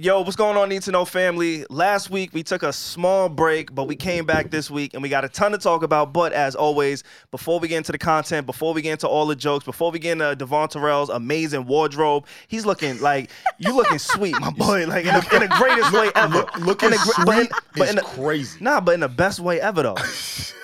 Yo, what's going on, Need to Know family? Last week we took a small break, but we came back this week and we got a ton to talk about. But as always, before we get into the content, before we get into all the jokes, before we get into Devon Terrell's amazing wardrobe, he's looking like you looking sweet, my boy, like in the, in the greatest way ever. Look, looking In the gre- sweet but in- but is in the- crazy. Nah, but in the best way ever though.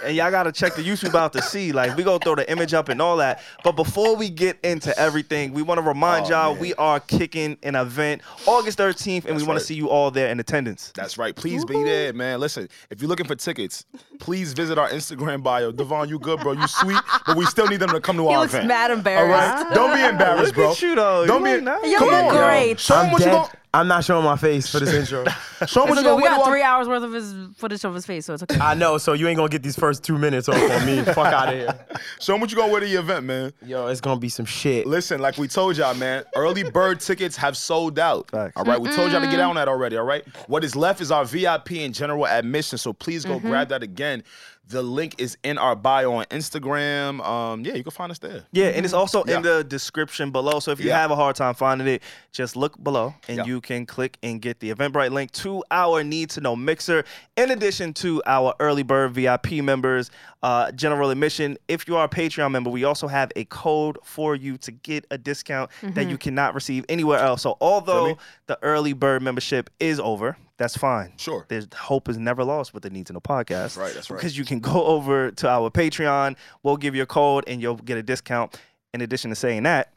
and y'all gotta check the YouTube out to see. Like we gonna throw the image up and all that. But before we get into everything, we wanna remind y'all we are kicking an event August 13th, and we wanna right. see you all there in attendance. That's right. Please be there, man. Listen, if you're looking for tickets, please visit our Instagram bio. Devon, you good, bro? You sweet, but we still need them to come to He our looks event. mad All right, embarrassed. don't be embarrassed, Look bro. at you, though. Don't You be. look nice. You come look on, great. Show them I'm what you dead. gon' I'm not showing my face for this intro. Show them what you Yo, gon' we win. got while- three hours worth of his footage of his face, so it's okay. I know, so you ain't gonna get these first two minutes off on me. Fuck out of here. Show them what you gonna wear to the event, man. Yo, it's gonna be some shit. Listen, like we told y'all, man, early bird tickets have sold out. Facts. All right, we told y'all to get on that already. All right, what is left is our VIP and general admission. So please go grab that again. The link is in our bio on Instagram. Um, yeah, you can find us there. Yeah, and it's also in Yeah. the description below. So if you Yeah. have a hard time finding it, just look below and Yeah. you can click and get the Eventbrite link to our Need to Know Mixer, in addition to our Early Bird VIP members, uh, general admission. If you are a Patreon member, we also have a code for you to get a discount that you cannot receive anywhere else. So although the Early Bird membership is over, that's fine. Sure. There's hope is never lost with the Need to Know podcast. right, that's right. Because you can go over to our Patreon. We'll give you a code and you'll get a discount. In addition to saying that,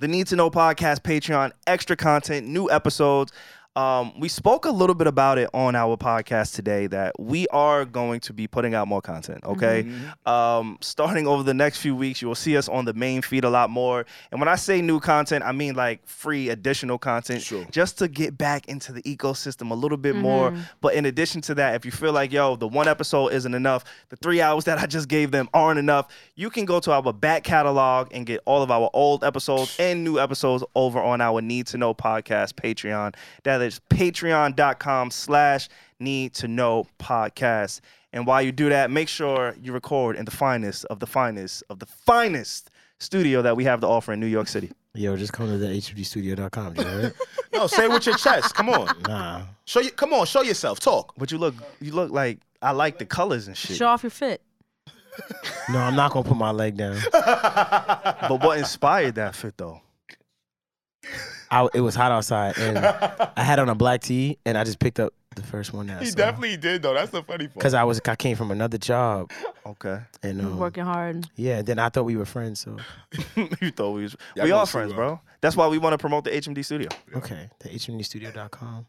the Need to Know podcast Patreon, extra content, new episodes. Um, we spoke a little bit about it on our podcast today that we are going to be putting out more Mm-hmm, content. Okay, um, starting over the next few weeks, you will see us on the main feed a lot more. And when I say new content, I mean like free additional content, Sure. just to get back into the ecosystem a little bit more. But in addition to that, if you feel like, yo, the one episode isn't enough, the three hours that I just gave them aren't enough, you can go to our back catalog and get all of our old episodes and new episodes over on our Need to Know podcast Patreon. That is patreon.com slash need to know podcast. And while you do that, make sure you record in the finest of the finest of the finest studio that we have to offer in New York City. Yo, just come to the hbstudio.com, you heard? No, say it with your chest. Come on. Nah. Show you. Come on. Show yourself. Talk. But you look you look like I like the colors and shit. Show off your fit. No, I'm not gonna put my leg down. But what inspired that fit though? I, it was hot outside, and I had on a black tee, and I just picked up the first one that I saw. did though. That's the funny part. Cause I was, I came from another job, Okay. and You're um, working hard. yeah. Then I thought we were friends, so you thought we was Y'all we gonna all see friends, her. bro. That's why we want to promote the HMD studio. okay. The hbstudio.com.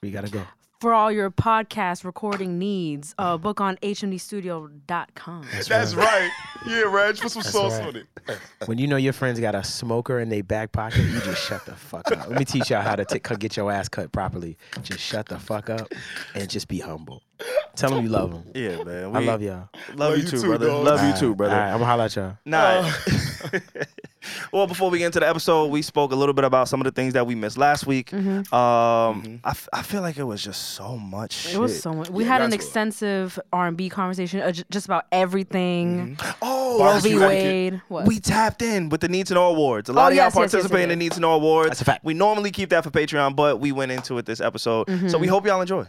We gotta go. For all your podcast recording needs, uh, book on hmdstudio.com. That's right. Yeah, Reg, put some sauce right. on it. When you know your friend's got a smoker in their back pocket, you just shut the fuck up. Let me teach y'all how to t- cut- get your ass cut properly. Just shut the fuck up and just be humble. Tell them you love them. Yeah, man. I love y'all. Love you too, brother. dog. Love you All too, right, brother. All right, I'm gonna holler at y'all. Nah. well, before we get into the episode, we spoke a little bit about some of the things that we missed last week. Mm-hmm. Um, I, f- I feel like it was just so much shit. It was so much. We had an that's what- extensive R&B conversation, uh, j- just about everything. Mm-hmm. oh, Barbecue Roe v. etiquette. Wade. What? We tapped in with the Need to Know Awards. A lot of y'all Oh, yes, yes, yes, participate in the yes. Need to Know Awards. That's a fact. We normally keep that for Patreon, but we went into it this episode. So Mm-hmm. we hope y'all enjoy.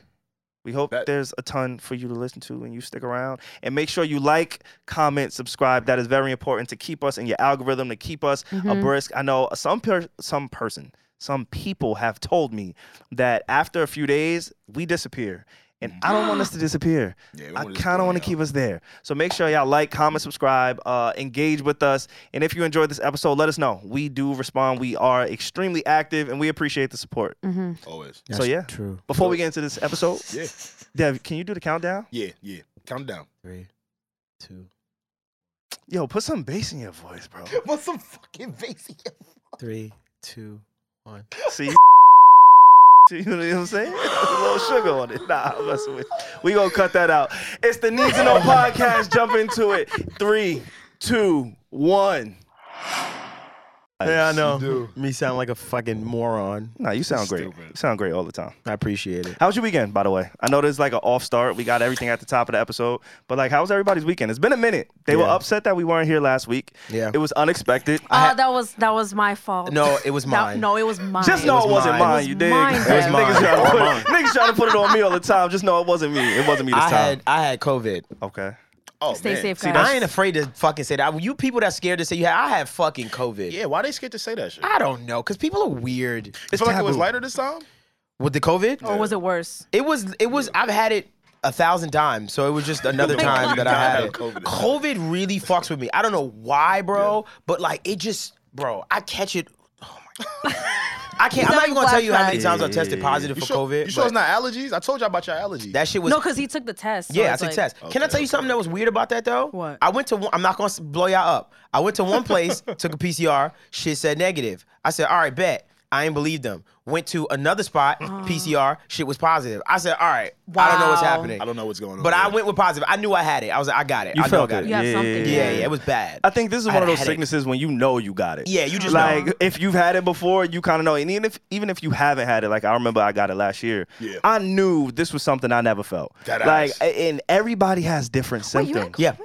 We hope Bet. there's a ton for you to listen to and you stick around. And make sure you like, comment, subscribe. That is very important to keep us in your algorithm, to keep us Mm-hmm. abreast. I know some per- some person, some people have told me that after a few days, we disappear. And I don't want us to disappear. Yeah, we don't I wanna kind of want disappear, to y'all. keep keep us there. So make sure y'all like, comment, subscribe, uh, engage with us. And if you enjoyed this episode, let us know. We do respond. We are extremely active and we appreciate the support. Mm-hmm. Always. That's So yeah. true. Before we get into this episode, Yeah. Dev, can you do the countdown? Yeah, yeah. Count down. Three, two, Yo, put some bass in your voice, bro. What's some fucking basic? three, two, one. See? You know what I'm saying? A little sugar on it. Nah, I'm messing with you. We gonna cut that out. It's the Needs to Know podcast. Jump into it. Three, two, one. Yeah, I You know. do. Me sound like a fucking moron. Nah, you sound great. Stupid. You sound great all the time. I appreciate it. How was your weekend, by the way? I know there's like an off start. We got everything at the top of the episode, but like, how was everybody's weekend? It's been a minute. They were Yeah. upset that we weren't here last week. Yeah. it was unexpected. Oh, that was that was my fault. No, it was That- mine. no, it was mine. Just know it, was was not mine. mine. It was you dig? mine, It was bro. mine. Niggas try, to It put, was mine. niggas try to put it on me all the time. Just know it wasn't me. It wasn't me this I time. had I had COVID. okay. Well, Oh, Stay man. safe, See, guys. that's- I ain't afraid to fucking say that. You people that scared to say you had, I had fucking COVID. Yeah, why they scared to say that shit? I don't know, cause people are weird It's feel like it was taboo. lighter this time. with the COVID. Or was it worse? It was. It was. I've had it a thousand times, so it was just another my time God. that I had Yeah, it. COVID. COVID, really fucks with me. I don't know why, bro, but like it just, bro, I catch it. Oh my god. I can't. I'm not even gonna tell you how many times I've tested positive You for sure, COVID. you sure it's but not allergies? I told y'all about your allergies. That shit was. No, because he took the test. so yeah, I it's took like- tests. Can I tell you something that was weird about that though? What? I went to. One, I'm not gonna s- blow y'all up. I went to one place, took a PCR. Shit said negative. I said, all right, bet. I ain't believe them. Went to another spot, PCR. Shit was positive. I said, all right. I don't know Uh-huh. what's Wow. happening. I don't know what's going on. But I there. went with positive. I knew I had it. I was like, I got it. You I felt know I got it. it. You have Yeah, something. Yeah, yeah, it was bad. I think this is I one of had a those headache. sicknesses when you know you got it. Yeah, you just like know. if you've had it before, you kind of know. And even if even if you haven't had it, like I remember I got it last year. Yeah. I knew this was something I never felt. That like ass. a- and everybody has different Wait, you symptoms. had Yeah. COVID?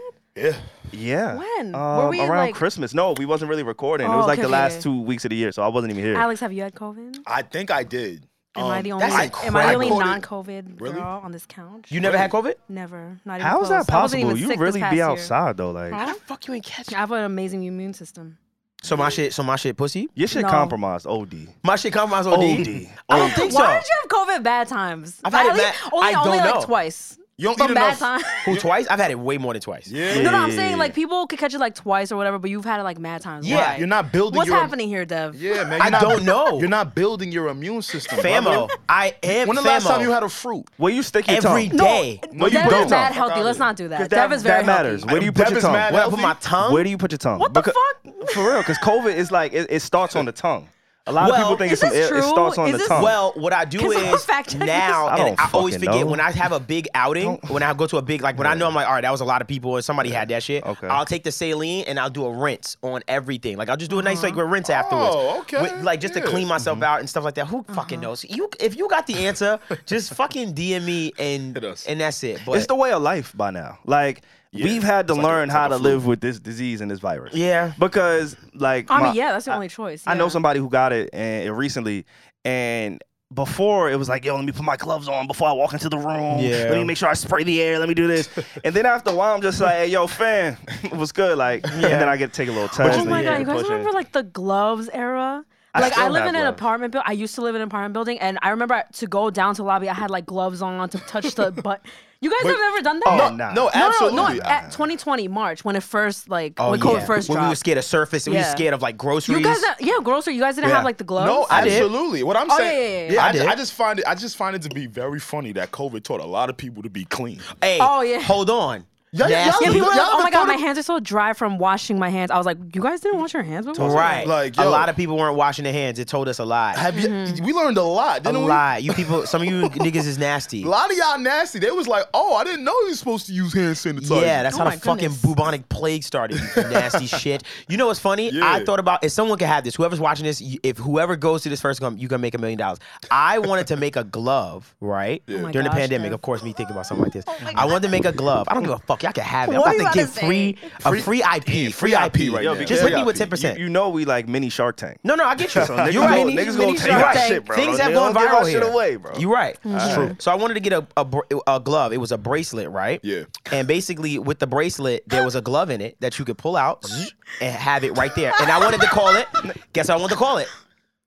Yeah. Yeah. When? Um, Were we, around like- Christmas? No, we wasn't really recording. it Oh, was like okay, the okay, last okay. two weeks of the year, so I wasn't even here. Alex, have you had COVID? I think I did. Am Um, I the only? that's Am I the only incredible. non-COVID Really? girl on this couch? You never had COVID? Never. Not even How is close. that I wasn't possible? even You sick this really past be year. outside though, like Huh? the fuck you ain't catch I have an amazing immune system. So my shit, so my shit, pussy. your shit No. compromised. OD. My shit compromised OD. OD. I don't think Why so. did you have COVID bad times? I've At had it least- bad- Only, I don't only know. like twice. You don't From eat bad enough. times. Who twice? I've had it way more than twice. Yeah. No, no, I'm Yeah. saying like people could catch it like twice or whatever, but you've had it like mad times. Yeah, Why? You're not building. What's your, happening here, Dev? Yeah, man. I you're not- don't know. You're not building your immune system. Famo. brother. I am When the last famo. time you had a fruit? Where you stick your every tongue? No, day? No, you Dev don't. is bad Fuck healthy. outta Let's here. not do that. 'Cause Dev is very that matters. healthy. Where do you put Dev your is tongue? mad Where I put healthy? my tongue? Where do you put your tongue? What the Becau- fuck? For real, because COVID is like it, it starts on the tongue. A lot Well, of people think it's is some, this it, it true? starts on Is the this- tongue. Well, what I do Can someone is fact check now, this? I and don't I always fucking forget know. when I have a big outing, when I go to a big, like when I know I'm like, all right, that was a lot of people, and somebody had that shit. Okay. I'll take the saline and I'll do a rinse on everything. Like I'll just do a nice like Uh-huh. rinse afterwards. Oh, okay. With- like just to Yeah. clean myself Mm-hmm. out and stuff like that. Who fucking knows? You, if you got the answer, just fucking DM me and Hit us. and that's it. But it's the way of life by now. Like we've had to learn how to live with this disease and this virus. Yeah. because like I my- mean, yeah, that's the only choice. I know yeah. somebody who got it and it recently and before it was like, yo, let me put my gloves on before I walk into the room. Yeah. Let me make sure I spray the air. Let me do this. and then after a while, I'm just like, hey, yo, fan, what's good? Like, and then I get to take a little test. Oh and my get god, you the guys push in. remember like the gloves era? I Like I, still live have in an gloves. apartment building. I used to live in an apartment building, and I remember to go down to lobby, I had like gloves on to touch the butt. You guys have never done that? Oh, no, nah. No, absolutely. no, no. At 2020 March, when it first like Oh, when COVID yeah. first when we were dropped, scared of surface and we Yeah. were scared of like groceries. you guys, yeah, grocery. You guys didn't Yeah. have like the gloves. No, I did. absolutely. What I'm Oh, saying, yeah, yeah, yeah. I I, ju- did. I just find it. I just find it to be very funny that COVID taught a lot of people to be clean. hey, Oh, yeah. hold on. Nasty. yeah, people were like, Y'all oh my god, thought my of- hands are so dry from washing my hands. I was like, you guys didn't wash your hands before, Right. Like, a yo. lot of people weren't washing their hands. It told us a lot. Have you? Mm-hmm. We learned a lot, A didn't we? lot. You people, some of you niggas is nasty. A lot of y'all nasty. They was like, "Oh, I didn't know you was supposed to use hand sanitizer." Yeah, that's Oh how the my fucking goodness. bubonic plague started. You nasty shit. You know what's funny? Yeah. I thought about if someone could have this. Whoever's watching this, you- if whoever goes to this first, come, you can make a million dollars. I wanted to make a glove, right? Oh my During the gosh, pandemic, Dev. of course, me thinking about something like this. I wanted to make a glove. I don't give a fuck. Y'all can have it. What I'm you about about to to give free a free IP, free IP IP right right now. now. Just Free hit me with IP. ten percent. You know we like mini Shark Tank. No, no, I get you. niggas You're right. gonna- niggas Niggas gonna take right. our shit, bro. Things They have gonna gone give our viral shit here. away, bro. You're right. It's true. So I wanted to get a, a br- a glove. It was a bracelet, right? Yeah. And basically, with the bracelet, there was a glove in it that you could pull out and have it right there. And I wanted to call it. Guess what I wanted to call it.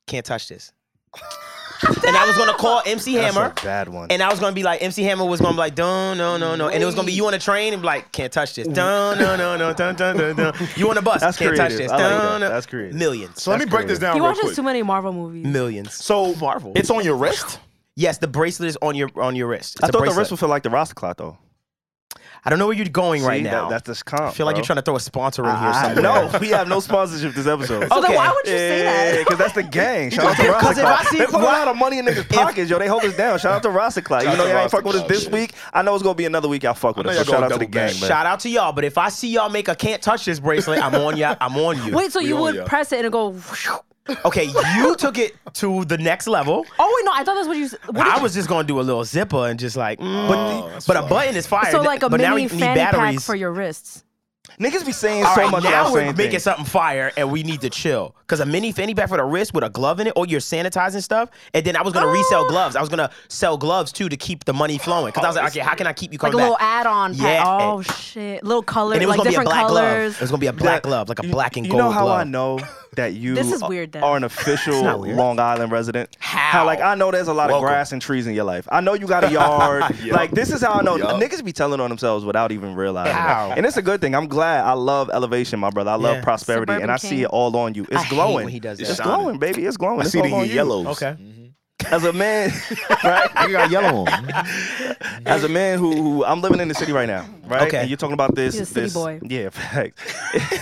Can't touch this. And I was gonna call MC That's Hammer. a bad one. And I was gonna be like, MC Hammer was gonna be like, no, no, no, no. And it was gonna be you on a train and be like, can't touch this. Dun, no, no, no, dun, dun, dun, dun. You on a bus, That's can't touch creative. this. I like dun, that. dun. That's creative. Millions. So let me break this down He real watches quick. too many Marvel movies. Millions. so Marvel. It's on your wrist. Yes, the bracelet is on your on your wrist. It's I a thought the bracelet. wrist would feel like the Rasta clot though. I don't know where you're going right See, that- now. that's this comp. I feel like you're trying to throw a sponsor in here I, somewhere. Oh, no, we have no sponsorship this episode. So then Okay. why would you say that? because that's the gang. Shout out to Because if I Rossiclaw. see- They put a why- lot of money in niggas' pockets, yo. They hold us down. Shout out to Rossiclaw. You Shout know y'all out to ain't fuck with us Rossiclaw, this yeah. week. I know it's gonna be another week y'all fuck with know us. y'all So shout out gonna to the double gang, back. man. Shout out to y'all, but if I see y'all make a can't touch this bracelet, I'm on y'all. I'm on you. Wait, so We you on would ya. press it and it go. whoosh. Okay, you took it to the next level. Oh wait, no, I thought that's what you. s- What did I you- was just gonna do a little zipper and just like, mm, but but a button is fire. so like a but now mini we need fanny pack batteries. Oh, for your wrists. Niggas be saying All so right, much. now about we're saying making things. something fire, and we need to chill. Cause a mini fanny pack for the wrist with a glove in it, or you're sanitizing stuff. And then I was gonna Ah. resell gloves. I was gonna sell gloves too to keep the money flowing. Cause I was like, okay, how can I keep you Oh, Like coming a little back? add-on. Yeah. Pack. Oh shit, little color, and it was like gonna be a different black glove. colors. It was gonna be a black That- glove, like a you- black and you gold know how glove. I know that you This is weird, Dev. are an official not weird. Long Island resident? How? like I know there's a lot Welcome. of grass and trees in your life. I know you got a yard. Yup. Like this is how I know Yup. niggas be telling on themselves without even realizing. it. How? And it's a good thing. I'm glad. I love elevation, my brother. I love Yeah. prosperity, Suburban and I king. see it all on you. It's hate glowing. when he does it's that. just glowing, baby. It's glowing. I It's see the all on you. yellows. Okay. As a man, right? I got yellow on. as a man who, who I'm living in the city right now, right? Okay. And you're talking about this. He's a city this- boy. Yeah, facts.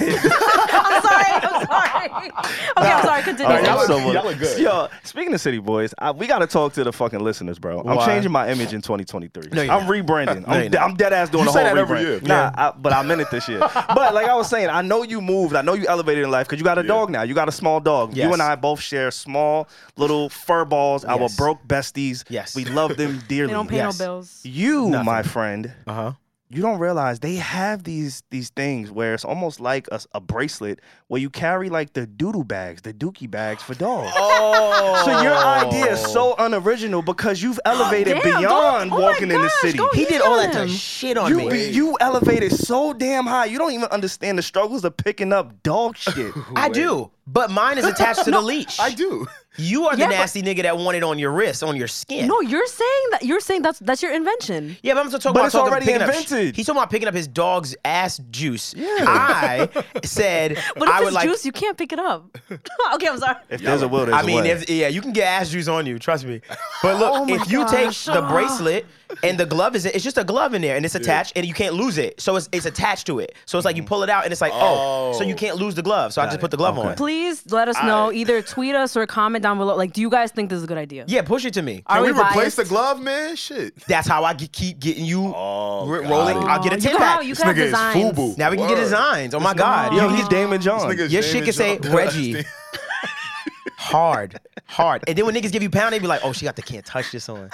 I'm sorry. I'm sorry. Okay, I'm sorry. Continue. All right, y'all I'm are- so y'all are good. Yo, speaking of City Boys, I, we got to talk to the fucking listeners, bro. I'm Why? changing my image in 2023. No, you're I'm not. rebranding. you're I'm, de- not. I'm dead ass doing You the say whole that every rebrand. year. Nah, I, but I meant it this year. but like I was saying, I know you moved. I know you elevated in life because you got a dog now. You got a small dog. Yes. You and I both share small little fur balls. Our Yes. broke besties. Yes. we love them dearly. They don't pay Yes. no bills. You, my friend, Uh huh. you don't realize they have these these things where it's almost like a, a bracelet where you carry like the doodle bags, the dookie bags for dogs. Oh. So your idea is so unoriginal because you've elevated Oh, Damn, go- beyond oh my walking in the gosh, city. go He easy did all on that to him. shit on You me. be, you elevated so damn high. You don't even understand the struggles of picking up dog shit. I do, but mine is attached to the leash. I do. You are the Yeah, but- nasty nigga that wanted on your wrist, on your skin. No, you're saying that. You're saying that's that's your invention. Yeah, but I'm talking But about it's talking, already picking up- invented. he's talking about picking up his dog's ass juice. I said But if I would it's like. juice, you can't pick it up. okay, I'm sorry. If there's a will, there's I mean, a way. if, yeah, you can get ass juice on you. Trust me. But look, Oh my if you gosh. take the bracelet and the glove is it's just a glove in there and it's attached and you can't lose it. So it's it's attached to it. So it's Mm. like you pull it out and it's like oh, so you can't lose the glove. So I just put the glove on. Please let us know. Either tweet us or comment down below. Like, do you guys think this is a good idea? Yeah, push it to me. Are Can we we replace biased? the glove, man? Shit. That's how I get, keep getting you Oh, ro- got rolling. it. I'll get Oh, a you ten could pack. have- you This could have nigga is designs. FUBU. Now we can get Word. designs. Oh my god. Yo, he's Damon John. This nigga's Your shit Damon can say John. Reggie. hard, hard. And then when niggas give you pound, they be like, "Oh, she got the can't touch this on."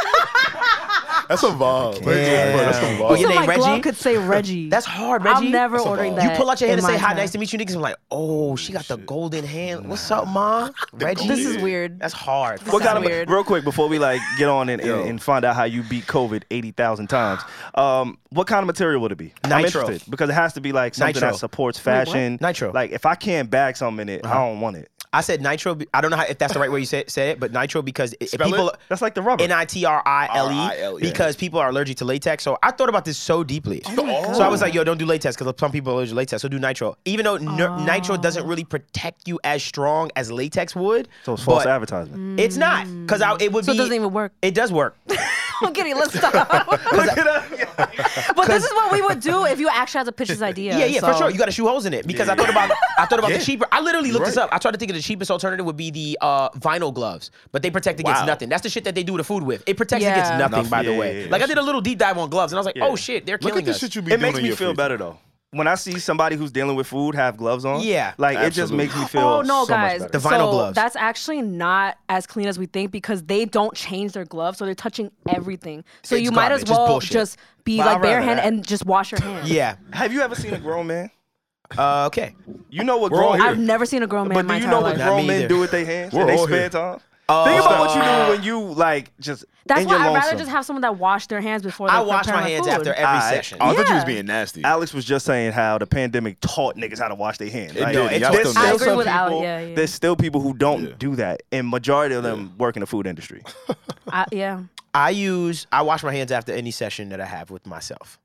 That's a vibe. Bro, That's a vibe. Yeah. Well, your Also, name my glove Reggie? could say Reggie. That's hard, I'm Reggie. never That's a ordering vibe. You that pull out your hand in and say, my "Hi, time." nice to meet you." Niggas, I'm like, "Oh, she got the golden hand. What's up, ma?" Reggie. This is weird. That's hard. What kind of Sounds weird. real quick before we like get on and, and, and find out how you beat COVID eighty thousand times? Um, what kind of material would it be? I'm Nitro. interested because it has to be like something Nitro. that supports fashion. Nitro. Uh-huh. Like if I can't bag something in it, I don't want it. I said nitro. be- I don't know how, if that's the right way you said, said it, but nitro because it, Spell people it? That's like the rubber. N I T R I L R-I-L-E. E because people are allergic to latex. So I thought about this so deeply. so I was like, yo, don't do latex because some people are allergic to latex. So do nitro. Even though n- nitro doesn't Oh. really protect you as strong as latex would. so it's false but advertisement. It's not because it would so be. it doesn't even work. It does work. I'm kidding. Let's stop. Mm-hmm. but this is what we would do if you actually had to pitch this idea. Yeah, yeah, for so- sure. You got to shoot holes in it because I thought about I thought about the cheaper. I literally looked this right. up. I tried to think of the cheapest alternative would be the uh, vinyl gloves, but they protect against Wow. nothing. That's the shit that they do to food with. It protects Yeah. against nothing, Nothing. by the Yeah, way. yeah, yeah. Like I did a little deep dive on gloves, and I was like, oh shit, they're Look killing at the us. shit you be It doing makes in me your feel free better though. When I see somebody who's dealing with food have gloves on, Yeah. like it just Absolutely. makes me feel. oh no, so much guys! better. The vinyl so gloves. That's actually not as clean as we think because they don't change their gloves, so they're touching everything. So It's you might garbage. as It's well bullshit. just be But I'd like bare rather hand that. and just wash your hands. Yeah. Have you ever seen a grown man? Uh, okay. You know what We're all grown. here. I've never seen a grown man. in But my do you entire know what life. Not grown me men either. do with their hands We're in their all spare here. time? Think about what you do when you like just. That's in why your I'd rather lonesome. just have someone that washed their hands before. They I wash prepare my hands food. after every Alright. session. Oh, I thought you Yeah. was being nasty. Alex was just saying how the pandemic taught niggas how to wash their hands. It Like, did. there's Y'all still still I agree some with Alex. people- Yeah, yeah. There's still people who don't Yeah. do that, and majority of them work in the food industry. I, yeah. I use I wash my hands after any session that I have with myself.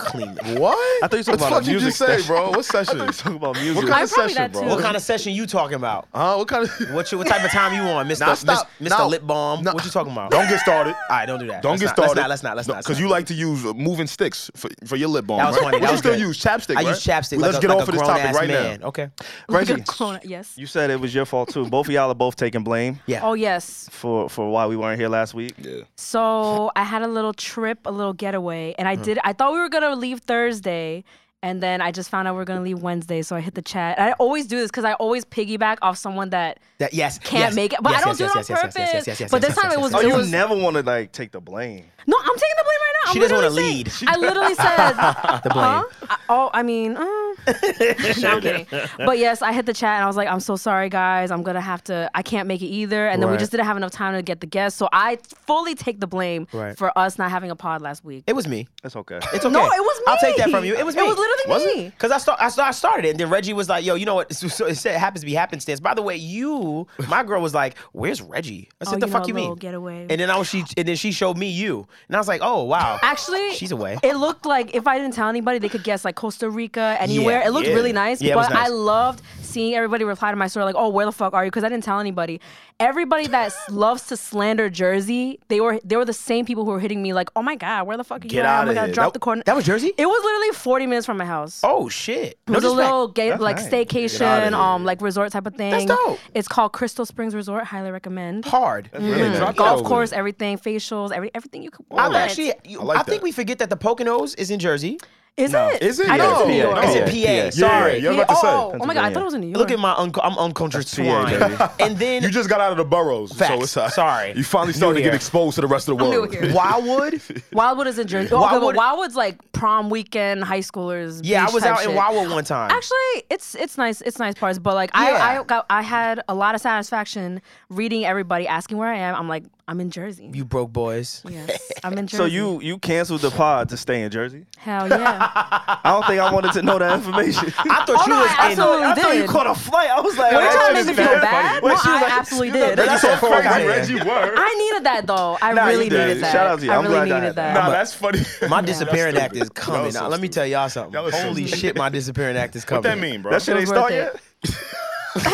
clean. I What? thought you were talking about what a the fuck you music just say, session. bro? What session? Talk about What music. kind I'm of probably session, that bro? too. What kind of session you talking about? Uh, Huh? What kind of? What you, what type of time you on, Mister Nah, stop. Mister No. Lip Balm? No. What you talking about? Don't get started. All right, don't do that. Don't Let's get not- started. Let's not. Let's not. Let's not. Because you like to use uh, moving sticks for, for your lip balm. That was right? funny. But That you was still good. use chapstick. I right? use chapstick. Let's like get a, off of like a this topic grown-ass right man. now. Okay. Like a Reggie, clone- Yes. you said it was your fault too. Both of y'all are both taking blame Yeah. Oh yes. for for why we weren't here last week. Yeah. So I had a little trip, a little getaway, and I Hmm. did. I thought we were gonna leave Thursday, and then I just found out we are gonna leave Wednesday. So I hit the chat. And I always do this because I always piggyback off someone that That, yes. can't yes, make it, but yes, I don't yes, do yes, it on yes, yes, yes, purpose. yes, yes, yes, yes, but this yes, time yes, it yes, was. Oh, yes, it you was never want to like take the blame. no, I'm taking the blame right now. She I'm doesn't wanna literally saying- lead. I literally said The blame. Huh? I- oh, I mean, uh, no, I'm kidding. But yes, I hit the chat and I was like, I'm so sorry, guys. I'm gonna have to. I can't make it either. And then we Right. just didn't have enough time to get the guests. So I fully take the blame Right. for us not having a pod last week. It was me. It's okay. It's okay. No, it was me. I'll take that from you. It was me. It was literally Was me. Because I, start, I, start, I started it, and then Reggie was like, "Yo, you know what? So, so it said, happens to be happenstance." By the way, you, my girl, was like, "Where's Reggie?" I said, Oh, "The you fuck know, you little mean?" getaway. And then I was she, and then she showed me you, and I was like, "Oh wow." Actually, She's away. It looked like if I didn't tell anybody, they could guess like Costa Rica, anywhere. Yeah, it looked yeah. really nice, Yeah, it was but nice. I loved seeing everybody reply to my story like, "Oh, where the fuck are you?" Because I didn't tell anybody. Everybody that s- loves to slander Jersey, they were they were the same people who were hitting me like, "Oh my god, where the fuck are you?" Get at? outta oh my god, here." drop That- the corner. that was Jersey? It was literally 40 minutes from my house. oh shit! It No was a disrespect. little gay, That's like nice. staycation, um, like resort type of thing. dope. It's called Crystal Springs Resort. Highly recommend. hard. Mm-hmm. Really drop that Golf over. course, everything, facials, every everything you could I'm want. actually. You, I, I like think that. we forget that the Poconos is in Jersey. Is it? Is it? I know No. it's in New York. No. Is it Oh. Yeah. PA? Yeah. Sorry. Yeah, you're about to say. oh, oh, oh my god, I Pennsylvania. thought it was in New York. Look at my unco- I'm uncultured PA, swine. baby. and then You just got out of the boroughs, so Facts. it's uh, Sorry. You finally started to here. get exposed to the rest of the I'm new world. here. Wildwood. Wildwood is in Jersey. Oh, Wildwood- Wildwood. Wildwood's like prom weekend, high schoolers. Yeah, I beach was type out in shit. Wildwood one time. Actually, it's it's nice. It's nice parts, but like Yeah. I I got I had a lot of satisfaction reading everybody asking where I am. I'm like I'm in Jersey. you broke boys. yes, I'm in Jersey. So you you canceled the pod to stay in Jersey? hell yeah. I don't think I wanted to know that information. I thought you no, was I in. absolutely I thought you did. caught a flight. I was like, Were you oh, trying to that make me shit feel is funny. bad? No, Wait, she was I like- absolutely she was like, did. "Reggie That's so a fuck crazy, outta here. Reggie word. I needed that though. I Nah, you really did. needed that. Shout out to you. I I'm really glad that needed happened. that. Nah, that's funny. What My disappearing That's act is stupid. That coming. was so Now, let me stupid. tell y'all something. That was so Holy stupid. shit, my disappearing act is coming. that mean, bro? That shit It ain't was start worth yet. it.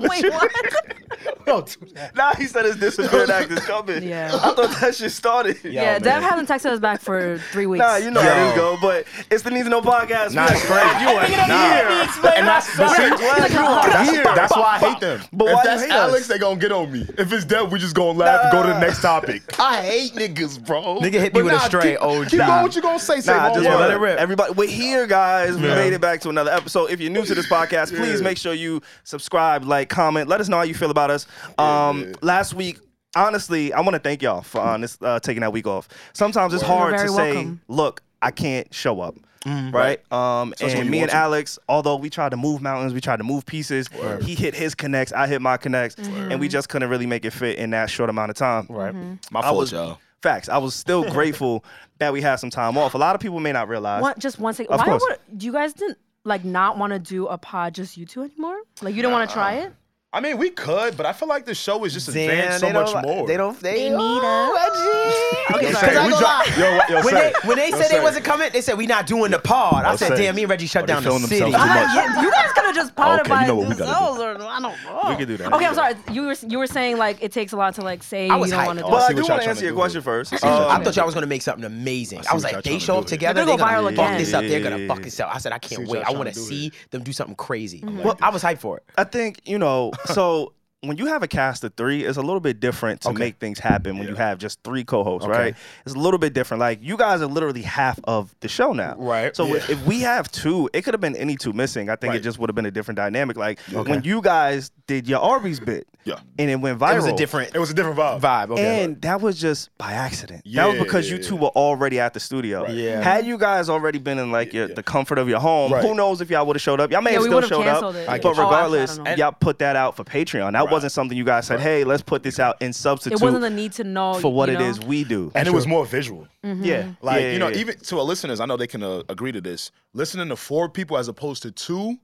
Wait, what? Nah, he said his disappearing act is coming. Yeah. I thought that shit started. Yeah, man. Dev hasn't texted us back for three weeks. Nah, you know Yo. how this go, but it's the Needs to Know podcast. Nah, We it's glad crazy. You are here. And that's but see, Glad you are That's, here. that's why I hate them. But if why you that's hate us? Alex, they gonna get on me. If it's Dev, we just gonna laugh and go to the Nah. next topic. I hate niggas, bro. Nigga hit me But with a straight keep, OG. Keep going. What you gonna say? Say Nah, I just Yeah, wanna- let it rip. Everybody, we're here, guys. We Yeah. made it back to another episode. If you're new to this podcast, please make sure you subscribe, like, comment. Let us know how you feel about us. Um, last week, honestly, I want to thank y'all for honest, uh, taking that week off. Sometimes it's hard You're to very say, welcome. look, I can't show up. Right, um, and me and Alex, although we tried to move mountains, we tried to move pieces. He hit his connects, I hit my connects, and we just couldn't really make it fit in that short amount of time. Right, My I was facts. I was still grateful that we had some time off. A lot of people may not realize. One, just one second. Of Why course. would you guys didn't like not want to do a pod just you two anymore? Like you didn't want to try it? I mean, we could, but I feel like the show is just advanced so they don't much like- more. They don't. They, need oh, Reggie. Okay, Okay, sorry. sorry. I We go drop- lie. Yo, what- yo, When say they, it. when they Yo, said say they it. wasn't coming, they said we not doing the pod. I said, say it. damn, me and Reggie shut Oh, they down the feeling city. themselves too much. Yeah, you guys could have just pod Okay, you about know what we it gotta yourselves, or I don't know. We could do that. Okay, I'm sorry. You were you were saying like it takes a lot to like say I was you don't hyped. want to do. I But see I, it. do what y'all want to trying answer to your do question here. first. y'all I Um, thought y'all was gonna make something amazing. I, was what like, y'all they tryna show do up here. together, They're they're gonna go viral gonna, fuck again. this up. They're Yeah. gonna fuck this up. I said, I can't what wait. y'all I tryna want to do see here. Mm-hmm. them do something crazy. like I was hyped for it. I think you know. So when you have a cast of three, it's a little bit different to make things happen. When you have just three co-hosts, right? It's a little bit different. Like you guys are literally half of the show now, Right. So Yeah. if- if we have two, it could have been any two missing. I think it Right. just would have been a different dynamic. Like when you guys did your Arby's bit, Yeah. and it went viral. It was a different It was a different vibe. vibe. Okay. And that was just by accident. that was Yeah, because yeah, you yeah. two were already at the studio. Yeah. Had you guys already been in like your, the comfort of your home, Right. who knows if y'all would have showed up? Y'all may Yeah, have we still would've showed up. canceled it. I But get you. Oh, I- I regardless, don't know. y'all put that out for Patreon. That wasn't something you guys said, hey, let's put this out in substitute It wasn't the need to know for what you it know? Mm-hmm. is we do. and it was more visual. yeah. Like Yeah, you know, yeah, yeah. even to our listeners, I know they can uh, agree to this. Listening to four people as opposed to two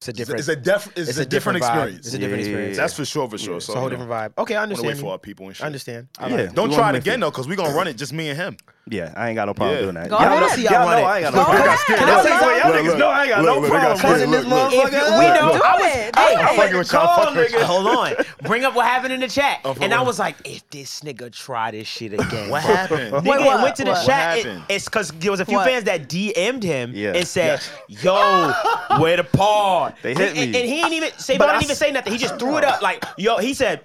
It's is a a, different. is a, def- is it's a, different, vibe. experience. It's a different Yeah. experience. That's for sure, for sure. So It's a whole you know, different vibe. Okay, I wanna understand. wait for you. our people and shit. I understand. Yeah, Don't we try wanna it make again though, because we're gonna run it just me and him. Yeah, I ain't got no problem Yeah. doing that. Go y'all ahead. Know, See, I y'all want know it. I ain't got no Go problem. ahead. Y'all Can I niggas say know- something? y'all niggas know I ain't got no problem fuzzing this If motherfucker. we up. don't Look, I do was, it. Hey, Do it. I'm fucking with y'all, hold fuck with y'all. Hold on. Bring up what happened in the chat. Oh, for and I real. was like, if this nigga try this shit again. What happened? Nigga, Wait, it what? went to the What chat. it- happened? it's because there was a few What? fans that DM'd him Yeah. and said, yo, where the paw? They hit And, me. and he ain't even, say, But I didn't s- even say nothing. He just threw it up. Like, yo, he said,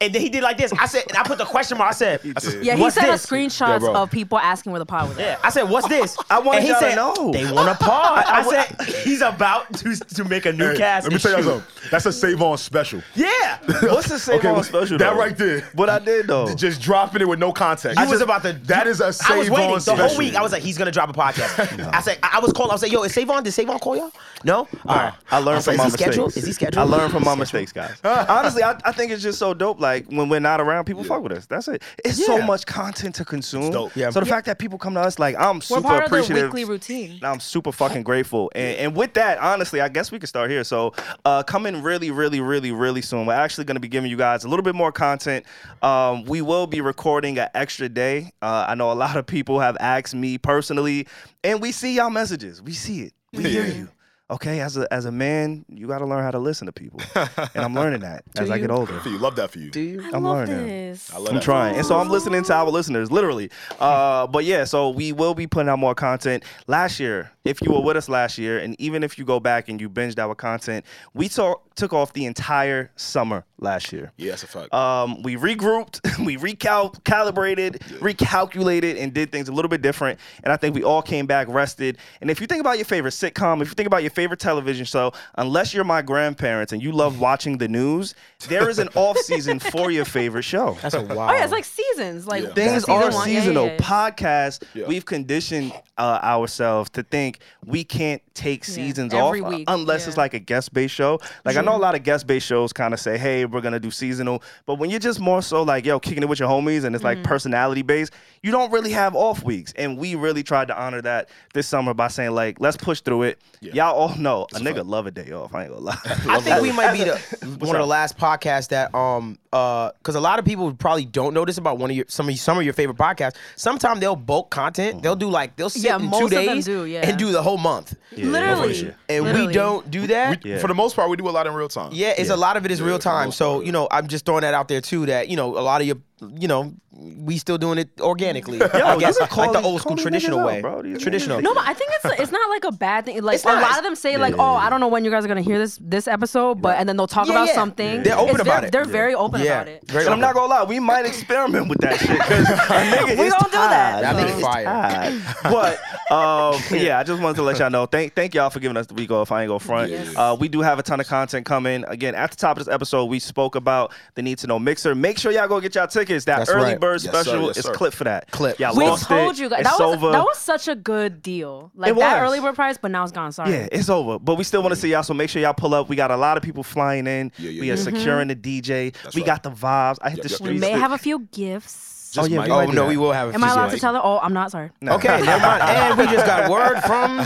and then he did like this. I said, and I put the question mark. I said, I said, Yeah, he "What's sent this?" us screenshots bro. of people asking where the pod was at. Yeah, I said, "What's this?" I wanted and he y'all to said, know. They want a paw. I, said, "He's about to to make a new Hey, cast." Let me and tell you shoot. something. That's a save on special. Yeah, you What's the same Okay, on well, special? that though? right there. What I did though. Just dropping it with no context. was about to. That is a save I was waiting on the special. whole week. I was like, "He's gonna drop a podcast." I said, "I I was calling." I was like, "Yo, is Savon? Did Savon call y'all?" No. All right. I learned from like, my is he mistakes. scheduled? Is he scheduled? I learned from my mistakes, guys. Honestly, I, I think it's just so dope. Like when we're not around, people fuck with us. That's it. It's so Yeah. much content to consume. dope. Yeah. So the fact that people come to us, like I'm We're super part of the appreciative. weekly routine. I'm super fucking grateful. And, and with that, honestly, I guess we can start here. So, uh, coming really, really, really, really soon. We're actually going to be giving you guys a little bit more content. Um, we will be recording an extra day. Uh, I know a lot of people have asked me personally, and we see y'all messages. We see it. We hear you. Okay, as a as a man, you got to learn how to listen to people, and I'm learning that as I get older. for you. Love that for you. I'm I love learning. this. I love uh, I'm that. trying. And so I'm listening to our listeners, literally. Uh, but yeah, so we will be putting out more content. Last year, if you were with us last year, and even if you go back and you binged our content, we to- took off the entire summer last year. Yeah, that's a fact. Um, we regrouped, we recal- calibrated, recalculated, and did things a little bit different. And I think we all came back rested. And if you think about your favorite sitcom, if you think about your favorite television show, unless you're my grandparents and you love watching the news, there is an off season for your favorite show That's a wow. Oh yeah, it's like seasons. Like Yeah. things season are one. Yeah, yeah, seasonal. yeah. Podcasts, Yeah. we've conditioned uh, ourselves to think we can't take seasons off every uh, week, unless yeah. it's like a guest based show. Like I know a lot of guest based shows kind of say, "Hey, we're gonna do seasonal," but when you're just more so like, "Yo, kicking it with your homies," and it's like personality based, you don't really have off weeks. And we really tried to honor that this summer by saying like, "Let's push through it." Y'all all know a nigga love a day off. I ain't gonna lie. I think we might be the, one of the last podcasts that um uh because a lot of people probably don't know this about one of your some of your- some of your favorite podcasts. Sometimes they'll bulk content. They'll do like they'll sit Yeah, in most two of them days do, yeah. and do the whole month. Literally. And we Literally. don't do that. We- For the most part, we do a lot in real time. yeah, it's a lot of it is real time. So you know, I'm just throwing that out there too. That you know, a lot of your you know, we still doing it organically. I you guess can like call the these- old school call these traditional niggas out, way, bro. These niggas- traditional. No, but I think it's it's not like a bad thing. Like It's not. a lot of them say, like, "Oh, I don't know when you guys are gonna hear this this episode," but and then they'll talk Yeah, about yeah. something. They're open It's about ver- it. They're very open yeah, about it. very And I'm open. not gonna lie, we might experiment with that shit because a nigga We is gonna do that. tired. That'd be Nigga is fire. tired. But um, yeah, I just wanted to let y'all know. Thank thank y'all for giving us the week off. I ain't go front. Yes. Uh, we do have a ton of content coming. Again, at the top of this episode, we spoke about the need to know mixer. Make sure y'all go get y'all tickets. That That's early right. bird Yes, sir. special Yes, is sir. clip for that. Clip. Y'all We lost told it. you guys It's that was over. that was such a good deal. Like It that was. early bird price, but now it's gone. Sorry. Yeah, it's over. But we still want to see y'all, so make sure y'all pull up. We got a lot of people flying in. Yeah, yeah, we are yeah. securing the DJ. we right. got the vibes. I hit Yep, the yep, streets. yep. Mm-hmm. We may have a few gifts. Just Oh, yeah, might- we Oh might do no, that. we will have. a Am I few allowed to like- tell her? Oh, I'm not sorry. Nah. Okay, never mind. And we just got word from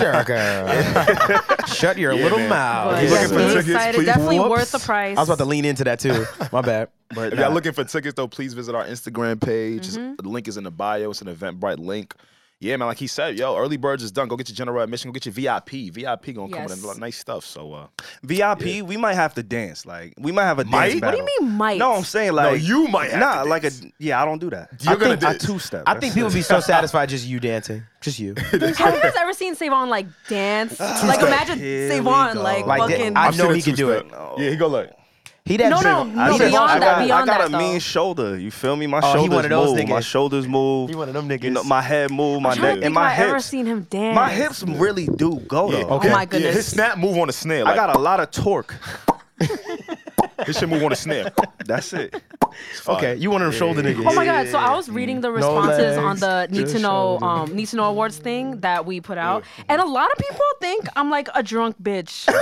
Durga. Shut your little man. mouth. But If Yeah. you're looking yes, for we tickets, excited. please- Definitely Whoops. worth the price. I was about to lean into that too. My bad. But If nah. y'all looking for tickets though, please visit our Instagram page. It's- The link is in the bio. It's an Eventbrite link. Yeah, man. Like he said, yo, early birds is done. Go get your general admission. Go get your VIP. VIP gonna come with Yes. a lot of nice stuff. So uh, VIP, we might have to dance. Like we might have a Might? dance What battle. do you mean might? No, I'm saying like you might have nah, to like a dance. yeah. I don't do that. You're I gonna think I dance. two step. I think people be so satisfied just you dancing, just you. Have you guys ever seen Savon like dance? like imagine Here we Savon go. like, Like, fucking. I I've seen know a he can do two-step. it. Yeah, he go look. He that No, no, Jim- no, I I said- just- I beyond got, that, beyond I got that, a mean though. shoulder. You feel me? My Oh, he shoulders one of those move. My niggas. shoulders move. He one of them You niggas. know, my head move. My I'm trying neck to and think my if I hips. ever seen him dance. my hips really do go though. Oh my Yeah, goodness. his snap move on a snare. I Like, got a lot of torque. his shit move on a snare. That's it. Okay, you one of them shoulder niggas. Oh my god! So I was reading the responses legs, on the need just to know shoulders. um, need to know awards thing that we put out, and a lot of people think I'm like a drunk bitch.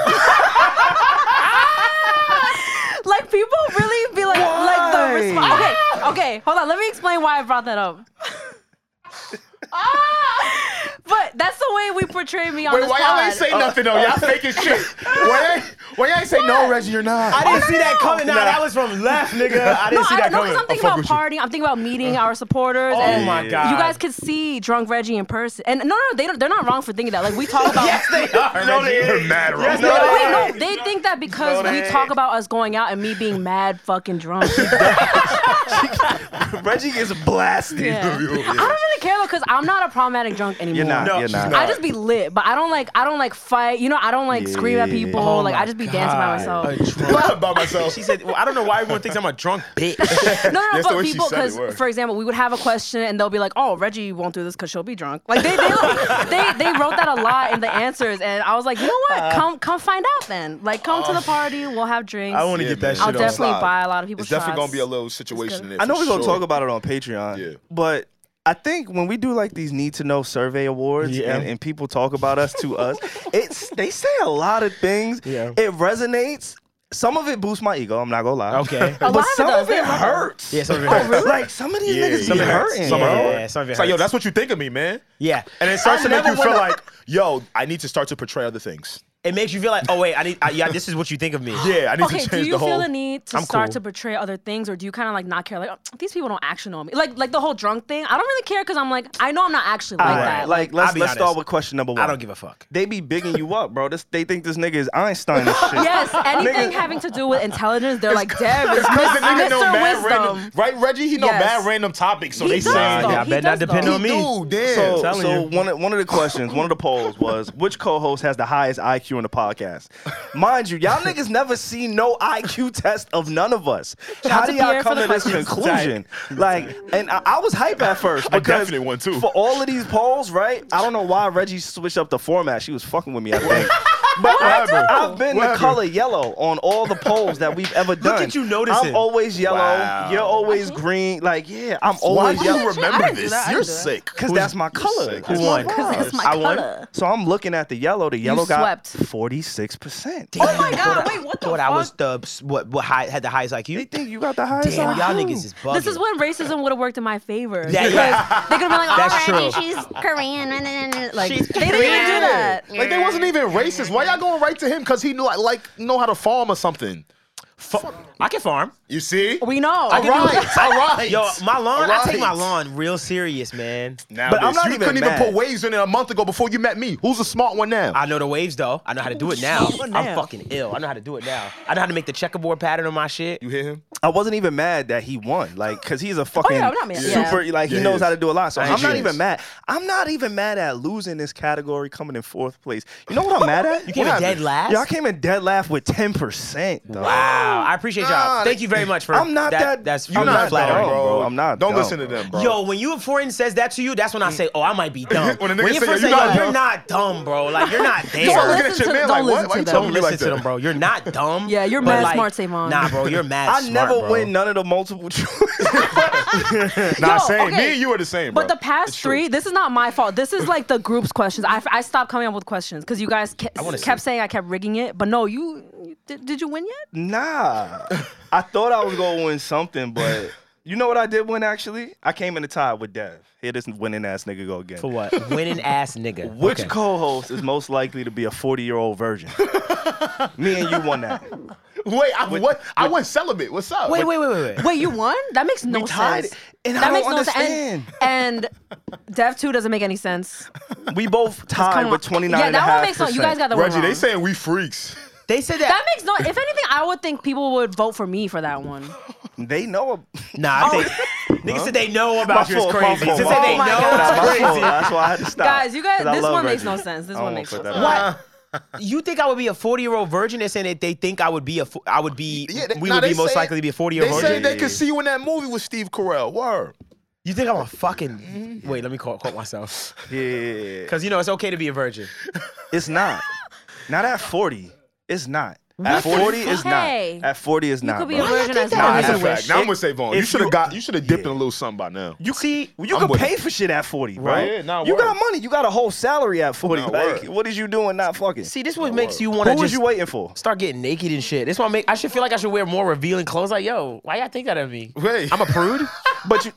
like people really be like like the response. Okay, okay, hold on. Let me explain why I brought that up. Ah! but that's the way we portray me on Wait, this why pod. y'all ain't say nothing though? Y'all faking shit. Why? ain't- Well, you ain't say no, Reggie. You're not. I didn't see that coming. Nah, that was from left, nigga. I didn't No, see I that don't know because I'm coming. thinking about partying. I'm thinking about meeting our supporters. Oh and my god! You guys could see drunk Reggie in person. And no, no, they don't, they're not wrong for thinking that. Like we talk about. Yes, they are. No, Reggie. they ain't. Yes, You're mad they No, are. wait, no, they think that because we talk about us going out and me being mad fucking drunk. I Reggie gets blasted. Yeah. don't really care though, because I'm not a problematic drunk anymore. You're not. No, you're she's not. not. I just be lit, but I don't like I don't like fight. You know, I don't like scream at people. Oh like my I just be dancing by God. myself. A drunk- By myself. She said, well, "I don't know why everyone thinks I'm a drunk bitch." No, no, no, That's the but way she people, said it, because word. for example, we would have a question and they'll be like, "Oh, Reggie won't do this because she'll be drunk." Like they, they, they, they wrote that a lot in the answers, and I was like, you know Uh-huh. what? Come, come find out then. Like, come Oh. to the party. We'll have drinks. I want to Yeah, get that man. shit I'll on. definitely Slide. buy a lot of people. It's definitely shots. gonna be a little situation in there. I know for we're gonna sure. talk about it on Patreon. Yeah. But I think when we do like these need to know survey awards Yeah. and, and people talk about us to us, it's they say a lot of things. Yeah. It resonates. Some of it boosts my ego, I'm not gonna lie. Okay. A lot But of it some does. of it They love it. hurts. Oh, Yeah, some of it hurts. Like some of these Yeah, niggas yeah, be yeah. hurting. Some of it bro. Yeah, some of it It's like, yo, hurts. that's what you think of me, man. Yeah, And it starts I to make never you feel wanna- like, yo, I need to start to portray other things. it makes you feel like, oh wait, I need. I, yeah, this is what you think of me. Yeah, I need Okay, to do change you the feel whole. the need to I'm start cool. to portray other things, or do you kind of like not care? Like "Oh, these people don't actually know me. Like like the whole drunk thing. I don't really care because I'm like I know I'm not actually like All right, that. Like I'll let's be let's honest. start with question number one. I don't give a fuck. they be bigging you up, bro. This they think this nigga is Einstein and shit. Yes, anything having to do with intelligence, they're like, Dev, it's Because the nigga know Mr. mad Wisdom. random, right, Reggie? He know Yes. mad random topics, so He they does, saying though. Yeah, I He bet that does, depend though. on me. damn. So, telling so you. one of, one of the questions, one of the polls was which co-host has the highest IQ in the podcast. Mind you, y'all niggas never seen no IQ test of none of us. How do to y'all Pierre come for to the this questions. conclusion? Like, and I, I was hype at first. I because definitely won, too. For all of these polls, right? I don't know why Reggie switched up the format. She was fucking with me, I think. But I've, do? I've been What the happened? color yellow on all the polls that we've ever done. at you noticing. I'm always yellow. Wow. You're always green. Like, yeah, I'm Why always do yellow. you remember didn't do this? that. I You're didn't do that. sick. Because that's my color. Who won? Because that's my I won? color. So I'm looking at the yellow. The yellow got swept. forty six percent. Oh my god, wait, what the Thought fuck? I was the what, what high, had the highest They IQ. think you got the highest. Damn, y'all IQ. niggas is bugging. this is when racism would have worked in my favor. Yeah, because yeah. They could have been like, That's oh, Reggie, true. she's Korean. nah, nah, nah, nah." Like, they didn't even do that. Like they wasn't even racist. Why y'all going right to him? Cause he knew like know how to farm or something. I can farm. You see? We know. All right, all right. Yo, my lawn. All I take my right. lawn real serious, man. Now But I'm this, not you even couldn't mad. even put waves in there a month ago before you met me. Who's the smart one now? I know the waves though. I know how to do it now. now. I'm fucking ill. I know how to do it now. I know how to make the checkerboard pattern on my shit. you hear him? I wasn't even mad that he won. Like, cause he's a fucking Oh, yeah, I'm not mad. Yeah. super. Like he Yeah, knows he how to do a lot. So I'm not is. even mad. I'm not even mad at losing this category, coming in fourth place. You know what I'm mad at? You came What in dead happened? last? Yo, I came in dead last with ten percent. Wow, I appreciate y'all. Thank you very much for. I'm not that. That's I'm really not flattering. dumb, bro. I'm not. Don't dumb, listen to bro. them, bro. Yo, when you a foreign says that to you, that's when I say, "Oh, I might be dumb." When a nigga you say, first "Yo, you say, "Yo, not you're dumb." not dumb, bro," like you're not there. Start listen looking at your to- man don't like, what? listen Why to you talking them. Don't to me listen like to that? them, bro. You're not dumb. Yeah, you're but mad like- smart, Savon. Nah, bro, you're mad I smart, never bro. win none of the multiple choice. Nah, Yo, same. okay. Me and you are the same, But bro. the past three, this is not my fault. This is like the group's questions. I, I stopped coming up with questions because you guys ke- wanna kept saying I kept rigging it. But no, you you- did, did you win yet? Nah. I thought I was gonna win something, but you know what I did win actually? I came in the tie with Dev. Here this winning ass nigga go again. For what? Winning ass nigga. Which Okay. co-host is most likely to be a 40-year-old virgin? Me and you won that. Wait, I, what? I went celibate. What's up? Wait, wait, wait, wait, wait. Wait, you won? That makes no We tied sense. it, and I that don't makes no understand. sense. And, and Dev 2 doesn't make any sense. We both tied Come with on. 29 Yeah, that one makes no You guys got that Reggie, one. they wrong. saying we freaks. They said that. that makes no if anything, I would think people would vote for me for that one. They know. nah, I think niggas said they know about you. It's fault, my crazy. fault, They my said they fault. know. Oh my It's That's my crazy. fault. That's why I had to stop. Guys, you guys 'Cause I this love one makes Reggie. no sense. This I one won't makes put no that sense. out. What? You think I would be a 40 year old virgin and saying that they think I would be a fo- I would be they- we nah, would be they most say- likely to be a 40 year They old say virgin? they could see you in that movie with Steve Carell. Word. you think I'm a fucking wait? Let me call, quote myself Yeah. because you know it's okay to be a virgin. It's not. Not at 40. It's not. At 40 is not. Hey. At 40 is You not. could be bro. a virgin as that long is as a you fact. wish. Now I'm gonna say Vaughn. You If should you- have got. You should have dipped in a little something by now. You see, you I'm can with pay it. for shit at 40, bro. Right. Yeah, nah, you word. got money. You got a whole salary at 40. Nah, like, word. what is you doing not fucking? See, this what makes you who want to was just you waiting for? start getting naked and shit. This what make I should feel like I should wear more revealing clothes. Like yo, why y'all think that of me? Wait. I'm a prude. But you,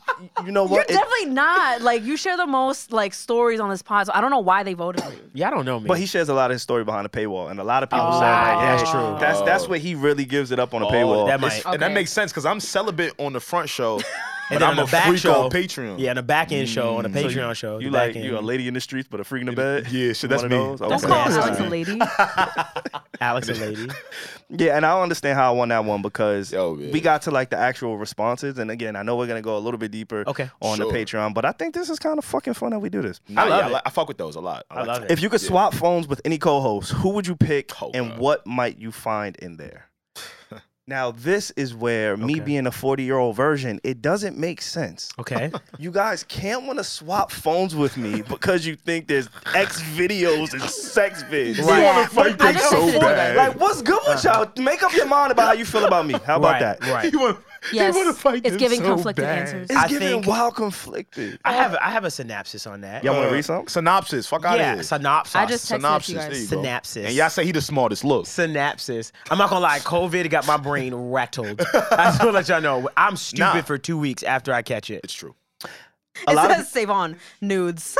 you know You're what? It- definitely not. Like you share the most like stories on this pod, so I don't know why they voted for you. Yeah, I don't know, man. But he shares a lot of his story behind a paywall, and a lot of people say wow. like, yeah, That's true. That's that's what he really gives it up on a paywall. that It's- might. And Oh, that Okay. makes sense because I'm celibate on the front show, and but then I'm on a the back freak show, on Patreon. Yeah, on the back end show, on the Mm. So you- Patreon show. You the back like end. you a lady in the streets, but a freak in the bed. Yeah, shit, that's One of me. those? Don't Don't Okay. call that's Alex a fine. lady. Alex a lady. Yeah, and I don't understand how I won that one because Yo, man. we got to like the actual responses, and again, I know we're gonna go a little bit deeper Okay. on the Sure. Patreon, but I think this is kind of fucking fun that we do this. Nah, I love yeah, it. like- I fuck with those a lot. I love it. If you could swap phones with any co-host, who would you pick, Oh, Hold and up. what might you find in there? now, this is where me being a forty-year-old version, it doesn't make sense. Okay. You guys can't want to swap phones with me because you think there's X videos and sex vids. Right. Uh-huh. You Yeah, want to fight I them just so said bad. that. Like, what's good with y'all? Make up your mind about how you feel about me. How about right, that? Right. you want, Yes, you want to fight it's them giving so conflicted bad. answers. It's I giving think- wild conflicted. I have I have a synopsis on that. Y'all want Uh, to read something? Synopsis. Fuck out yeah, of here. synopsis. I just texted Synopsis. you guys. There you go. synapses. And y'all say he the smartest. Look. synapses. I'm not gonna lie, COVID got my brain rattled. I just wanna let y'all know. I'm stupid Nah. for two weeks after I catch it. It's true. A It lot, says of, save on nudes.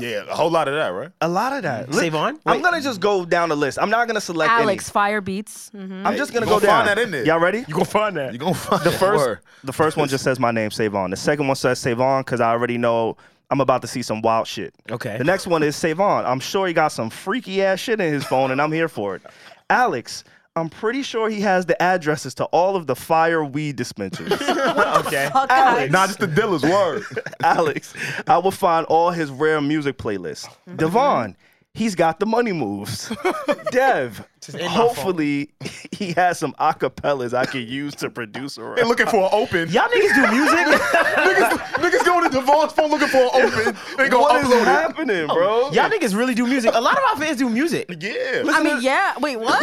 Yeah, a whole lot of that, right? a lot of that. Look, Save on? I'm Wait. going to just go down the list. I'm not going to select any. Alex, fire beats. hmm I'm just going to You go gonna down. find that in there. Y'all ready? You gonna find that. You gonna find The first, the first one just says my name, Savon. The second one says Savon because I already know I'm about to see some wild shit. Okay. The next one is Savon. I'm sure he got some freaky ass shit in his phone, and I'm here for it. Alex, I'm pretty sure he has the addresses to all of the fire weed dispensers. okay. Fuck Alex. Not just the dealer's word. Alex, I will find all his rare music playlists. Mm-hmm. Devon, he's got the money moves. Dev, in my hopefully he has some acapellas I can use to produce a They're rap. looking for an open. Y'all niggas do music? niggas, niggas going to Devon's phone looking for an open. They gonna What is Oh, upload it. happening, bro? Y'all niggas really do music. A lot of our fans do music. Yeah. I mean, yeah. Wait, what?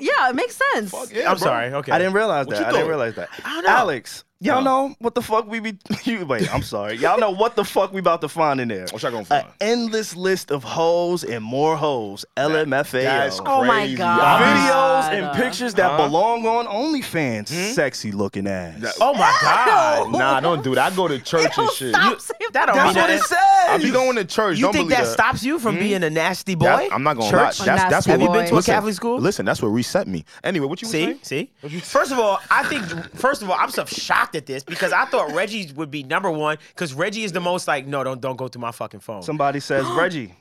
yeah, it makes sense. Yeah, I'm bro. sorry. Okay. I didn't realize What that. you I didn't thought? realize that. don't know. Alex, y'all know what the fuck we be. You, wait, I'm sorry. Y'all know what the fuck we about to find in there. What y'all gonna An find? endless list of hoes and more hoes. LMFAO. That's Oh my Crazy. god. Videos and Uh, pictures that belong on OnlyFans. Hmm? Sexy looking ass. Oh my god. Nah, don't do that. I go to church Ew, and shit. stop You- saying That don't That's mean what it that. says. I be going to church. You don't think believe that stops you from being a nasty boy? That- I'm not gonna lie. Church? That's, that's Nasty what boy. Have you been to a Listen, Catholic school? Listen, that's what reset me. Anyway, what you See, saying? see. First of all, I think. First of all, I'm so shocked at this because I thought Reggie would be number one because Reggie is the most like, no, don't don't go through my fucking phone. Somebody says, Reggie.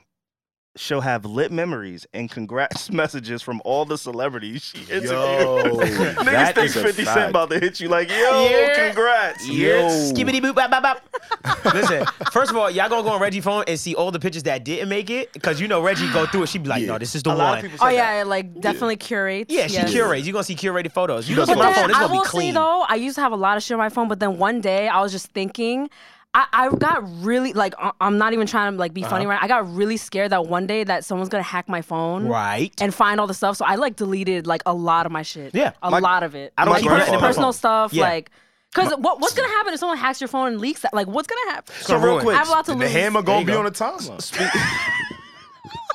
She'll have lit memories and congrats messages from all the celebrities she interviewed. Niggas that think is a 50 Cent fact. about to hit you like, yo, Yeah. congrats. Yo. Yo. Skibbity boop bop bop bop. Listen, first of all, y'all gonna go on Reggie phone and see all the pictures that didn't make it because you know Reggie go through it. She be like, no, this is A the one. lot of people say Oh that. yeah, it, like definitely curates. yeah, she yes. curates. You gonna see curated photos. You look does at But my that. phone. then It's I gonna be will say clean. though, I used to have a lot of shit on my phone, but then one day I was just thinking. I, I got really like I- I'm not even trying to like Uh-huh. be funny right. I got really scared that one day that someone's gonna hack my phone Right. and find all the stuff. So I like deleted like a lot of my shit. Yeah. a My- lot of it. I don't like keep per- anything in my personal phone. stuff. Yeah. Like, cause what, what's gonna happen if someone hacks your phone and leaks that? Like, what's gonna happen? So real ruined. quick, I have a lot to And the lose. hammer gonna There be you on the timeline.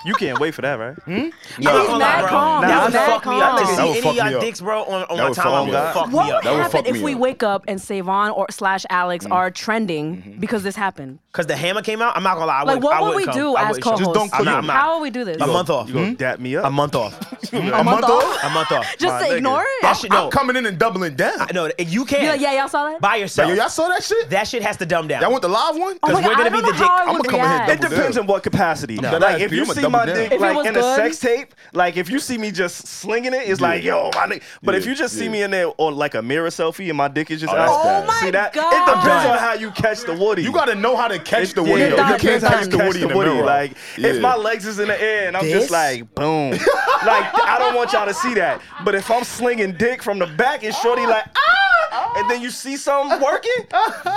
you can't wait for that, right? Yeah, he's mad calm. That He's would mad fuck me up. To calm. see That would any fuck of y'all me up. dicks, bro, on, That on my would fuck timeline me would up. fuck me What up. Mm. would That would happen fuck if me we up. wake up and Savon or slash Alex are trending Mm-hmm. because this happened? Because the hammer came out, I'm not gonna lie. I Like, wouldn't- what I would we wouldn't come. do I as wouldn't come. co-hosts? Just don't click I'm not- I'm not. How would we do this? A month off. You gonna dap me up? A month off. A month month off? Hmm? off? A month off. Just My to ignore nigga. it? That shit, I'm no, coming in and doubling down. no, you can't. Be like, yeah, y'all saw that? By Like, yourself. yo, y'all saw that shit? that shit has to dumb down. Y'all want the live one? Oh my 'Cause we're God, gonna I be don't the know dick- how I I'ma would come in here react. It Double depends down. in what capacity. No. Like if You you must see double my down. dick If it like was in a good. sex tape, like if you see me just slinging it, it's like yo, my nigga. But if Yeah, you just see yeah. me in there on like a mirror selfie and my dick is just Oh, out, that's bad. Oh my see that? God. It depends Done. on how you catch the woody. You gotta know how to catch the Yeah, Woody, it though. done, You can't it's catch done. the Woody in the mirror. Like Yeah. if my legs is in the air and I'm This? just like boom, like I don't want y'all to see that. But if I'm slinging dick from the back and shorty like ah, and then you see something working,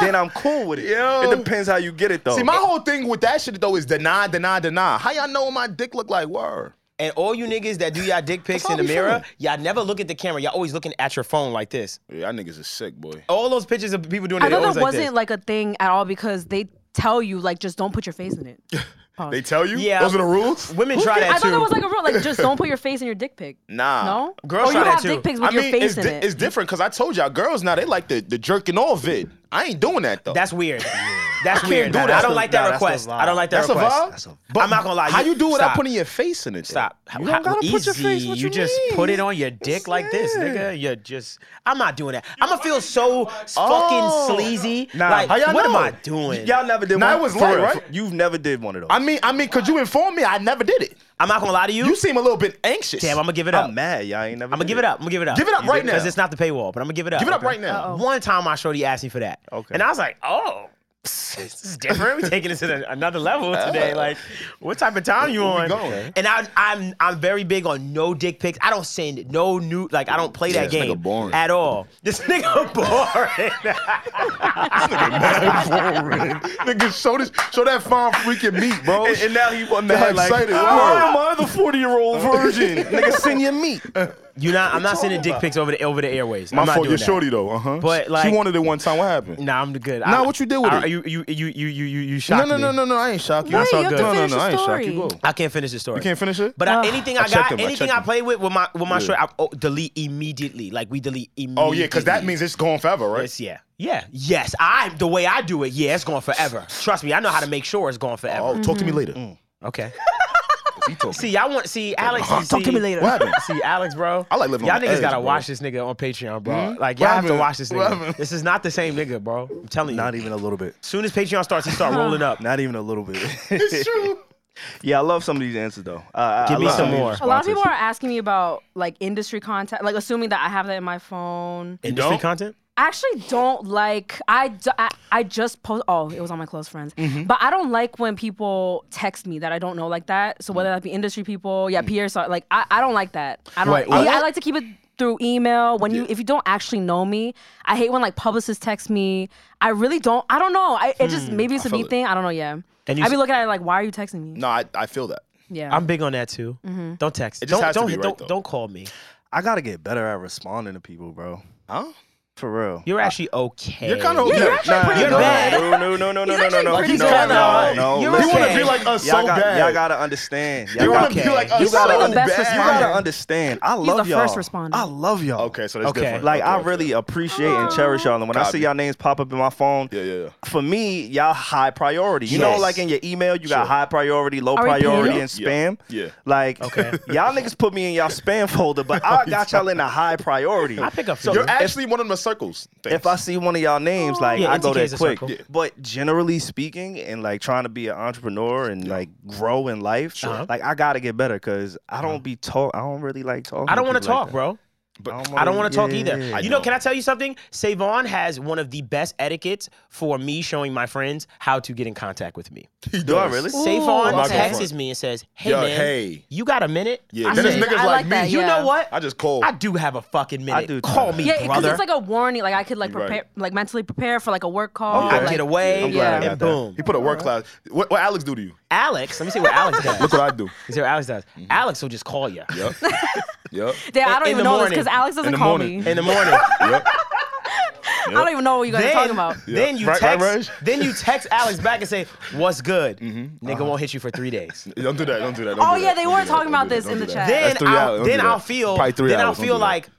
then I'm cool with it. Yo. It depends how you get it though. See, my whole thing with that shit though is deny, deny, deny. How y'all know what my dick look like? Word. And all you niggas that do y'all dick pics That's in the all we mirror, y'all never look at the camera. Y'all always looking at your phone like this. Yeah, y'all niggas is sick, boy. All those pictures of people doing I it, they know always that like this. wasn't like a thing at all because they tell you like just don't put your face in it. They tell you? Yeah. Those are the rules? Women Who try did- that I too. thought that was like a rule, like just don't put your face in your dick pic. Nah. No, Girls or you try that have too. dick pics I with mean, your it's, face in di- it. it's different because I told y'all, girls now they like the, the jerking all vid. I ain't doing that though. That's weird. That's can't weird. do Nah, that. I don't like Nah, that that's the request. vibe. I don't like that That's a request. vibe? That's a- I'm not gonna lie. How you do it without stop. putting your face in it? though? Stop. You How- don't gotta easy. put your face. What you, just mean? put it on your dick like this, nigga. You're just. I'm not doing that. I'm gonna feel so fucking sleazy. Nah. like, How y'all what know? am I doing? Y'all never did Nah, one. it was For light, real, right? for- You've never did one of those. I mean, I mean, could you inform me? I never did it. I'm not gonna lie to you. You seem a little bit anxious. Damn, I'm gonna give it up. I'm mad. Y'all ain't never. I'm gonna did give it up. I'm gonna give it up. Give it up right Because now. it's not the paywall, but I'm gonna give it up. Give it up right now. Uh-oh. One time my shorty asked me for that. Okay. And I was like, oh. This is different. We're taking it to the, another level today. Like, what type of time you on? going? And I, I'm I'm very big on no dick pics. I don't send no new like I don't play that this nigga game boring. at all. This nigga boring. Nigga, show this, show that fine freaking meat, bro. And, and now he want mad. Y'all Like, "Ah, excited, why word. am I the forty year old virgin? Nigga, send your meat. you not. I'm not sending dick pics over the over the airways. My I'm not fault, doing your that. shorty though. Uh huh. But, like- she wanted it one time. What happened? Nah, I'm good. Nah, I- what you did with I- it? You you you you you you you No, shocked no, me. no, no, no. I ain't shocked you. Wait, you all have to good. No, no, finish no. the I ain't shocked you. story. Go. I can't finish the story. You can't finish it. But I, anything I, I checked got, him, I anything checked I him. play with with my with my shirt, I oh, delete immediately. Like we delete immediately. oh yeah, because that means it's gone forever, right? Yes, yeah, yeah, yes. I the way I do it, yeah, it's gone forever. Trust me, I know how to make sure it's gone Oh, forever. talk to me later. Okay. Oh. He told me. See, I want see Alex. see, Talk to me later. What happened? See Alex, bro. I like living Y'all on the niggas edge, gotta bro. Hmm? watch this nigga on Patreon, bro. Like What y'all have to happened? watch this What nigga. happened? This is not the same nigga, bro. I'm telling you. e- Not even a little bit. Soon as Patreon starts, he start rolling up. Not even a little bit. true. yeah, I love some of these answers though. Uh, I- Give I me love some of these more. A lot of responses. people are asking me about like industry contact, like assuming that I have that in my phone. Industry don't? content. I actually don't like I, d- I, I just post oh it was on my close friends Mm-hmm. but I don't like when people text me that I don't know like that so whether that be industry people yeah Pierre saw like I, I don't like that I don't Mm-hmm. Right, I, right. I like to keep it through email when you if you don't actually know me I hate when like publicists text me I really don't I don't know I it Hmm, just maybe it's a me thing I don't know yeah And you I'd be s- looking at it like why are you texting me No, I, I feel that. yeah I'm big on that too. Mm-hmm. Don't text. just don't has to don't be hit- right, don't though. don't call me. I gotta get better at responding to people, bro. Huh? For real. You're actually okay. You're kind of okay. Nah, You're no, bad. No, no, no, no, no, He's no, no, actually no. pretty no, good. no, no. You're You Listen, want to okay. be like us y'all so got, bad. y'all gotta understand. Y'all you got, want to to be like us You so gotta be the bad. best you gotta responder. understand. I love the y'all. first responder. I love y'all. Okay, so that's Okay. different. Like Okay, I okay. really appreciate and cherish y'all, and when I see Copy. y'all names pop up in my phone, Yeah, yeah, yeah. for me, y'all high priority. You know, Yes. like in your email, you got high priority, low Are we priority, paying? and Yeah, spam. yeah. Like, Okay. y'all niggas put me in y'all spam folder, but I got y'all in the high priority. I pick up. So for you. You're actually one of the circles. Thanks. if I see one of y'all names, like Yeah, I go NTK there is a quick. circle. Yeah. But generally speaking, and like trying to be an entrepreneur and like grow in life, Sure. like I gotta get better because I Uh-huh. don't be talk. I don't really like talking. I don't want to talk, like that. bro. But I don't want to talk yeah, either. yeah, you yeah. know, can I tell you something? Savon has one of the best etiquettes for me showing my friends how to get in contact with me. Do I really? Savon okay. texts me and says, "Hey Yo, man, hey." you got a minute?" Yeah, I then it's said, niggas I like like me. that, "You yeah. know what? I just called. I do have a fucking minute. do, too. Call me, yeah because brother. it's like a warning like I could like prepare like mentally prepare for like a work call Oh, or, I I like, get away, I'm glad I and got that. boom. He put a work class. What, what Alex do to you? Alex, let me see what Alex Look does. what I do. Let's see what Alex does. Alex will just call you Yep. yep. Damn, I in don't the even know this morning. because Alex In doesn't the call morning. me. in the morning. Yep. I don't even know what you guys are talking about. Then you Right, right, Mm-hmm. text. Raj? Then you text Alex back and say, "What's good? Uh-huh. Nigga won't hit you for three days." Don't do that. Don't do that. Don't Oh, do yeah, that. they Don't were do that. talking Don't about do that. this Don't in do that. the chat. Then That's three hours. I'll, Don't then do that. I'll feel. Probably three then I'll hours. Don't feel do that. like,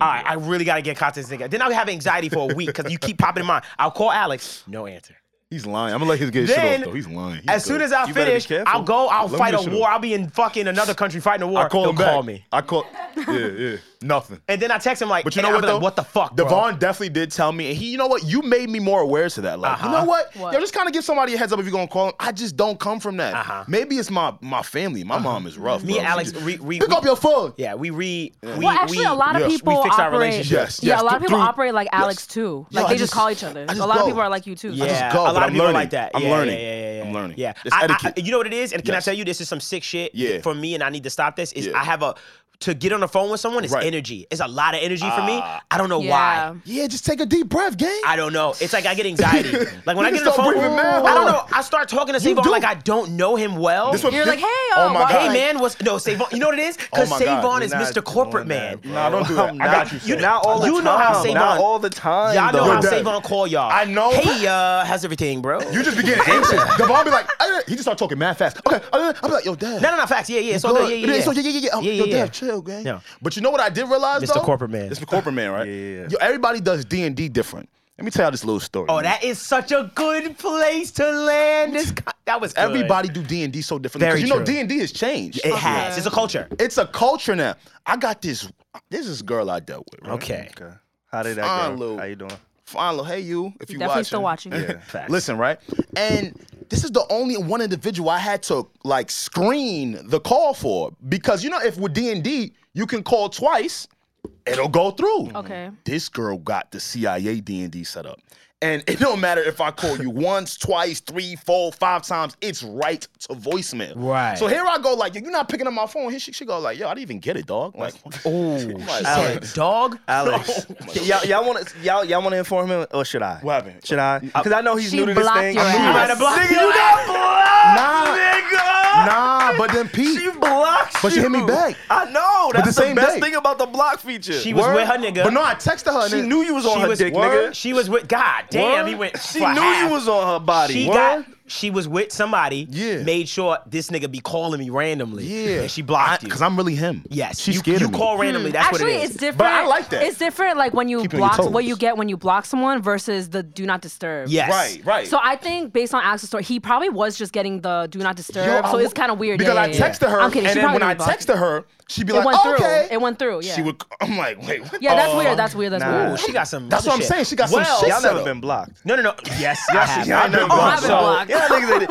all right, I really gotta get content to this nigga. Then I'll have anxiety for a week because you keep popping in mind. I'll call Alex, no answer. He's lying. I'm gonna let his get Then shit off though. He's lying. He's as soon good. as I You better be finish, careful. I'll go. I'll Let me fight get a shit war. off. I'll be in fucking another country fighting a war. I call He'll him back. call me. I call. Yeah, yeah. Nothing. And then I text him like, But you and know I'll what be though? Like, what the fuck, bro? Devon definitely did tell me, and he, you know what? You made me more aware to that. Like, Uh-huh. you know what? What? Yo, just kind of give somebody a heads up if you're gonna call him. I just don't come from that. Uh-huh. Maybe it's my my family. My mom is rough. Me bro. and She Alex, just- we, we, pick we- up your phone. Yeah, we re. We, well, actually, we, a lot of yes, we people fixed our operate. relationship. Yes, yeah, yes, a lot of through- people through- operate like yes. Alex too. Yo, Like I they just- just, call each other. I just a lot go. of people are like you too. Yeah, just go, a but lot of I'm people are learning. like that. I'm yeah, learning. Yeah, yeah, yeah, yeah. I'm learning. Yeah, It's I- I- etiquette. you know what it is, and can I Yes. tell you this is some sick shit? Yeah. For me, and I need to stop this. Is Yeah. I have a to get on the phone with someone. It's Right. Ah. energy. It's a lot of energy for me. I don't know Yeah. why. Yeah, just take a deep breath, gang. I don't know. It's like I get anxiety. like when I Niggas get on the start phone, breathing mad I don't know. hard. I start talking to Savon do. like I don't know him well. This one- You're like, hey, oh uh, my why- God. Hey man, was no Savon? You know what it is? Because my God, Savon we're is not Mr. Corporate doing Man. that, Nah, don't do that. I'm I got not- you, son. Not all the You time. know how Savon- Not all the time. Y'all know though. how You're dead. Savon call y'all. I know. Hey, uh, how's everything, bro? You just be getting anxious. Devon be like, "Uh," he just start talking mad fast. Okay, uh, I'm like, yo, dad. No, no, no, facts. Yeah, yeah. It's all good. Yeah, yeah, yeah. So, yeah, yeah, yeah. Oh, Yeah, yo, yeah, yeah. Dad, chill, gang. Yeah. But you know what I did realize, Mr. though? Corporate Man. Mr. Corporate Man, right? Yeah, yeah, yeah. Yo, everybody does D&D different. Let me tell you this little story. Oh, that is such a good place to land. This co- that was good. everybody do D and D so differently. Very Because you know true. D and D has changed. It has. It's a culture. It's a culture now. I got this. This is a girl I dealt with. Right? Okay. Okay. How did that Fine, Oh go? Lou. How you doing? Fine, look, hey you, if you Definitely watching. still watching. Yeah. Listen, right? And this is the only one individual I had to like screen the call for because you know if with D and D you can call twice, it'll go through. Okay. This girl got the CIA D and D set up, and it don't matter if I call you once, twice, three, four, five times. It's right to voicemail. Right. So here I go like, you're not picking up my phone. Here she, she go like, yo, I didn't even get it, dog. Like, Ooh, she said, dog. Alex, y'all, y'all want to y'all, y'all want to inform him, or should I? What happened? Should I? Because I know he's She new to this blocked thing. your I'm new to ass. this. block Nigga, you got Nah. blocked, nigga. nah, but then Pete. She blocked But she you. hit me back. I know. That's the the, same best day. thing about the block feature. She was Word? with her nigga. But no, I texted her. and She then- knew you was on she her was dick, word? nigga. She was with God. Damn, Word? he went. She for knew half. you was on her body. She Word? got. She was with somebody. Yeah. Made sure this nigga be calling me randomly. Yeah. And she blocked you. Because I'm really him. yes. She's you, scared You of me. call randomly. That's Actually, what it it's is. different. But I like that. It's different, like when you Keep it on your block toes. what you get when you block someone versus the do not disturb. Yes. Right, right. So I think based on Alex's story, he probably was just getting the do not disturb. Yo, I so wa- it's kind of weird. Because Yeah, I yeah, yeah. texted her, I'm kidding. and she then probably when I didn't block texted her, she'd be it like, went through. okay. It went through. Yeah. She would. Oh, I'm like, wait. What yeah, that's the weird. fuck? That's weird. That's Nah. weird. Ooh, she got some. That's what I'm shit. saying. She got some Well, shit Y'all set never up. been blocked. No, no, no. Yes, I have. Y'all never been Oh, blocked. I've been So- blocked. Yeah, nigga,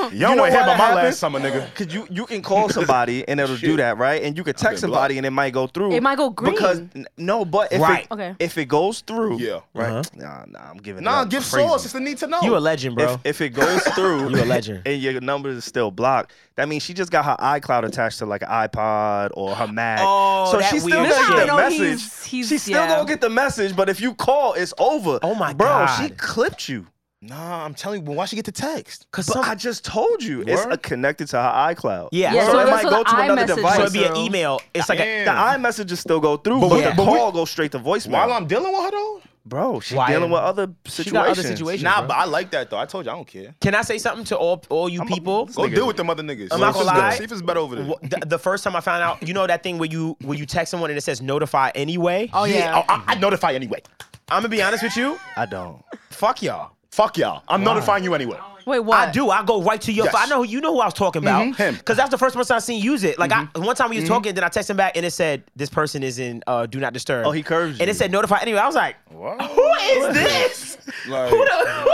they- you Y'all know went why hit by that my happens? last summer, nigga. Cause you you can call somebody and it'll do that, right? And you could text been blocked. somebody and it might go through. It might go green. Because n- no, but if Right. it Okay. if it goes through, Yeah. right. Nah, nah, I'm giving. it Nah, up. give Crazy. sauce. It's the need to know. You a legend, bro. If, if it goes through, You a legend. and your number is still blocked, that means she just got her iCloud attached to like an iPod or her Mac. Oh, so that she still weird gets shit. the No, message. he's- he's- She's still yeah. gonna get the message, but if you call, it's over. Oh my bro, God. she clipped you. Nah, I'm telling you. but Why she get the text? Cause But some, I just told you, it's Word? uh, connected to her iCloud. Yeah. Yeah, so, so it it goes might to go the to another iMessage. device. so it'd be an So email. It's like a, Damn. The iMessages still go through, but, But the we- but we- call goes straight to voicemail. While I'm dealing with her though. bro, she's Why- dealing with other situations. She got other situations. Nah, bro. but I like that though. I told you I don't care. Can I say something to all all you people? Go deal with them other niggas. I'm not See if gonna it's- lie. See if it's better over there. Wh- The, the first time I found out, you know that thing where you where you text someone and it says notify anyway. Oh yeah. Oh, I, I notify anyway. I'm gonna be honest with you. I don't. Fuck y'all. Fuck y'all. I'm notifying you anyway. Wait, what? I do. I go right to your. Yes. phone. I know you know who I was talking about. Mhm, him. Mm-hmm. Because that's the first person I seen use it. Like I, one time we was talking, then I texted him back and it said this person is in uh, do not disturb. Oh, he curved And you. it said notify anyway. I was like, who is this? Like, Who the?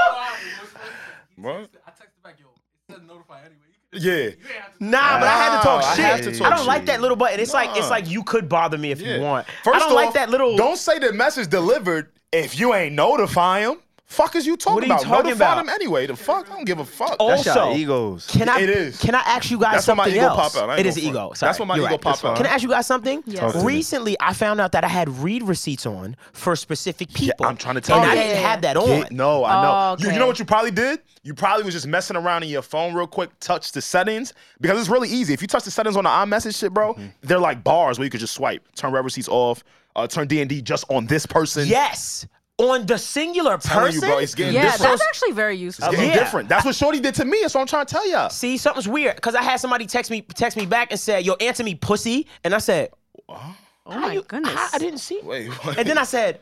what? I texted back, yo, it said notify anyway. You could- Yeah. you ain't have to- Nah, but I had to talk Nah, I shit. I, have to talk don't shit. like that little button. It's like it's Nah. like you could bother me if Yeah. you want. First I don't like off, that little. Don't say the message delivered if you ain't notify him. Fuck is you talking What are you about? talking notify about? them anyway. The fuck? I don't give a fuck. Oh, That's Also- y'all egos. Can I? It is. Can I ask you guys That's where something my ego else? pop out. I ain't It is gonna front. ego. Sorry. That's where my You're ego right. pop That's fine. out. Can I ask you guys something? Yes. Talk to me. Recently, I found out that I had read receipts on for specific people. I'm trying to tell and you. I didn't Yeah. have that on. Yeah, no, I know. Oh, you, you okay. know what you probably did? You probably was just messing around in your phone real quick, touch the settings, because it's really easy. If you touch the settings on the iMessage shit, bro, they're like bars where you could just swipe, turn red receipts off, uh, turn D&D just on this person. Yes, on the singular telling person. you, bro, it's getting yeah, different. that's actually very useful. It's getting Yeah. different. That's what Shorty did to me. That's what I'm trying to tell y'all. See, something's weird because I had somebody text me text me back and said, "Yo, answer me, pussy," and I said, Oh my goodness. "How? I didn't see." Wait, what? And then I said,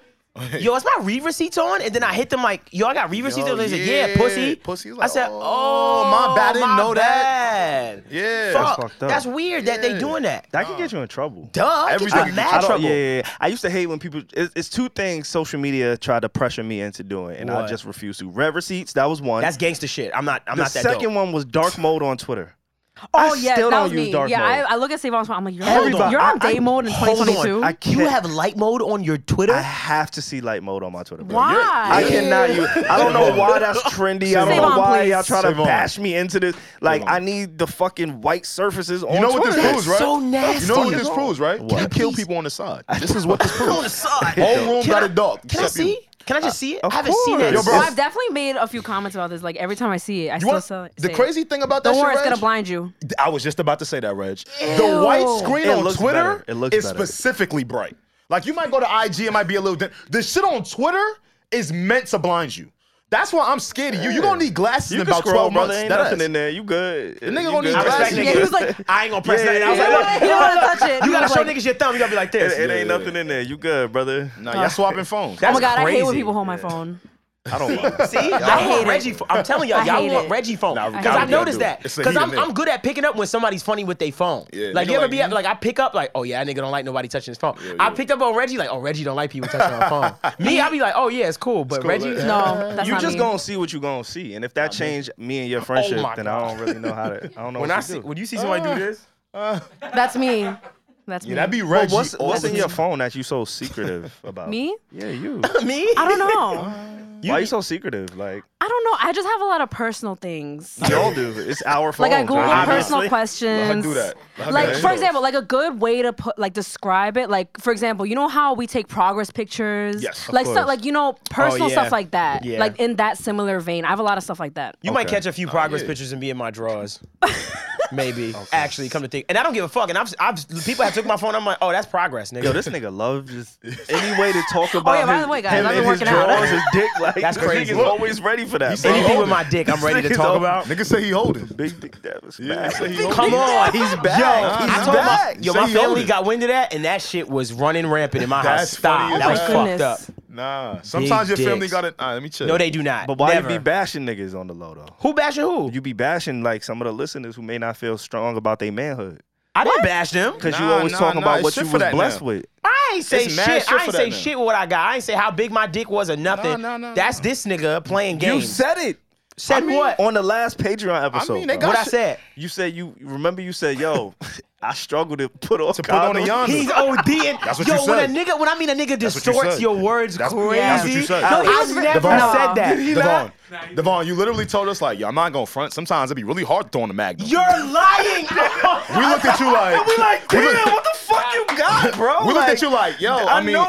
"Yo, is my read receipts on?" And then I hit them like, "Yo, I got read receipts." Yo, on. They said, "Yeah, yeah. pussy." Pussy was I like, said, "Oh, "Oh, my bad, I didn't my know bad." that." Yeah. fuck. That's That's, fucked up. weird that they doing that. That can get you in trouble. Duh, Everything everything can mad get I don't- trouble. Yeah, yeah, yeah. I used to hate when people. It's, it's two things social media tried to pressure me into doing, and I What? just refused to. Red receipts, that was one. That's gangster shit. I'm not. I'm the not that second dope. one was dark mode on Twitter. Oh I yeah, still that don't was use me. dark yeah, mode. I, I look at Savon's phone. I'm like, you're, Everybody- on, you're on I- day I- mode in hold on. 2022. I can't. You have light mode on your Twitter. I have to see light mode on my Twitter. bro. Why? I cannot use. I don't know why that's trendy. I don't Savon, know why please. y'all try to Savon. bash me into this. Like, Savon. I need the fucking white surfaces on You know what this Twitter. proves, right? so You nasty. know what this proves, right? What? You kill people on the side. This is what this On the proves. side. Whole room Can got I- a dog. Can I except you. Uh, see? Can I just see it? Of I haven't seen course. it. Yo, Well, bro, I've definitely made a few comments about this. Like every time I see it, I You still want- sell it. the crazy thing about that Don't shit, worry, it's gonna Reg, blind you. I was just about to say that, Reg. The white screen It on looks Twitter better. It looks is better. specifically bright. Like you might go to IG, it might be a little dim. The shit on Twitter is meant to blind you. That's why I'm scared of you. You're gonna need glasses You in can about scroll, 12 brother. months. Ain't That nothing ass. in there. You good? The nigga gonna need I respect glasses. niggas. Yeah, he was like- I ain't gonna press Yeah, that. I was yeah, like, yeah. look, You don't wanna touch it. You gotta show Like- niggas your thumb. You gotta be like this. It, it ain't nothing in there. You good, brother? Nah, y'all swapping phones. Oh my god, I hate when crazy. people hold my phone. I don't want it. See, I, hate want it. Reggie. Pho- I'm telling y'all, I y'all hate want it. Reggie phone Nah, we because gotta I do noticed it. that It's a because heat I'm, and I'm good at picking up when somebody's funny with their phone. Yeah, like nigga you ever like be you. at, like I pick up like oh yeah, that nigga don't like nobody touching his phone. I picked up on Reggie like oh Reggie don't like people touching her phone. Me, I'll be like oh yeah, it's cool, but Reggie yeah. No, that's You not just me. gonna see what you gonna see, and if that changed me and your friendship, my then I God. don't really know how to. I don't know. When what to I see do. when you see somebody Mm. do this, That's me. That's me. That'd be But Reggie. what's all what's the in your phone that you so secretive about? me? Yeah, you. me, I don't know. Why you so secretive? Like I don't know. I just have a lot of personal things. we all do. It's our phone. Like I Google personal Let her questions. do that. Let her Like do that. for example, like a good way to put like describe it. Like for example, you know how we take progress pictures. Yes, of like stuff course. like you know personal Oh, yeah. stuff like that. Yeah. Like in that similar vein, I have a lot of stuff like that. you might catch a Oh, few progress pictures and be in my drawers. Maybe actually come to think, and I don't give a fuck. And I've, I've people have took my phone. I'm like, oh, that's progress, nigga. Yo, this nigga love just any way to talk about yeah, by his, the way, guys, him I've been and his working out. drawers, his dick. Like That's this crazy. nigga's always ready for that. bro. Anything with my dick, I'm ready to This nigga's talk all- about. Nigga say he holding. Big dick Davis. Yeah, back. say he holding. Come on, He's back. Yo, He's I told my, back. yo, Say my he owned family it. got wind of that, and that shit was running rampant in my house. That's Stop. funny as That was hell. fucked up. Nah. Sometimes your Big family dicks. got it. Nah, let me chill. No, they do not. But why Never. you be bashing niggas on the low though? Who bashing who? You be bashing like some of the listeners who may not feel strong about their manhood I didn't bash them. because you Nah, always nah, talking nah, about it's what shit you for was that blessed now. with. I ain't say It's shit. mad shit I for ain't that say now. shit with what I got. I ain't say how big my dick was or nothing. Nah, nah, nah, That's this nigga playing You games. said it Said what? on the last Patreon episode. mean, they bro. got what I said. you said you remember you said yo, I struggled to put on To put on a condoms. yonder. He's OD. And, That's what yo, you when said. a nigga, when I mean a nigga what you distorts said. your words That's- crazy. that's what you said. No, Alex, he never Devon. said that. Did he Devon, Nah, he- Devon, you literally told us like, yo, I'm not gonna front. Sometimes it'd be really hard throwing a magnum. You're lying. bro. we looked at you like, we like, what the fuck you got, bro? we looked at you like, yo, I, mean, know-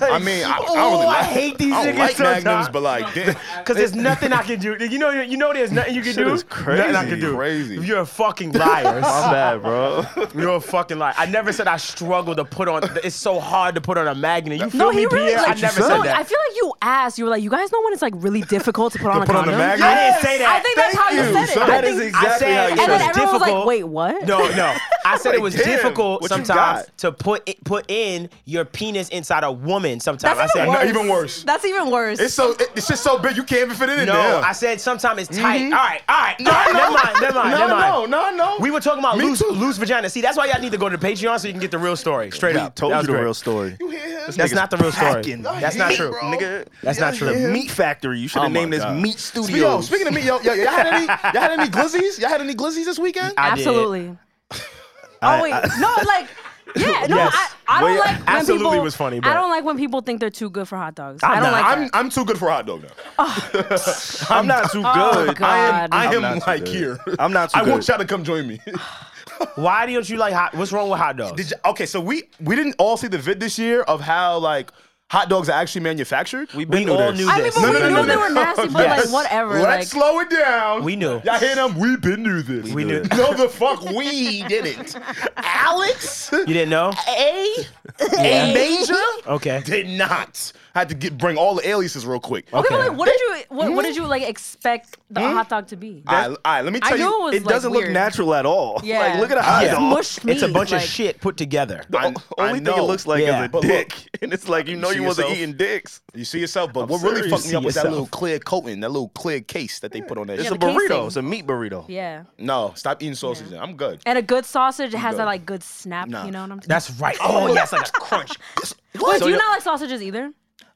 I mean, I, I Oh, don't really I like, hate these I don't niggas like sometimes. magnums, but like, damn, Cause there's nothing I can do. You know, you know, there's nothing you can do. is crazy. Nothing I can do. Crazy. You're a fucking liar. My bad, bro. You're a fucking liar. I never said I struggle to put on. It's so hard to put on a magnet. You feel No, me, he really Pierre? like. I never said no, that. I feel like you asked. You were like, you guys know when it's like really difficult to put on a put on a condom. magnet? I didn't say that. I think that's Thank how you, you, said it. son. I That is think, exactly I said, how you and said and then it. it's everyone was like, difficult. wait, what? No, no. I said it was Damn, difficult what you sometimes got? to put it, put in your penis inside a woman. Sometimes That's I even said worse. no, even worse. That's even worse. It's so, it, it's just so big, you can't even fit it in No, there. I said sometimes it's tight. All right, all right. all right, never mind, never mind, Mm-hmm. no, never mind. no, no, no. We were talking about Me loose, too. loose vagina. See, that's why y'all need to go to the Patreon so you can get the real story straight We up. told That you was the great. real story. You hear him? That's not the real story. Packing. That's not Meat, true. bro. Nigga, That's not true. Meat Factory. You should Oh have my named this God. Meat Spe- Yo, Studios. speaking of me, yo, yo, y'all had any, y'all had any glizzies? Y'all had any glizzies this weekend? I did. Absolutely. I- oh wait, I- no, like, yeah, no, Yes. I, I don't Wait, like when absolutely people. was funny, I but- don't like when people think they're too good for hot dogs. I'm I do not. not like I'm, that. I'm too good for a hot dog now. I'm not too Oh, good. God. I am, I I'm am not too like good. here. I'm not too I want good. y'all to come join me. Why don't you like hot? What's wrong with hot dogs? Did you, okay, so we we didn't all see the vid this year of how like hot dogs are actually manufactured. We've been we through all this. knew I mean, this. but No, we no, knew no, they no. were nasty, but Yes. like whatever. Let's like, slow it down. We knew. Y'all hear them? We've been through this. we knew. no, the fuck we didn't. Alex, You didn't know? A, Yeah. A major Okay. did not. had to get bring all the aliases real quick. okay, but like, what did you e-, what, what did Hmm? you like expect the hot dog to be? All right, all right, let me I tell knew you. it was It doesn't like, look weird. natural at all. Yeah. Like, look at a Yeah. hot It's dog. mush It's a meat, bunch like- of shit put together. I- The I only thing it know. looks like Yeah. is a But look, dick. and it's like, you know, you you see wasn't yourself? eating dicks. You see yourself, but what really serious. fucked me You up see was that yourself. little clear coating, that little clear case that they put on that. It's shit. a the burrito. casing. It's a meat burrito. Yeah, No, stop eating sausage. then. I'm good. and a good sausage has good. that like good snap. Nah. You know what I'm saying? That's right. Oh yes, like a crunch. Wait, So do you you- not like sausages either?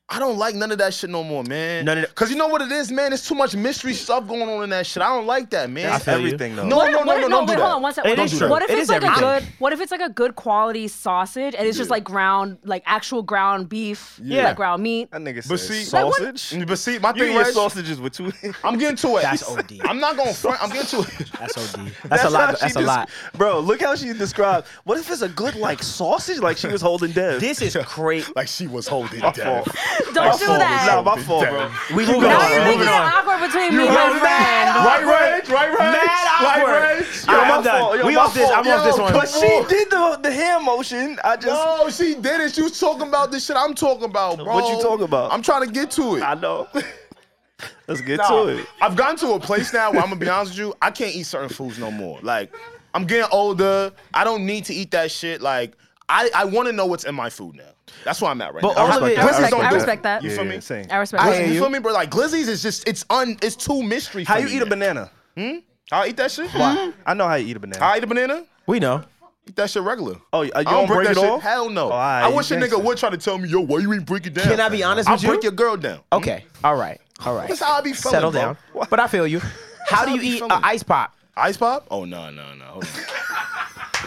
I don't like none of that shit no more, man. None of that- Cause you know what it is, man. There's too much mystery stuff going on in that shit. I don't like that, man. It's feel you. everything, though. No, no, What if- no, what no, if- don't do wait, that. hold on one second. It What is if- true. What if It it's is like a everything. good? What if it's like a good quality sausage and it's just like ground, like actual ground beef, Yeah. like ground meat? That nigga But said see- Like, what- sausage. Mm, But see, my You thing eat your is, sausages with two. I'm getting to it. That's OD. I'm not gonna front. I'm getting to it. That's OD. That's a how lot. she That's a des- lot. Bro, look how she described. What if it's a good like sausage like she was holding Dev? This is crazy. Like she was holding my it down. fault. Don't do fault. Nah, that. my fault, bro. We moving Now you're making on. Moving it on. awkward between me and my friend. Right, right, right, right. Mad Right, awkward. right. All right, my I'm fault. done. Yo, We my off this. fault. I'm off Yo, this one. But she did the the hand motion. I just No, she did it. She was talking about the shit I'm talking about, bro. What you talking about? I'm trying to get to it. I know. Let's get Nah, to it. I've gotten to a place now where I'm gonna be honest with you, I can't eat certain foods no more. Like, I'm getting older. I don't need to eat that shit. Like, I, I want to know what's in my food now. That's where I'm at right But now. all of it, I respect, don't I do it. respect that. You Yeah, feel me? same. I respect I that. hear You you. feel me, bro? Like glizzies is just it's un it's too mystery. How for you me. eat a banana? that shit? I know how you eat a banana. I eat a banana. We know. Eat that shit regular. oh, you I don't, don't break, break, that it shit. off? Hell no. Oh, I alright, wish a you nigga gangsta. would try to tell me, yo, why you ain't break it down? Can I be honest I'll with you? break your girl down. Oh, Okay. All right. All right. That's how I be feeling. Settle bro. down. But I feel you. How do how you I be eat an feeling. ice pop? Ice pop? Oh no, no, no. Hold on.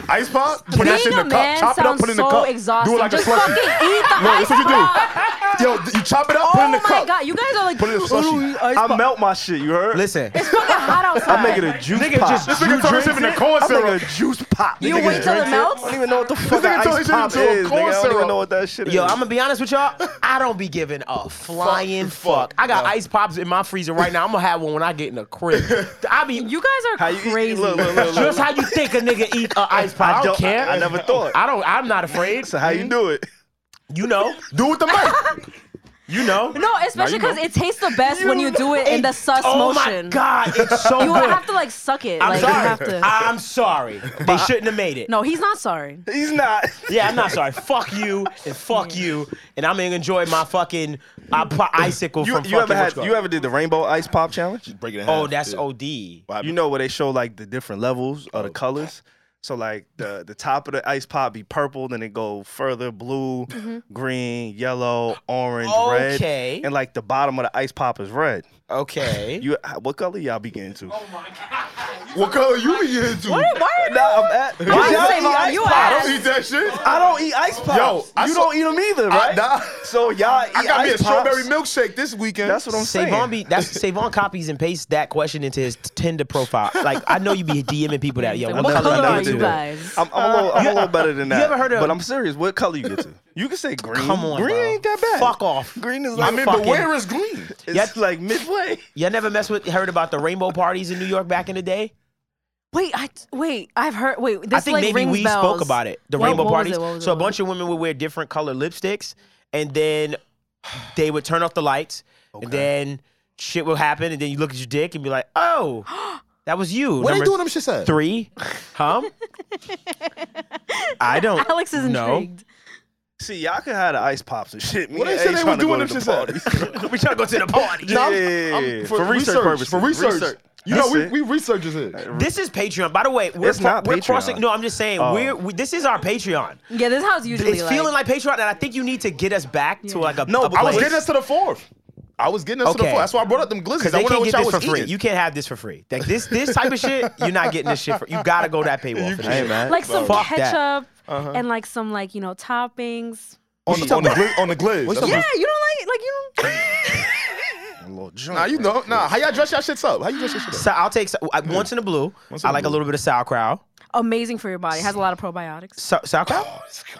Ice pop? Put Being that shit in a the man cup. Chop it up, sounds put it in the so cup. exhausting. Do it like Just a fucking slushy. eat the No, ice that's what you pop. do. Yo, you chop it up, put it Oh in the my cup. god, you guys are like Put it in a slushie. "Ooh, ice I pop." melt my shit. You heard? Listen. It's fucking hot outside. I'm making a juice pop. just- This nigga turned him into corn I'm making syrup. a juice pop. You Nigga wait till it drinks melts? I don't even know what the fuck nigga an turned ice shit pop into a is. corn Nigga, I don't syrup. even know what that shit is. Yo, I'm gonna be honest with y'all. I don't be giving a flying fuck. I got ice pops in my freezer right now. I'm gonna have one when I get in the crib. I be You guys are you eat- crazy. look, look, look, look. just how you think a nigga eat a ice pop. I don't, don't- care. I- I never thought. I don't. I'm not afraid. So how you do it? You know. Do it with the mic. You know. No, especially because it tastes the best when you do it in the sus oh motion. my god, it's so You good. have to like suck it. I'm like sorry. you have to. I'm sorry. They shouldn't have made it. no, he's not sorry. He's not. Yeah, I'm not sorry. fuck you and fuck you, and I'm gonna enjoy my fucking uh, po- icicle You, from you fucking. ever what's had? called- You ever did the rainbow ice pop challenge? Break it in oh, half. that's Yeah. OD. What You know where they show like the different levels of the colors. So like the the top of the ice pop be purple, then it go further blue, Mm-hmm. green, yellow, orange, Okay. red, and like the bottom of the ice pop is red. Okay. You what color y'all be getting to? What color you be getting to? What? Why are you? Nah, I'm at. Why Y'all say, eat Mom, ice you pops? I ass? don't eat that shit. I don't eat ice pops. Yo, I you saw- don't eat them either, I, right? nah. So y'all eat I got me a ice pops. strawberry milkshake this weekend. That's what I'm saying. Savon be that's Savon copies and pastes that question into his Tinder profile. Like I know you be DMing people that yo. Like, What what never color color done are it you to guys? I'm, I'm, a little, I'm a little better than that. you ever heard of- But I'm serious. What color you get to? You can say green. Come on, green bro. ain't that bad. Fuck off. Green is I like I mean, fucking- but where is green? it's Yep. like midway. Y'all never mess with heard about the rainbow parties in New York back in the day? wait, I wait. I've heard. Wait, this I think like maybe rings we bells. spoke about it. The What- rainbow what was parties. it? What was it? so a What was bunch of women would wear different color lipsticks, and then they would turn off the lights, and then shit will happen, and then you look at your dick and be like, "Oh, that was you." What they Number doing them shit at? three, huh? I don't. it? Alex is know. intrigued. See, y'all could have the ice pops and shit. Me What and they said A they tryna was go doing to them the shits parties. we trying to go to the party. Yeah, yeah, yeah, yeah. For research purposes. For research. You know, That's we, it. we researchers here. This is Patreon. By the way, we're, It's not we're Patreon. Oh. crossing. No, I'm just saying. We're we, this is our Patreon. Yeah, this is how it's usually. It's feeling like Patreon, and I think you need to get us back to like a No, A but I was place. getting us to the fourth. I was getting us to the Okay. fourth. That's why I brought up them glizzies. Because I they wanna know what can't get y'all this for was free. eating. You can't have this for free. Like this, this type of shit, you're not getting this shit for. You gotta go to that paywall for this. Hey, shit. man. like some Fuck that. ketchup and like some like you know toppings. on, the, on, the gli- on the glizz. That's Yeah, what- you don't like it. Like you Nah, you know. Nah, how y'all dress y'all shits up? How you dress your shit up? So I'll take so- I- once in a blue. I in a like a blue. little bit of sauerkraut. don't amazing for your body. It has a lot of probiotics. Sau- sauerkraut.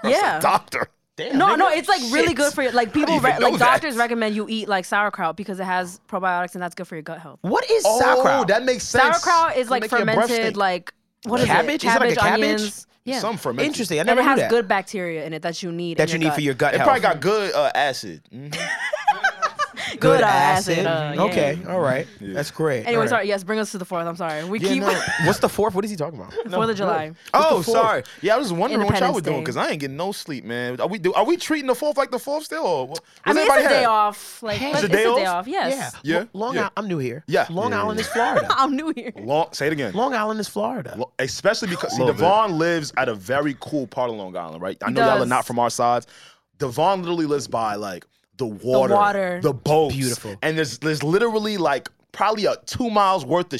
Yeah. Oh, Doctor. Damn, No, nigga. no, it's like really Shit. good for your like people even re- know like that? doctors recommend you eat like sauerkraut because it has probiotics and that's good for your gut health. What is sauerkraut? Oh, that makes sense. Sauerkraut is It'll like make your breath fermented stink. like what is Cabbage? it? Is it like a cabbage? onions. Yeah. Some fermented. Interesting. I and never it knew has that. good bacteria in it that you need. that in you need gut. for your gut It health. probably got good uh, acid. Mm. good, acid. uh, yeah. Okay. All right. That's great. Anyway, All right. sorry. Yes, bring us to the fourth. I'm sorry. We Yeah, keep no. What's the fourth? What is he talking about? Fourth of July. Oh, sorry. Yeah, I was wondering what y'all Independence were doing Day. because I ain't getting no sleep, man. Are we do? Are we treating the fourth like the fourth still? Or what, I mean, it's a day off. Like but a it's day a off? day off. Yes. Yeah. Yeah, Lo- Long yeah. Island. I'm new here. Yeah. Long Yeah, Island is Florida. I'm new here. Long, say it again. Long Island is Florida. Lo- Especially because see, Love it. Devon lives at a very cool part of Long Island, right? I know y'all are does. not from our sides. Devon literally lives by like the water, water. the boats, Beautiful. and there's there's literally like probably a two miles worth of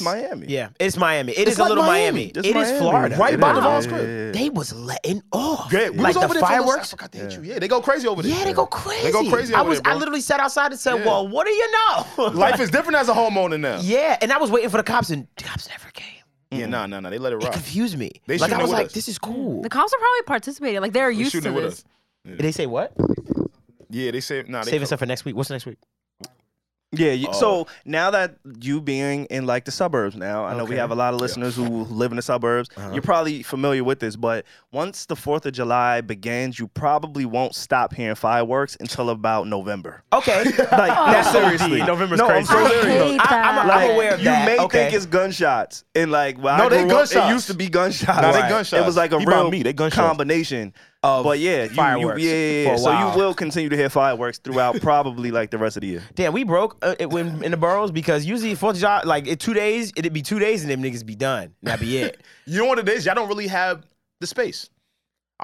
Miami. Yeah, it's Miami. It is like a little Miami. Miami. It It's is Miami. Florida. Right It by is. Devon's Yeah, crib. yeah, yeah. They was letting off. Yeah, we like was the over there for those- I fireworks. forgot they hit you. Yeah, they go crazy over there. Yeah, they go crazy. They go crazy. I over was. there, bro. I literally sat outside and said, "Well, what do you know?" Life is different as a homeowner now. yeah, and I was waiting for the cops, and the cops never came. Yeah, no, no, no. They let it It rock. confused me. They like I shooting was it with like, us. "This is cool." The cops are probably participating. Like they're used to shooting it with this. us. Did they say what? Yeah, they say nah, they Saving stuff for next week. What's next week? Yeah. You, So now that you being in like the suburbs now, I know we Okay. have a lot of listeners who live in the suburbs. You're probably familiar with this, but once the 4th of July begins, you probably won't stop hearing fireworks until about November. Okay, Like, Oh. that's seriously. November's no, crazy. I'm I so serious. hate I- I'm- that. I'm aware of you that. may okay. think it's gunshots, and like well, No, I they grew up, gunshots. It used to be gunshots. Nah, they gunshots. It was like a He by real me, they gunshots. combination. of But yeah, you- you, fireworks yeah, yeah, for yeah. a So while. you will continue to hear fireworks throughout probably like the rest of the year. Damn, we broke uh, it when in the boroughs because usually Fourth of July, like in two days, it'd be two days and them niggas be done. And that be it. You know what it is? Y'all don't really have the space.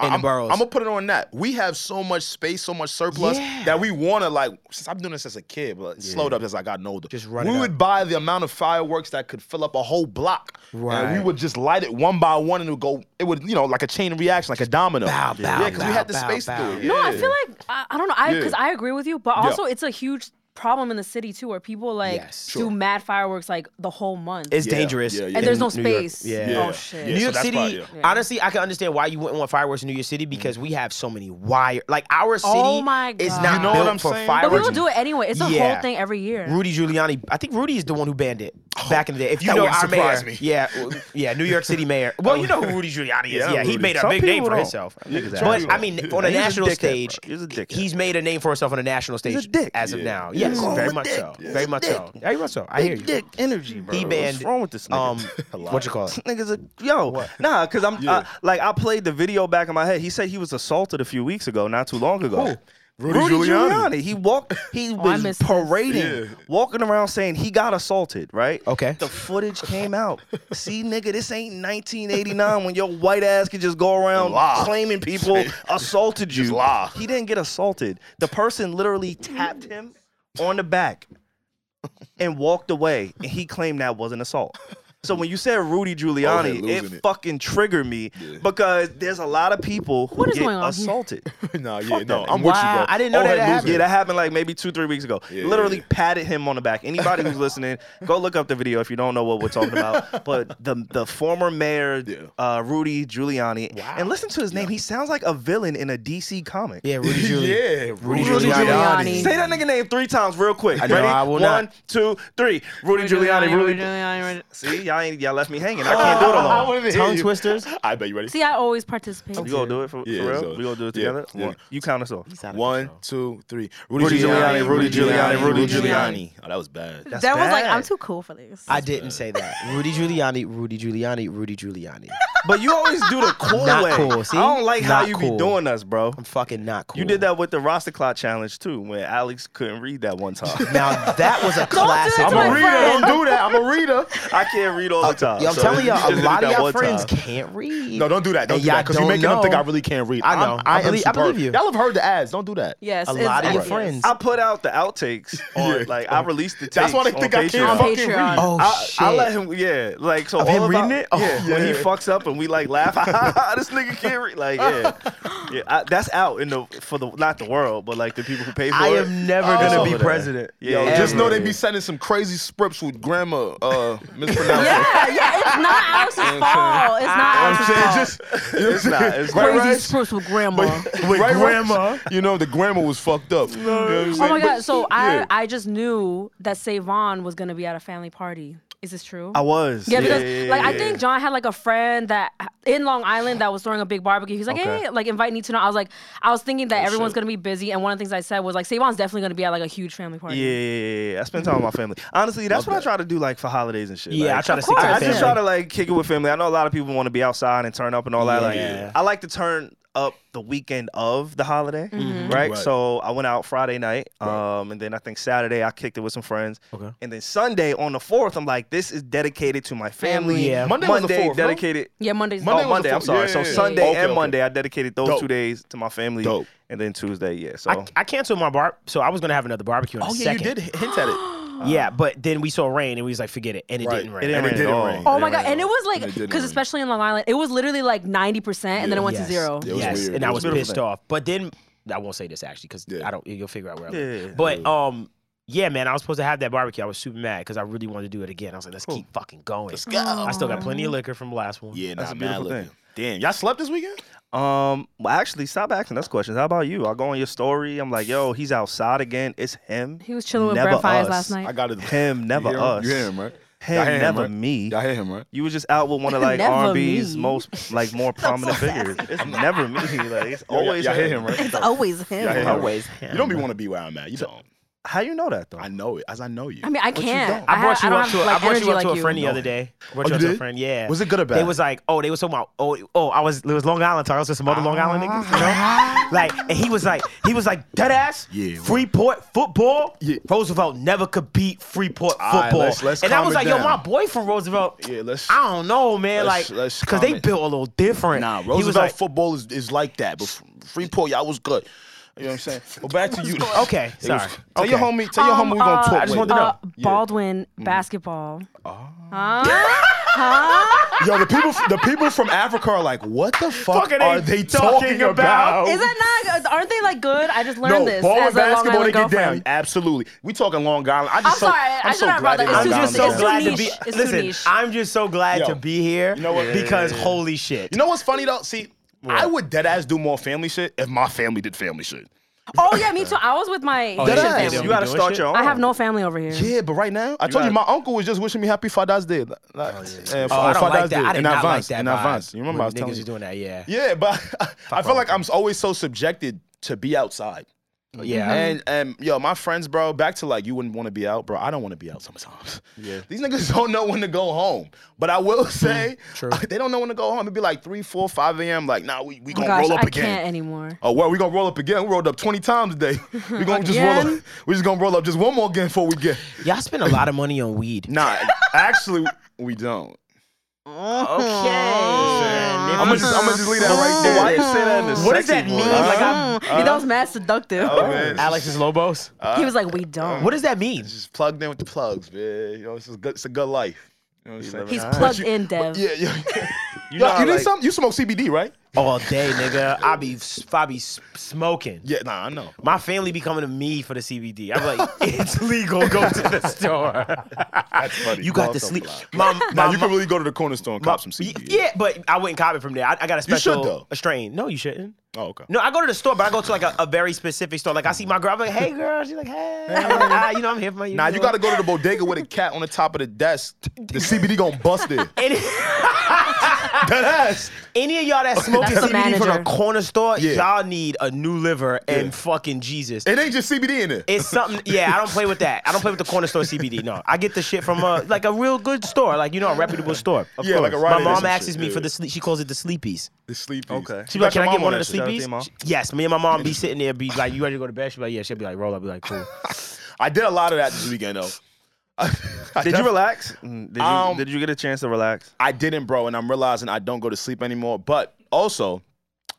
In the I'm, boroughs. I'm gonna put it on that. We have so much space, so much surplus Yeah. that we want to like. Since I've been doing this as a kid, but it slowed up as I got older. Just run We it up. would buy the amount of fireworks that could fill up a whole block. And we Right. would just light it one by one, and it would go. It would, you know, like a chain reaction, like a domino. bow, bow, yeah, because we bow, had the bow, space bow. to do it. No, No, yeah. I feel like I, I don't know. I Yeah. because I agree with you, but also it's a huge problem in the city too, where people like Yes. do Sure. mad fireworks like the whole month, It's Yeah, dangerous. yeah, yeah. and there's in no New York. space. Yeah. Yeah. Oh shit. Yeah. New so York that's City, why, yeah. Yeah. honestly, I can understand why you wouldn't want fireworks in New York City because we have so many wire. Like our city Oh my is God. not You know built what I'm for saying? fireworks. But people do it anyway. It's a Yeah. whole thing every year. Rudy Giuliani, I think Rudy is the one who banned it back in the day. If you that know wouldn't our mayor, surprise me. yeah, w- yeah, New York City mayor. Well, you know who Rudy Giuliani is. Yeah, he Rudy. made a Some big name people for don't. himself. Niggas But ass. I mean, on a He's a national dickhead, stage, bro. He's a dickhead. he's made a name for himself on a national stage a dick. as of Yeah. now. Yes, He's a very dick. much so. He's Very a much dick. so. Very much so. I hear Big you. dick energy, bro. He banned. What's wrong with this nigga? Um, what you call it? This nigga's a yo. Nah, cause I'm I- like I played the video back in my head. He said he was assaulted a few weeks ago, not too long ago. Rudy, Giuliani. He walked. He Oh, I was missed this. parading, walking around saying he got assaulted. Right. Okay. The footage came out. See, nigga, this ain't 1989 when your white ass could just go around Lie. claiming people assaulted you. lie. He didn't get assaulted. The person literally tapped him on the back and walked away, and he claimed that was an assault. So when you said Rudy Giuliani, it, losing it. fucking triggered me because there's a lot of people who What is get going on here? assaulted. no, yeah, no, that. I'm with you, Wow, bro. I didn't know that Oldhead happened. losing Yeah, it. that happened like maybe two, three weeks ago. Yeah, Literally yeah, yeah. patted him on the back. Anybody who's listening, go look up the video if you don't know what we're talking about. But the the former mayor, Yeah. uh, Rudy Giuliani, and listen to his name. He sounds like a villain in a DC comic. Yeah, Rudy Giuliani. Yeah, Rudy Rudy Giuliani. Giuliani. Say that nigga name three times real quick. I know, Ready? I will not. One, two, three. Rudy, Giuliani. Rudy. See, y'all ain't y'all left me hanging. Oh, I can't do it I alone. wanted to hear Tongue you. twisters. I bet you ready. See, I always participate. You gonna do it for, for Yeah, real? so- we gonna do it yeah, together. yeah. One- You count us off. One, two, three. Rudy Giuliani, Rudy Giuliani, Rudy Giuliani. Oh, that was bad. That's that was like bad. I'm too cool for this. I didn't say that. Rudy Giuliani, Rudy Giuliani, Rudy Giuliani. But you always do the cool Not way. cool, see? I don't like how Not you cool. be doing us, bro. I'm fucking not cool. You did that with the roster clock challenge too, when Alex couldn't read that one time. Now that was a classic. That's I'm my a one. reader. friend. Don't do that. I'm a reader. I can't read all the time. Uh, Yo, I'm so telling you y'all, just a did it lot of that y'all one friends time. can't read. No, don't do that. Don't And do that y'all because you're don't making them think know. I really can't read. I know. I'm, I am believe- I superb. believe you. Y'all have heard the ads. Don't do that. yes, a it's- lot of your yes. friends. I put out the outtakes on Yeah. like I released the tapes. That's why they on think I Patreon. can't fucking Patreon. read. oh I, shit. I let him, yeah, like so. Of all him of reading our- it? Oh, yeah, When he yeah. fucks up and we like laugh, this nigga can't read. Like, yeah, yeah. I, that's out in the for the not the world, but like the people who pay for I it. am never Oh. gonna be Over there. president. Yeah, Yo, just ever. know they be sending some crazy scripts with grammar uh, Oh. mispronounced. Yeah, yeah, it's not Alex's fault. It's not I'm Alex's saying fault. just it's Nah, it's right, crazy. right? spruce with grandma. With grandma, you know the grammar was fucked up. You know what I'm Oh my saying? god! So Yeah. I I just knew that Savon was gonna be at a family party. Is this true? I was. yeah, because like I think John had like a friend that in Long Island that was throwing a big barbecue. He's like, Okay. hey, like invite me to. I was like, I was thinking that everyone's gonna be busy, and one of the things I said was like, Savon's definitely gonna be at like a huge family party. Yeah, yeah, yeah, yeah. I spend time with my family. Honestly, that's what I try to do, like for holidays and shit. Yeah, I like, try to Of stick to course. I, the I just try family. to like kick it with family. I know a lot of people want to be outside and turn up and all that. Yeah. Like, I like to turn up the weekend of the holiday, right? Mm-hmm. Right. So I went out Friday night, um, and then I think Saturday I kicked it with some friends, Okay. and then Sunday on the fourth, I'm like, this is dedicated to my family. Yeah. Monday was the Monday 4th, no? dedicated. Yeah, Monday's Monday, Monday oh, was the Monday I'm sorry. 4th. Yeah, so yeah, yeah. Sunday Okay, and okay. Monday, I dedicated those Dope. two days to my family, Dope. and then Tuesday, yeah. So I, I canceled my bar, so I was gonna have another barbecue in a Oh yeah, second. you did hint at it. Yeah, but then we saw rain and we was like, forget it, and it Right. didn't it rain. didn't And it rain didn't at all. rain. It Oh didn't my rain god! at And it all. was And like it didn't because rain. especially in Long Island, it was literally like ninety percent, and then it went Yes. to zero. Yeah, it was yes, weird. It and I was was beautiful pissed thing. off. But then I won't say this actually because Yeah. I don't. You'll figure out where. I'm Yeah, at. yeah, yeah. But um, yeah, man, I was supposed to have that barbecue. I was super mad because I really wanted to do it again. I was like, let's keep fucking going. Let's go. I still got plenty of liquor from the last one. Yeah, That's a nah, man. I beautiful love thing. you. Damn, y'all slept this weekend? Um, well, actually, stop asking us questions. How about you? I go on your story. I'm like, yo, he's outside again. It's him. He was chilling with never Brett Fires us. last night. I got it. Him, never you hear us. Him? You hear him, right? Him, Y'all hear him, never right? me. Y'all hear him, right? You was just out with one of like Never R&B's me. most like more prominent figures. It's never me. Like it's Y'all- always y'all hear him. him, right? It's always him. Y'all hear him, right? Always You don't be want to be where I'm at. You don't. How you know that though? I know it, as I know you. I mean, I you can't. don't. I, I brought ha- you I don't have, up to a- like, I brought you energy up to like a friend you. the other day. I brought Oh, you you up to a did? friend. Yeah. Was it good or They bad? was like, oh, they was talking about oh oh I was it was Long Island talk. I was with some other Long Island niggas, you know? like and he was like he was like dead ass. Yeah, well. Freeport football. Yeah. Roosevelt never could beat Freeport All right, football. let's- let's and I calm it was like, yo, down. my boy from Roosevelt. Yeah, let's- I don't know, man. let's- like, let's because they calm it. built a little different. Nah, He was Roosevelt like, football is, is like that, but F- Freeport, y'all was good. You know what I'm saying? But back to you. okay, It was- sorry. Tell your Okay. homie, tell your homie we gonna uh, talk. I just later. wanted to Uh, Yeah. Mm. Ah. Baldwin basketball. Yo, the people, the people from Africa are like, what the fuck, Fuck are are they they talking, talking about? about? Is that not? Aren't they like good? I just learned Oh. no, this. ball as and a Long basketball to Island get girlfriend. down. Absolutely, we talking Long Island. I just I'm so, sorry, I I'm so should have brought glad they that- it's Long I'm too- just Island it's so down. too glad to be. niche. It's too Listen, niche. I'm just so glad Yo. to be here. You know what? Because holy shit. You know what's funny though? See, I would dead ass do more family shit if my family did family shit. Oh yeah, me too. I was with my. Oh, Asian yeah, they family. don't You gotta doing start shit? your own. I have no family over here. Oh, Yeah, but right now, I told you my uncle was just wishing me happy Father's Day. Like, uh, Oh, on I don't Father's like that. Day, I did in not like advance, that. in vibe advance. You remember when I was niggas telling was you. doing that? Yeah. Yeah, but I feel all like I'm always so subjected to be outside. Yeah. And and yo, my friends, bro, back to like you wouldn't want to be out, bro. I don't want to be out sometimes. Yeah. These niggas don't know when to go home. But I will say, true. they don't know when to go home. It'd be like 3, 4, 5 a.m. Like, nah, we, we Oh, gonna gosh, roll up I again. can't anymore. Oh well, we gonna roll up again. We rolled up 20 times today. We gonna just roll up. Again? We just gonna roll up just one more again before we get. Y'all spend a lot of money on weed. Nah, actually, we don't. I'm gonna just, I'm gonna just leave that right there. Why you say that in a What does sexy that voice? mean? Mm, like I'm, Uh-huh. that was mad seductive. man. Alex is Lobos. he was like, "We Uh-huh. don't." what does that mean? Just plugged in with the plugs, man. You know, it's a good, it's a good life. You know what I'm saying? He's But plugged you- in, Dev. Yeah, yeah. you know you how, did like- something? You smoke CBD, right? All day, nigga. I be, I be s- smoking. Yeah, nah, I know. My family be coming to me for the CBD. I'm like, it's legal. Go to the store. That's funny. You got Balls to don't sleep. lie. My, my, Now you my- can really go to the corner store and cop some Y- CBD. Yeah, but I wouldn't cop it from there. I, I got a You should, special though. a strain. No, you shouldn't. Oh, okay. No, I go to the store, but I go to like a, a very specific store. Like I see my girl, I'm like, hey girl. She's like, hey. I'm like, ah, you know, I'm here for my Now you got to go to the bodega with a cat on the top of the desk. The CBD gonna bust it. That ass. any of y'all that smoking That's the CBD from manager. a corner store, Yeah. y'all need a new liver and fucking Jesus. It ain't just CBD in there. It's something. Yeah, I don't play with that. I don't play with the corner store CBD. No, I get the shit from a like a real good store, like you know, a reputable store. Of Yeah, like course. a Rite Aid My or mom some asks shit, me for yeah. the sleep. She calls it the sleepies. The sleepy. Okay. She be got like, can your I get mom one of on the that shit. Shout out to sleepies? your mom. She- Yes, me and my mom be sitting there, be like, you ready to go to bed? She be like, yeah. She'll be like, roll up. Be like, cool. I did a lot of that this weekend though. I Did you def- relax? Mm, Did you, Um, did you get a chance to relax? I didn't, bro, and I'm realizing I don't go to sleep anymore. But also,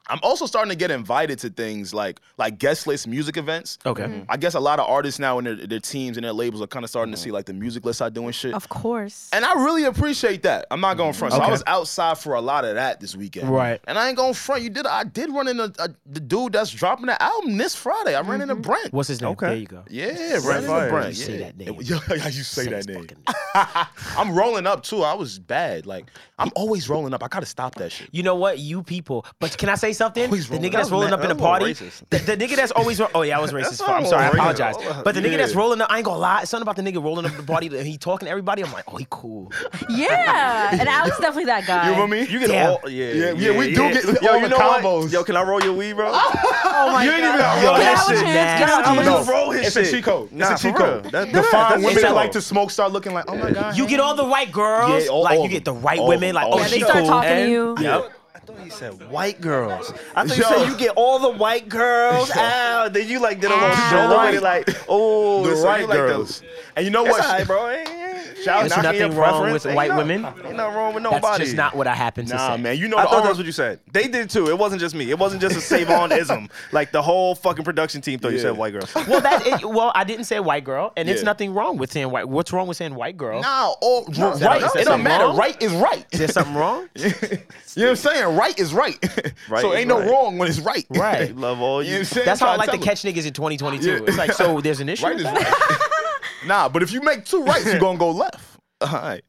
I'm also starting to get invited to things like like guest list music events. Okay. Mhm. I guess a lot of artists now and their, their teams and their labels are kind of Mm-hmm. starting to see like the music lists I do and shit. Of course. And I really appreciate that. I'm not going front. So I was outside for a lot of that this weekend. Mm-hmm. Right. And I ain't going front. You did. I did run into a, the dude that's dropping the album this Friday. I ran into Mm-hmm. Brent. What's his name? Okay. There you go. Yeah, Brent Brent. Fire. Brent. You say yeah. that name. Yo, how you say Say that his name? fucking I'm rolling up too. I was bad. Like I'm always rolling up. I gotta stop that shit. You know what, you people. But can I say something? Please The roll nigga it. that's That was rolling ma- up in that a was a little party. racist. The, the nigga that's always. Oh yeah, I was racist. That's fuck. I'm a sorry. I little apologize. racist. But the nigga that's Yeah. rolling up, I ain't gonna lie. Something about the nigga rolling up the party. and He talking to everybody. I'm like, oh, he cool. yeah, and Alex is definitely that guy. You know what I mean? You get Damn. all yeah, Yeah, yeah, we do get all the combos. What? Yo, can I roll your weed, bro? oh my You ain't even gotta Yo, roll Can I that have a shit. chance? Can I have a I'ma chance? just roll his it's shit. a cheat code. Nah, it's a cheat for real. code. That- the that- fine that's women cheat that code. like to smoke start looking like, oh my god. You get all the white girls. Yeah, all- like all you of get the them. right All women. of Like them. oh, Yeah, they she start cool. talking to you. Yep. I thought you said white girls. I thought you Yo. said you get all the white girls out. Then you like did a little shoulder right. with it, like, oh, Listen, the you right like girls. those. And you know That's what? all right, bro. Ain't- ain't- Shout There's out to your nothing wrong preference. with Ain't white nothing- women. Ain't nothing wrong with nobody. That's just not what I happen to Nah, say. man. You know I the thought R- that's what you said. They did too. It wasn't just me. It wasn't just a save on ism. Like the whole fucking production team thought you Yeah. said white girls. Well, that it, well, I didn't say white girl, and it's Yeah. nothing wrong with saying white. What's wrong with saying white girl? Nah, all is right. that It don't something matter. wrong? Right is right. Is there something wrong? You know what I'm saying? Right is right. Right so is ain't no right. wrong when it's right. Right. Love all you. That's how I like to catch niggas in 2022. Yeah. It's like, so there's an issue. Right with is that? right. nah, but if you make two rights, you're gonna go left. All right.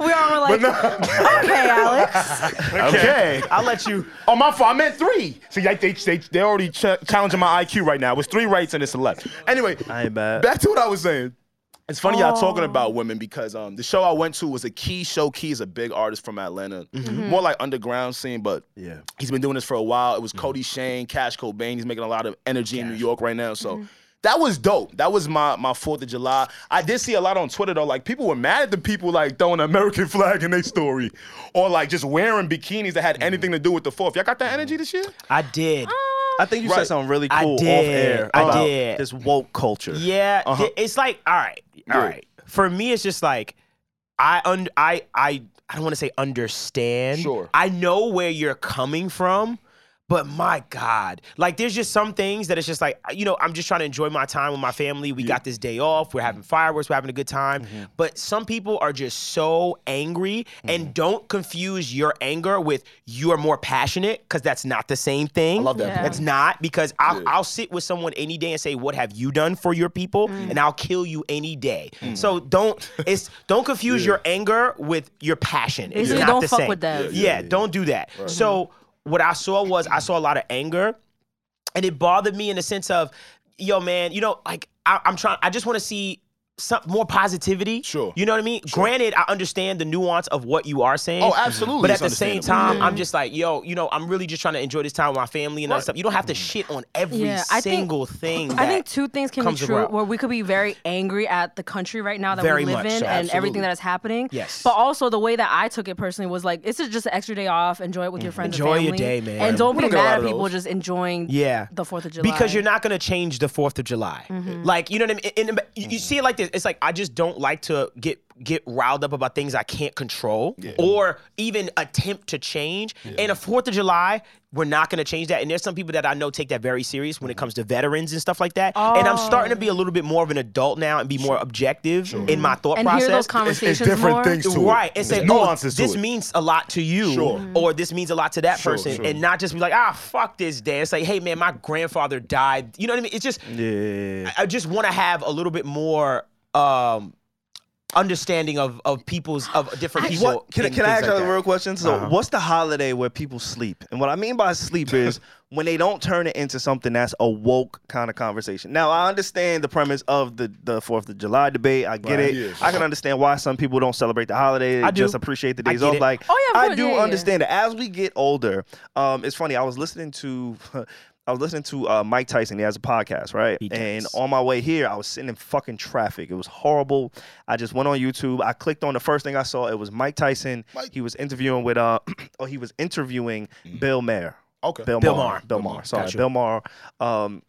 We all were like, okay, Alex. Okay. I'll let you. Oh, my fault. I meant three. See, like they they they already ch- challenging my IQ right now. It's three rights and it's a left. Anyway, I ain't bad. back to what I was saying. It's funny y'all talking about women because um, the show I went to was a Key show. Key is a big artist from Atlanta, more like underground scene, but Yeah. he's been doing this for a while. It Mm-hmm. was Cody Shane, Cash Cobain. He's making a lot of energy in New York right now, so. That was dope. That was my my Fourth of July. I did see a lot on Twitter though. Like people were mad at the people like throwing an American flag in their story, or like just wearing bikinis that Mm-hmm. had anything to do with the Fourth. Y'all got that energy this year? I did. I think you said Right. something really I cool off did. air I about did. this woke culture. Yeah, Uh-huh. th- it's like all right, all right. For me, it's just like I un- I I I don't want to say understand. Sure. I know where you're coming from, but my God, like there's just some things that it's just like you know I'm just trying to enjoy my time with my family. We got this day off. We're having fireworks. We're having a good time. But some people are just so angry, and don't confuse your anger with you are more passionate because that's not the same thing. I love that Yeah. point. That's not because I'll, I'll sit with someone any day and say, "What have you done for your people?" Mm. and I'll kill you any day. So don't it's don't confuse your anger with your passion. It's Basically, not don't the fuck same. with them. Yeah, Yeah, don't do that. So what I saw was I saw a lot of anger, and it bothered me in the sense of, yo, man, you know, like I, I'm trying. I just want to see. Some more positivity. Sure. You know what I mean? Granted, I understand the nuance of what you are saying. Oh, absolutely. But at It's the same understandable. time, I'm just like, yo, you know, I'm really just trying to enjoy this time with my family and all that stuff. You don't have to shit on every Yeah, I think- single thing. I think that- two things can be comes true about. where we could be very angry at the country right now that Very we live much in so, and everything that is happening. Yes. But also the way that I took it personally was like, this is just an extra day off. Enjoy it with your friends. Mm-hmm. Enjoy and your family, day, man. And don't We be don't get a lot mad at of people those. just enjoying Yeah. the Fourth of July. Mm-hmm. because you're not gonna change the Fourth of July. Like you know what I mean. And, and- you, you see it like this. It's like I just don't like to get get riled up about things I can't control or even attempt to change. And a Fourth of July, we're not gonna change that. And there's some people that I know take that very serious when it comes to veterans and stuff like that. And I'm starting to be a Oh. little bit more of an adult now and be more objective in my thought and process. hear those It's, conversations it's different more. things to Right. it. And say, There's nuances nuances oh, to this it. means a lot to you, Sure. or this means a lot to that Sure, person, sure. and not just be like, ah, fuck this day. It's like, hey, man, my grandfather died. You know what I mean? It's just, Yeah. I just want to have a little bit more um, understanding of of people's of different people. What, can I- and can I things ask you like a that. Uh-huh. real question? So, what's the holiday where people sleep? And what I mean by sleep is when they don't turn it into something that's a woke kind of conversation. Now, I understand the premise of the the Fourth of July debate. I get it. Yeah. I can understand why some people don't celebrate the holiday. They I do. just appreciate the I days get off. it. Like, Oh, yeah, of I course. do Yeah, yeah, yeah. understand it. As we get older, um, it's funny. I was listening to. I was listening to uh, Mike Tyson. He has a podcast, right? He And does. on my way here, I was sitting in fucking traffic. It was horrible. I just went on YouTube. I clicked on the first thing I saw. It was Mike Tyson. He was interviewing with uh, oh, he was interviewing Bill Mayer. Okay. Bill, Bill Maher. Maher. Bill Bill Maher. Maher. Sorry, Gotcha. Bill Maher. Um,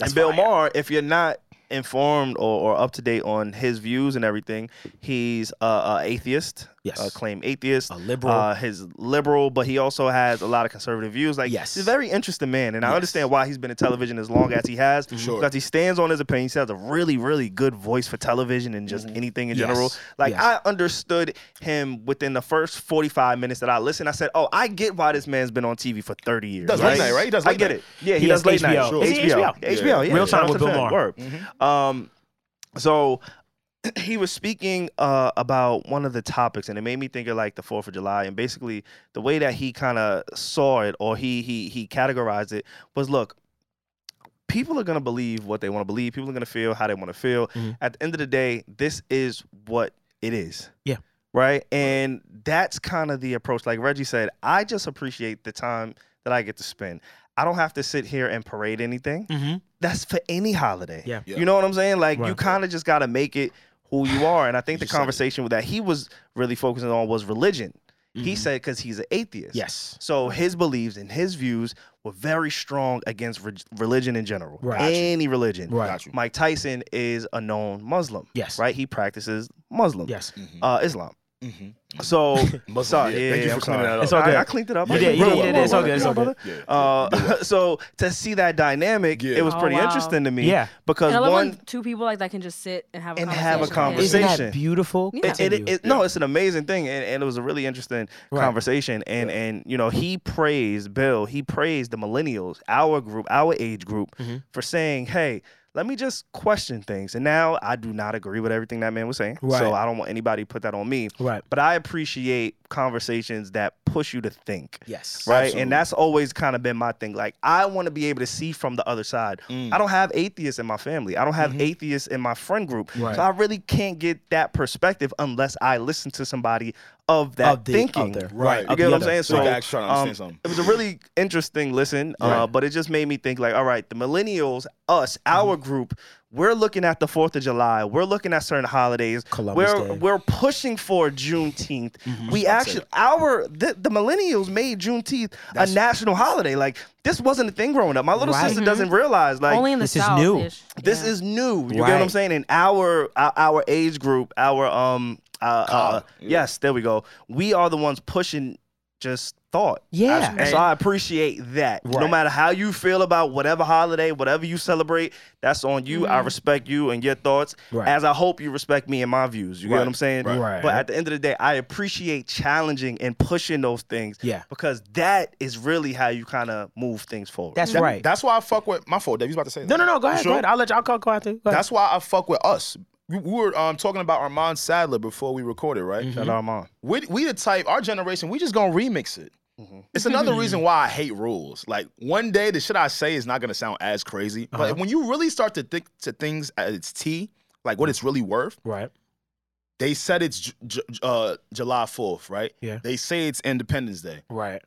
That's and Bill fire. Maher, if you're not informed or, or up to date on his views and everything, he's a, a atheist. Yes. a claimed atheist. A liberal. Uh, his liberal, but he also has a lot of conservative views. Like, Yes. he's a very interesting man, and I understand why he's been in television as long as he has. Mm-hmm. Sure. because he stands on his opinion. He has a really, really good voice for television and just anything in general. Mm-hmm. Yes. Like, Yes. I understood him within the first 45 minutes that I listened. I said, "Oh, I get why this man's been on TV for 30 years." does late night, right? He does I late get night. it. Yeah, he, He does has late night. HBO. Sure. Is he HBO. HBO? HBO, yeah. Real Time Shout with out to Bill Fab. Maher. Mm-hmm. Word. Um, so he was speaking uh, about one of the topics, and it made me think of like the Fourth of July, and basically the way that he kind of saw it or he he he categorized it was, look. People are gonna believe what they want to believe. People are gonna feel how they want to feel. Mm-hmm. At the end of the day, this is what it is right? And that's kind of the approach. Like Reggie said, I just appreciate the time that I get to spend. I don't have to sit here and parade anything. That's for any holiday. Mm-hmm, Yeah. You know what I'm saying? Like you Right. kind of just got to make it who you are. And I think the conversation that he was really focusing on was religion. He said because he's an atheist. Yes. So his beliefs and his views were very strong against re- religion in general. Right. Any religion. Right. Got you. Mike Tyson is a known Muslim. Yes. Right. He practices Muslim. Yes. Uh, Islam. Mm-hmm. So sorry, yeah, Thank you yeah, for I'm cleaning sorry. that up. It's all good. I, I cleaned it up. You I- did, you Bro, did, you bro, did. It's bro, all good, it's bro, all good. brother. Uh, so to see that dynamic, Yeah. it was Oh, pretty wow. interesting to me. Yeah. because And I love one, when two people like that can just sit and have a And conversation. have a Yeah. conversation. Isn't that beautiful? Yeah. it, it, it- no, it's an amazing thing, and, and it was a really interesting Right. conversation. And and you know, he praised Bill. He praised the millennials, our group, our age group, Mm-hmm. for saying, "Hey." Let me just question things. And now I do not agree with everything that man was saying. Right. So I don't want anybody to put that on me. Right. But I appreciate conversations that push you to think. Yes. Right. Absolutely. And that's always kind of been my thing. Like I want to be able to see from the other side. I don't have atheists in my family. I don't have atheists in my friend group. So I really can't get that perspective unless I listen to somebody of that Of the thinking. other. Right. You get what I'm Of the saying? other. So Like, I was trying to understand um, something. it was a really interesting listen, uh, but it just made me think like, all right, the millennials, us, our group, we're looking at the Fourth of July. We're looking at certain holidays. Columbus we're Day. Mm-hmm. we're pushing for Juneteenth. We actually our the, the millennials made Juneteenth a national holiday. Like this wasn't a thing growing up. My little Right. Mm-hmm. sister doesn't realize like Only in the This is South. new. this is new. You get what I'm Right. saying? In our our- our age group, our um uh, uh yes, there we go. We are the ones pushing just thought. Yeah. As- And so I appreciate that. No Right. matter how you feel about whatever holiday, whatever you celebrate, that's on you. I respect you and your thoughts. Right. As I hope you respect me and my views. You get what I'm saying? Right. But at the end of the day, I appreciate challenging and pushing those things. Yeah. Because that is really how you kind of move things forward. That's That- right. That's why I fuck with my fault. Dave, you was about to say no, no, no. Go You ahead. sure? Go ahead. I'll let you. I'll call. Go after. Go ahead. That's why I fuck with us. We, we were um, talking about Armand Sadler before we recorded, right? Mm-hmm. Shout out Armand. We, we the type, our generation, we just gonna remix it. Mm-hmm. It's another reason why I hate rules. Like one day, the shit I say is not gonna sound as crazy, Uh-huh. but when you really start to think to things at its T, like what it's really worth, right. they said it's J- J- uh, July Fourth, right? Yeah. They say it's Independence Day. Right.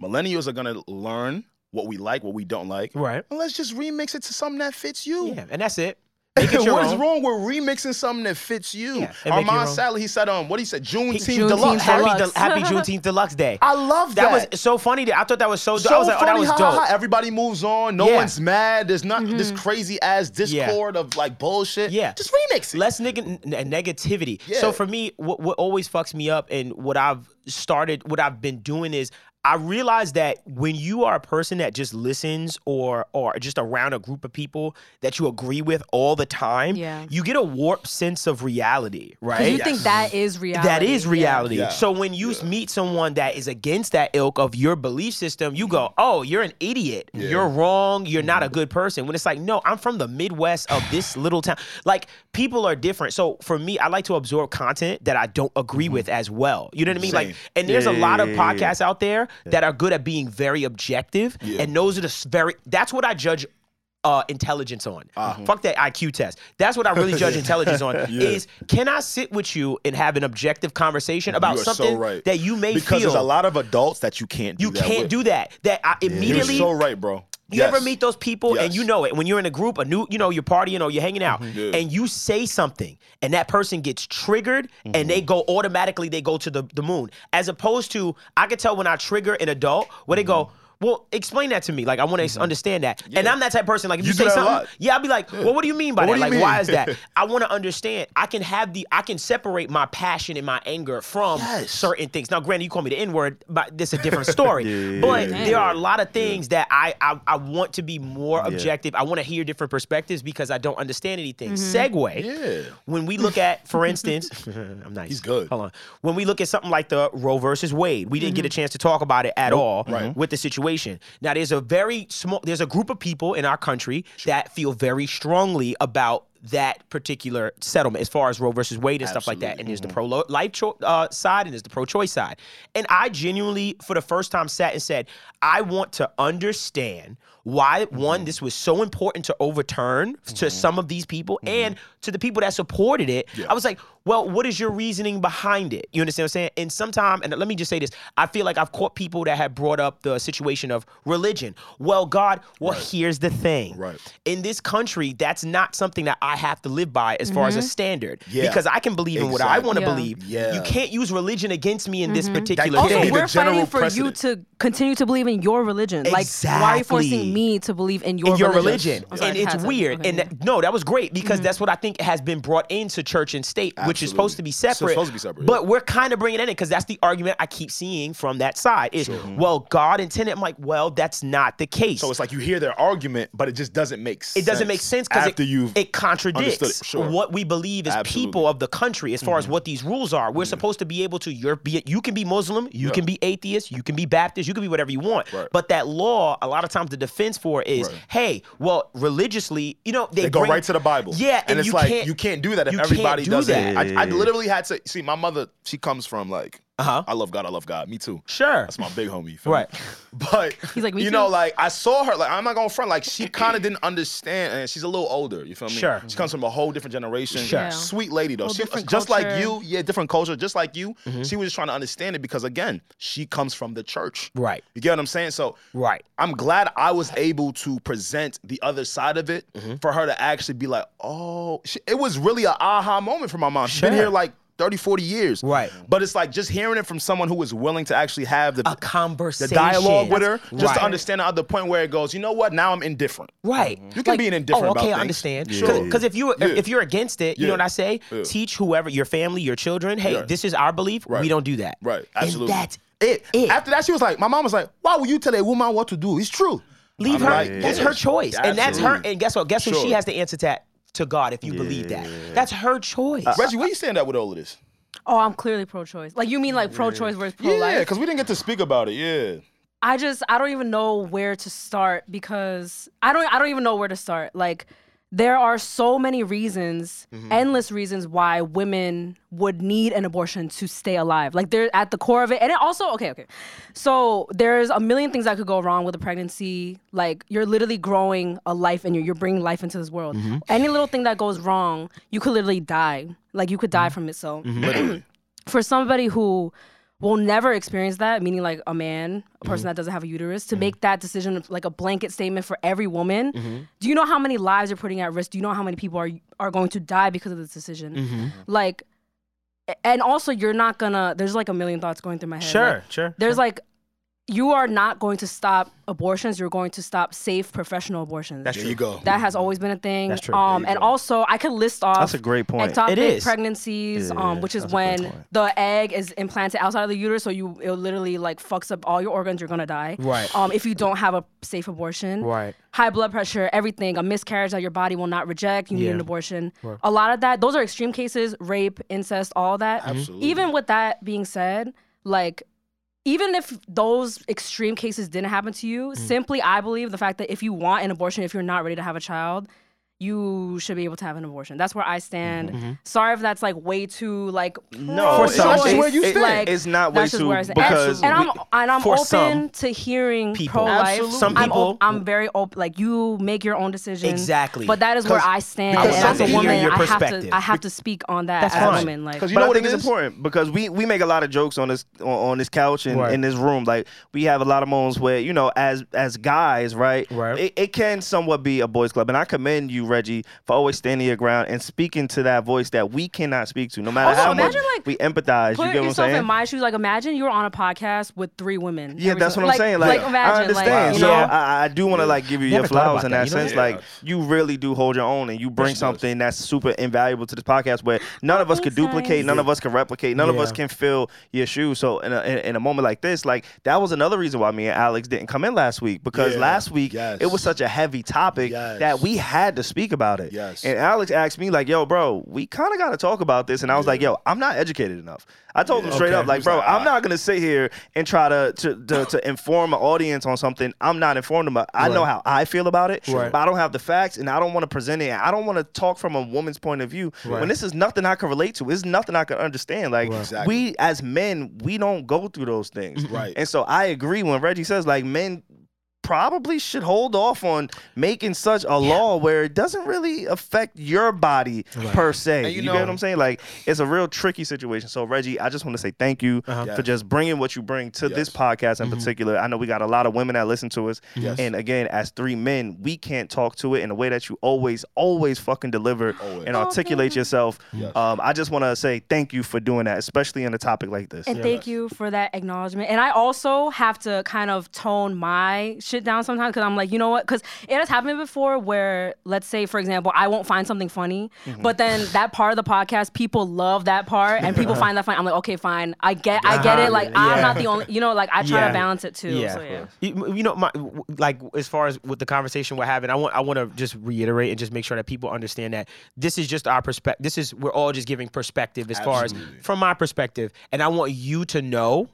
Millennials are gonna learn what we like, what we don't like, Right. and let's just remix it to something that fits you. Yeah. And that's it. What Make is it your own. wrong with remixing something that fits you? Yeah, and make it your Armand own. Sally, he said, um, what he said, Juneteenth Juneteenth Deluxe. Happy, Deluxe. del- happy Juneteenth Deluxe Day. I love that. that was so funny. That I thought that was so. dope. so I was like, funny oh, that how, was how dope. everybody moves on. No Yeah. Mm-hmm. one's mad. There's not this crazy ass Yeah. discord of like bullshit. Yeah. just remix it. less neg- n- n- negativity. Yeah. So for me, what, what always fucks me up and what I've started, what I've been doing is I realize that when you are a person that just listens or or just around a group of people that you agree with all the time, Yeah. you get a warped sense of reality, Because right? you think that is reality. That is Yeah. reality. Yeah. So when you meet someone that is against that ilk of your belief system, you go, "Oh, you're an idiot. You're wrong. You're not a Mm-hmm. good person." When it's like, "No, I'm from the Midwest of this little town." Like people are different. So for me, I like to absorb content that I don't agree with as well. You know what I mean? Like, and there's a lot of Mm-hmm. Yeah, yeah, yeah, yeah. podcasts out there that are good at being very objective, and those are the s- very. That's what I judge uh, intelligence on. Ah. Mm-hmm. Fuck that IQ test. That's what I really judge intelligence on. Is can I sit with you and have an objective Mm-hmm. conversation about You are so something right. that you may because feel there's a lot of adults that you can't. Do you that can't with. do that? That I immediately. You're so right, bro. You ever meet those people and Yes. Mm-hmm. you know it when you're in a group, a new, you know, you're partying or you're hanging out, Yeah. and you say something, and that person gets triggered, and Mm-hmm. they go automatically, they go to the, the moon. As opposed to, I could tell when I trigger an adult, where they go, Mm-hmm. well, explain that to me. Like I want to understand that. And I'm that type of person. Like if you, You do say that a something, lot. yeah, I'll be like, well, what do you mean by What that? do you mean? Like why is that? I want to understand. I can have the, I can separate my passion and my anger from certain things. Now, granted, you call me the N word, but this is a different story. but there are a lot of things that I, I I want to be more objective. I want to hear different perspectives because I don't understand anything. Segue. Yeah. When we look at, for instance, I'm nice. He's good. Hold on. When we look at something like the Roe versus Wade, we didn't get a chance to talk about it at all with the situation. Now, there's a very small, there's a group of people in our country that feel very strongly about that particular settlement as far as Roe versus Wade and stuff like that. And there's the pro life cho- uh, side and there's the pro choice side. And I genuinely, for the first time, sat and said, I want to understand why one this was so important to overturn to some of these people and to the people that supported it i was like well what is your reasoning behind it you understand what i'm saying and sometime and let me just say this i feel like i've caught people that have brought up the situation of religion well god well here's the thing Right. in this country that's not something that i have to live by as far as a standard Yeah. because i can believe in what i Exactly. want to Yeah. believe Yeah. you can't use religion against me in this particular can't thing be Also, the we're general fighting for precedent. you to continue to believe in your religion. Like, why are you Exactly. forcing me to believe in your, in your religion, I'm sorry, and I it's had to- weird. okay, and yeah. that, no, that was great because that's what I think has been brought into church and state, which is supposed to be Absolutely. So it's separate. supposed to be separate, But we're kind of bringing it in because that's the argument I keep seeing from that side. Is well, God intended. I'm like, well, that's not the case. So it's like you hear their argument, but it just doesn't make. sense. it doesn't make sense because after it, you've understood it contradicts it. Sure. what we believe as Absolutely. Mm-hmm. people of the country as far as what these rules are. We're supposed to be able to you're be you can be Muslim, you can be atheist, you can be Baptist, you can be whatever you want. Right. But that law, a lot of times the defense for it is, hey, well, religiously, you know, they, They go bring- right to the Bible. Yeah, and, it's you like can't, you can't do that if you can't everybody do does that. it. I, I literally had to see my mother. She comes from like Uh-huh. I love God. I love God. Me too. Sure. That's my big homie. you feel me? Right. But He's like, "Me you know, too." like I saw her. Like I'm not gonna front. Like she kind of didn't understand, and she's a little older. You feel me? Sure. She comes from a whole different generation. Sure. Yeah. Sweet lady though. Whole She different just like culture. you. Yeah, different culture. Just like you. She was just trying to understand it because again, she comes from the church. Right. You get what I'm saying? So Right. I'm glad I was able to present the other side of it Mm-hmm. for her to actually be like, oh, she, it was really a aha moment for my mom. She's been Sure. here like 30, 40 years. Right. But it's like just hearing it from someone who is willing to actually have the, A conversation. the dialogue with her, just right. to understand the other point where it goes, you know what? Now I'm indifferent. Right. Mm-hmm. You can be an indifferent Oh, about okay, things. I understand. Yeah. Because if you Yeah. if you're against it, you Yeah. know what I say? Yeah. Teach whoever your family, your children, hey, Yeah. this is our belief. Right. We don't do that. Right. Absolutely. And that's it. it. After that, she was like, my mom was like, why would you tell a woman what to do? It's true. Leave I'm her. like, that's yeah. her choice, and that's her. Absolutely. And guess what? Guess who? She Sure. has the answer to that to God if you believe that. That's her choice. Reggie, where you stand at with all of this? Oh, I'm clearly pro-choice. Like you mean like pro-choice versus Yeah, pro-life? because we didn't get to speak about it. Yeah. I just I don't even know where to start because I don't I don't even know where to start. Like there are so many reasons, endless reasons why women would need an abortion to stay alive. Like they're at the core of it. And it also okay, okay. So there's a million things that could go wrong with a pregnancy. Like you're literally growing a life and you're you're bringing life into this world. Any little thing that goes wrong, you could literally die. Like you could die from it. So for somebody who will never experience that, meaning like a man, a Mm-hmm. person that doesn't have a uterus, to make that decision of, like a blanket statement for every woman. Mm-hmm. Do you know how many lives you're putting at risk? Do you know how many people are are going to die because of this decision? Mm-hmm. Like, a- and also you're not gonna. There's like a million thoughts going through my head. Like, sure. there's like. You are not going to stop abortions. You're going to stop safe professional abortions. There you go. That has always been a thing. That's true. Um, and also, I could list off That's a great point. ectopic It is. pregnancies, Yeah, um, which is that's a great when point. the egg is implanted outside of the uterus, so you it literally like fucks up all your organs. You're gonna die. Right. Um, if you don't have a safe abortion. Right. High blood pressure, everything, a miscarriage that your body will not reject. You need Yeah. an abortion. A lot of that. Those are extreme cases: rape, incest, all that. Mm-hmm. Absolutely. Even with that being said, like even if those extreme cases didn't happen to you, Mm. simply I believe the fact that if you want an abortion, if you're not ready to have a child, you should be able to have an abortion. That's where I stand. Mm-hmm, Sorry if that's like way too like No, pro it's not. That's choice. where you Like, stand. It's not way that's just too, where I stand. because and, and we- I'm and I'm for open some to hearing pro people. life. Absolutely. Some I'm, people- op- I'm very open. Like you make your own decision. Exactly. But that is where 'Cause I stand. I And as a wanna hear woman, your I have perspective. to I have to speak on that That's as a fine. woman. Like 'Cause you but know I what think it it's is? important because we we make a lot of jokes on this on, on this couch and Right. in this room. Like we have a lot of moments where you know, as as guys, right? Right. It, it can somewhat be a boys' club, and I commend you, Reggie, for always standing your ground and speaking to that voice that we cannot speak to, no matter Also, how much imagine, like, we empathize. You Put get what I'm yourself saying? in my shoes. Like, imagine you were on a podcast with three women. yeah, every that's what single- I'm saying. Like, like, imagine, I understand. Like, so you know? I, I do want to like give you your Never thought flowers about in that, that, you know? sense. Like, you really do hold your own, and you bring something that's super invaluable to this podcast, where none of us could Thanks, duplicate, guys. none of us could replicate, none of us Yeah. can fill your shoes. So in a, in, in a moment like this, like that was another reason why me and Alex didn't come in last week because Yeah. last week Yes. it was such a heavy topic Yes. that we had to speak about it. Yes. And Alex asked me like, "Yo, bro, we kind of got to talk about this," and I was like, "Yo, I'm not educated enough." I told him straight Okay. up, like, He's "Bro, like, I'm "Ah." not." not gonna sit here and try to to to, to inform an audience on something I'm not informed about. I know how I feel about it, but I don't have the facts, and I don't want to present it. I don't want to talk from a woman's point of view when this is nothing I can relate to. It's nothing I can understand. Like Exactly. we as men, we don't go through those Mm-hmm. things, Right. And so I agree when Reggie says like men. Probably should hold off on making such a law where it doesn't really affect your body per se. And you you get know- what I'm saying? Like it's a real tricky situation. So Reggie, I just want to say thank you Yes. Uh-huh. for just bringing what you bring to this Yes. podcast in particular. I know we got a lot of women that listen to us. Yes. And again, as three men, we can't talk to it in a way that you always, always fucking deliver Always. and articulate yourself. Yes. Um, I just want to say thank you for doing that, especially in a topic like this. And thank you for that acknowledgement. And I also have to kind of tone my shit down sometimes because I'm like, you know what? Because it has happened before where, let's say, for example, I won't find something funny, Mm-hmm. but then that part of the podcast, people love that part and people find that funny. I'm like, okay, fine. I get I get Uh-huh. it. Like, Yeah. I'm not the only, you know, like I try Yeah. to balance it too. So, yeah. You, you know, my w- like as far as with the conversation we're having, I want I want to just reiterate and just make sure that people understand that this is just our perspective. This is we're all just giving perspective as far as from my perspective, and I want you to know,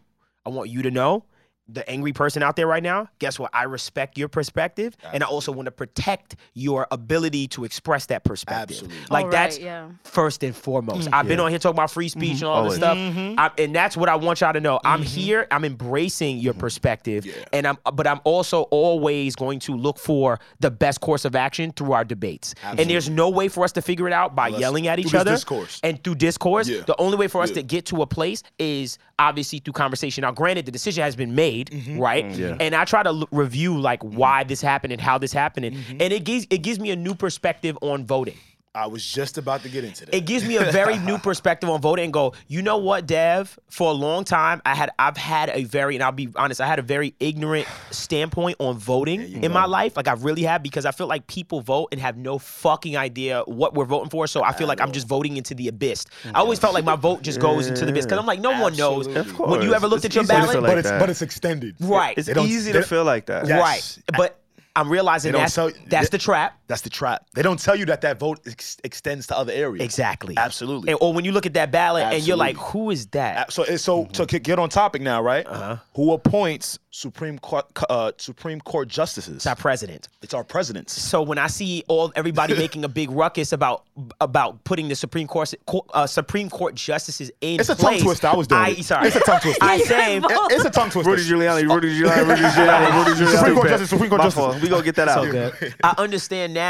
I want you to know the angry person out there right now, guess what? I respect your perspective, and I also want to protect your ability to express that perspective. Absolutely. Like All that's right, yeah. first and foremost. Mm. I've been on here talking about free Mm-hmm. speech and all this stuff, I- and that's what I want y'all to know. I'm here. I'm embracing your Mm-hmm. perspective, and I'm but I'm also always going to look for the best course of action through our debates. And there's no way for us to figure it out by yelling at each through this other discourse. and through discourse. Yeah. The only way for us to get to a place is obviously through conversation. Now, granted, the decision has been made, Mm-hmm. right? And I try to l- review like why this happened and how this happened, and, Mm-hmm. and it gives it gives me a new perspective on voting. I was just about to get into that. It gives me a very new perspective on voting and go, you know what, Dev? For a long time, I had I've had a very, and I'll be honest, I had a very ignorant standpoint on voting in my life. Like I really have because I feel like people vote and have no fucking idea what we're voting for. So I feel like I'm just voting into the abyss. I always felt like my vote just goes into the abyss. Cause I'm like, no one knows. Absolutely. Of When you course. ever looked It's at your easy to ballot, feel but, like it's that. but it's extended. right. It's They don't- easy to they don't- feel like that. Yeah. Right. But I'm realizing They don't that's, tell- that's they- the trap. That's the trap. They don't tell you that that vote ex- extends to other areas. Exactly. Absolutely. And, or when you look at that ballot and you're like, Absolutely. who is that? Uh, So eh, so Mm-hmm. to ki- get on topic now, right? Uh-huh. Who appoints Supreme Court uh, Supreme Court justices? It's our president. It's our presidents. So when I see all everybody making a big ruckus about about putting the Supreme Court uh, Supreme Court justices in, It's a tongue place, twister. I was doing I, it. Sorry, It's a tongue twister. I say You're both- It's a tongue twister. Rudy Giuliani, Rudy Giuliani, Rudy Giuliani, Rudy Supreme Giuliani. Court Stupid. Justice, Supreme Court My Justice. fault. We gonna get that out. I understand now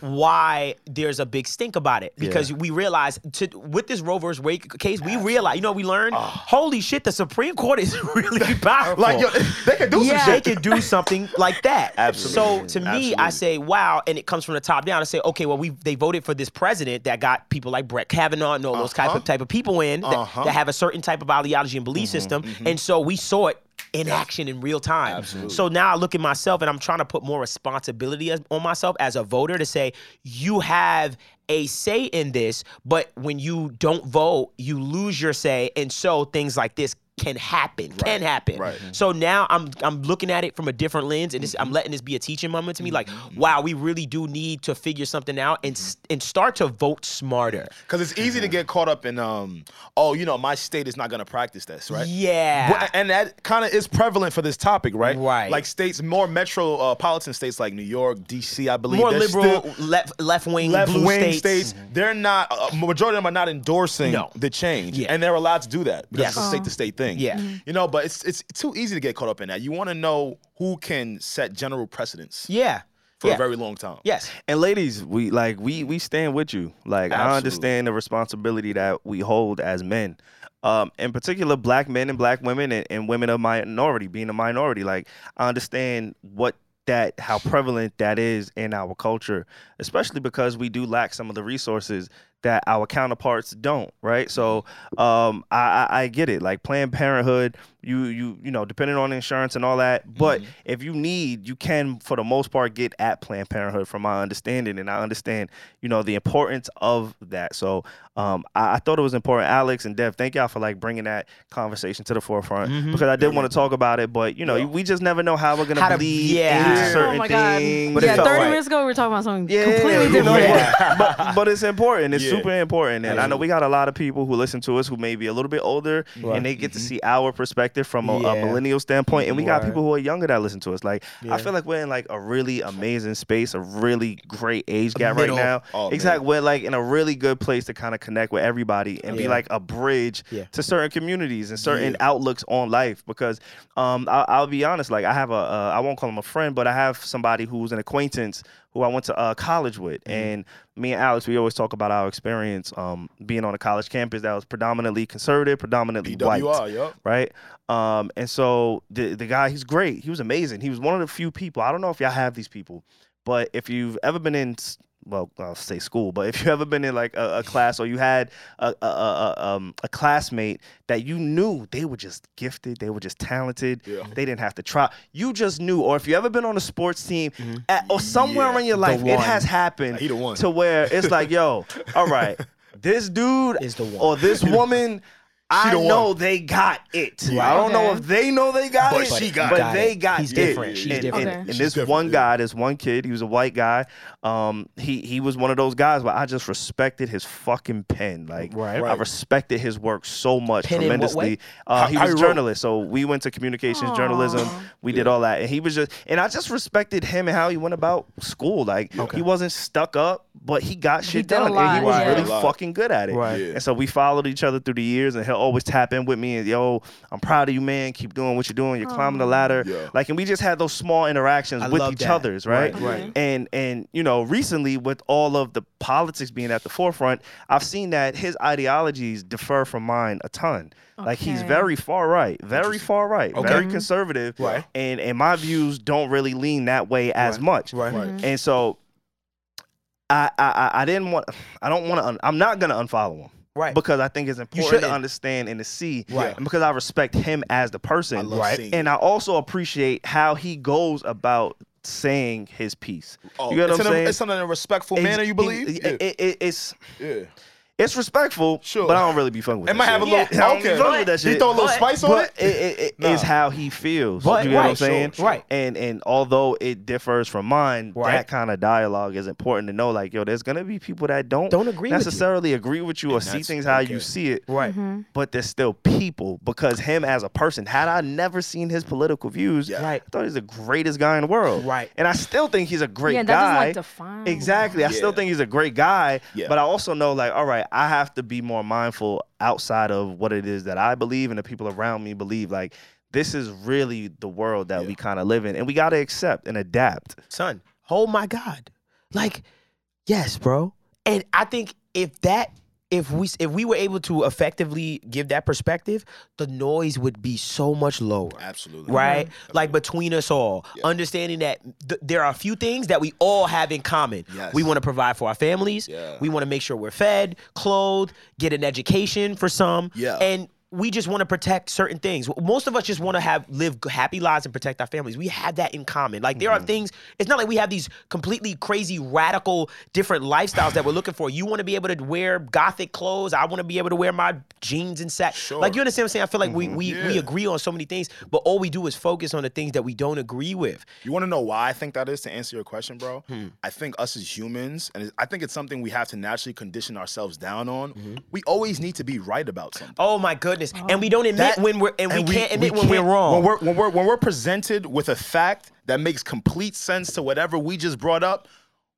why there's a big stink about it because we realize to, with this Roe versus Wade case, we realize you know what we learned holy shit the Supreme Court is really Oh, powerful. Ah. Like yo, they can do Yeah. some they shit. can do something like that. Absolutely. So to me, I say, wow, and it comes from the top down. I say, okay, well, we they voted for this president that got people like Brett Kavanaugh and all those type Uh-huh. of type of people in that, that have a certain type of ideology and Mm-hmm, belief system, and so we saw it in action in real time. So now I look at myself and I'm trying to put more responsibility as, on myself as a voter to say, you have a say in this, but when you don't vote, you lose your say, and so things like this can happen, can happen. right. Mm-hmm. So now I'm I'm looking at it from a different lens, and this, I'm letting this be a teaching moment to me. Like, wow, we really do need to figure something out and Mm-hmm. s and start to vote smarter. Because it's easy to get caught up in, um, oh, you know, my state is not going to practice this, right? Yeah. But- and that kind of is prevalent for this topic, right? Ah. Right. Like states, more metropolitan states like New York, D.C., I believe. More they're liberal, still- left left wing, left blue wing states. Mm-hmm. states, they're not a majority of them are not endorsing No. the change, Yeah. and they're allowed to do that because Yes. it's a state to state thing. Yeah. Mhm. you know, but it's it's too easy to get caught up in that. You want to know who can set general precedence Yeah. for yeah. a very long time. yes. And ladies, we like we we stand with you. Like I Absolutely. understand the responsibility that we hold as men. Um, in particular, black men and black women and, and women of minority, being a minority. Like I understand what that how prevalent that is in our culture, especially because we do lack some of the resources that our counterparts don't, right? So um, I, I, I get it. Like Planned Parenthood, you you you know, depending on insurance and all that. But Mm-hmm. if you need, you can for the most part get at Planned Parenthood, from my understanding, and I understand you know the importance of that. So um, I, I thought it was important, Alex and Dev. Thank y'all for like bringing that conversation to the forefront because I did want to talk about it, but you know, we just never know how we're gonna Mm-hmm. How to- bleed yeah. into Oh certain oh my god. things. But it yeah, felt 30 right. minutes ago we were talking about something Yeah, completely you different. know, but, but it's important. It's Yeah. super important. And I know we got a lot of people who listen to us who may be a little bit older and they get to see our perspective from a, a Mm-hmm. Yeah. millennial standpoint. And we got people who are younger that listen to us. Like I feel like we're in like a really amazing space, a really great age gap right middle. now. Oh, man. exactly. We're like in a really good place to kind of connect with everybody and be Yeah. like a bridge Yeah. to certain communities and certain outlooks on life. Because um, I, I'll be honest, like I have a, uh, I won't call him a friend, but I have somebody who's an acquaintance who I went to uh, college with, and me and Alex, we always talk about our experience um, being on a college campus that was predominantly conservative, predominantly white PWR, yup. right? Um, and so the the guy, he's great. He was amazing. He was one of the few people. I don't know if y'all have these people, but if you've ever been in, s- well, I'll say school, but if you ever been in like a, a class or you had a a, a, a, um, a classmate that you knew they were just gifted, they were just talented, they didn't have to try. You just knew, or if you ever been on a sports team at, or somewhere in your life, it one. has happened He the one. to where it's like, yo, all right, this dude Is the one. or this woman. I the one. know they got it. I don't know Okay. if they know they got But it, she got but it. they got He's it. different. She's and, different. and- Okay. and She's this different, one yeah. guy, this one kid, he was a white guy. Um, he he was one of those guys where I just respected his fucking pen. Like I respected his work so much Pen in what tremendously. way? Uh, How- he how was a he wrote? journalist, so we went to communications Aw. journalism. We did all that, and he was just and I just respected him and how he went about school. Like he wasn't stuck up, but he got shit did a done, and lot, he was yeah. really Right. fucking good at it. Right. Yeah. And so we followed each other through the years, and he'll always tap in with me and yo, I'm proud of you, man. Keep doing what you're doing. You're climbing the ladder. Yeah. Like, and we just had those small interactions I with love each that. other's, right? Right, right. Mhm. And and you know, recently with all of the politics being at the forefront, I've seen that his ideologies differ from mine a ton. Like he's Okay. very far right, very far right, Mm-hmm. very conservative, Right. and and my views don't really lean that way as Right, much. Right. And so I, I I- I didn't want I don't want to un, I'm not gonna unfollow him. Right. Because I think it's important to shouldn't. understand and to see. Right. And because I respect him as the person. love Right. seeing And I also appreciate how he goes about saying his piece. Oh, you know it's what I'm in a- saying? it's in a respectful manner, you He- believe? it- yeah. it- it- it's yeah. it's respectful, Sure. but I don't really be fucking with It that might have a shit. little. I don't be okay. fucking with that he shit. throw a little But- spice on but it. it, it, it Nah. is how he feels. But- you know what I'm right, sure, saying? sure. Right. And and although it differs from mine, Right. that kind of dialogue is important to know. Like, yo, there's gonna be people that don't Don't agree with you. Mm-hmm. necessarily agree with you or see that's things how you okay. see it. Right. Mm-hmm. But there's still people because him as a person, had I never seen his political views, Yeah. Right. I thought he's the greatest guy in the world. Right. And I still think he's a great Yeah, that guy. doesn't, like, define. Exactly. I still Yeah. think he's a great guy. Yeah. But I also know, like, all right, I have to be more mindful outside of what it is that I believe and the people around me believe. Like, this is really the world that we kind of live in, and we got to accept and adapt. son. Oh my God. Like, yes, bro. And I think if that if we if we were able to effectively give that perspective, the noise would be so much lower. Absolutely. Right? Like between us all, understanding that th- there are a few things that we all have in common. Yes. We want to provide for our families. Yeah. We want to make sure we're fed, clothed, get an education for some. Yeah. And we just want to protect certain things. Most of us just want to have live g- happy lives and protect our families. We have that in common. Like there Mm-hmm. are things. It's not like we have these completely crazy, radical, different lifestyles that we're looking for. You want to be able to wear gothic clothes. I want to be able to wear my jeans and sack. Like you understand what I'm saying? I feel like Mm-hmm. we we, we agree on so many things, but all we do is focus on the things that we don't agree with. You want to know why I think that is to answer your question, bro? I think us as humans, and I think it's something we have to naturally condition ourselves down on. We always need to be right about something. Oh my goodness! And we don't admit That- when we're and, we, can't admit when can't- we're wrong. When we're, when we're when we're presented with a fact that makes complete sense to whatever we just brought up,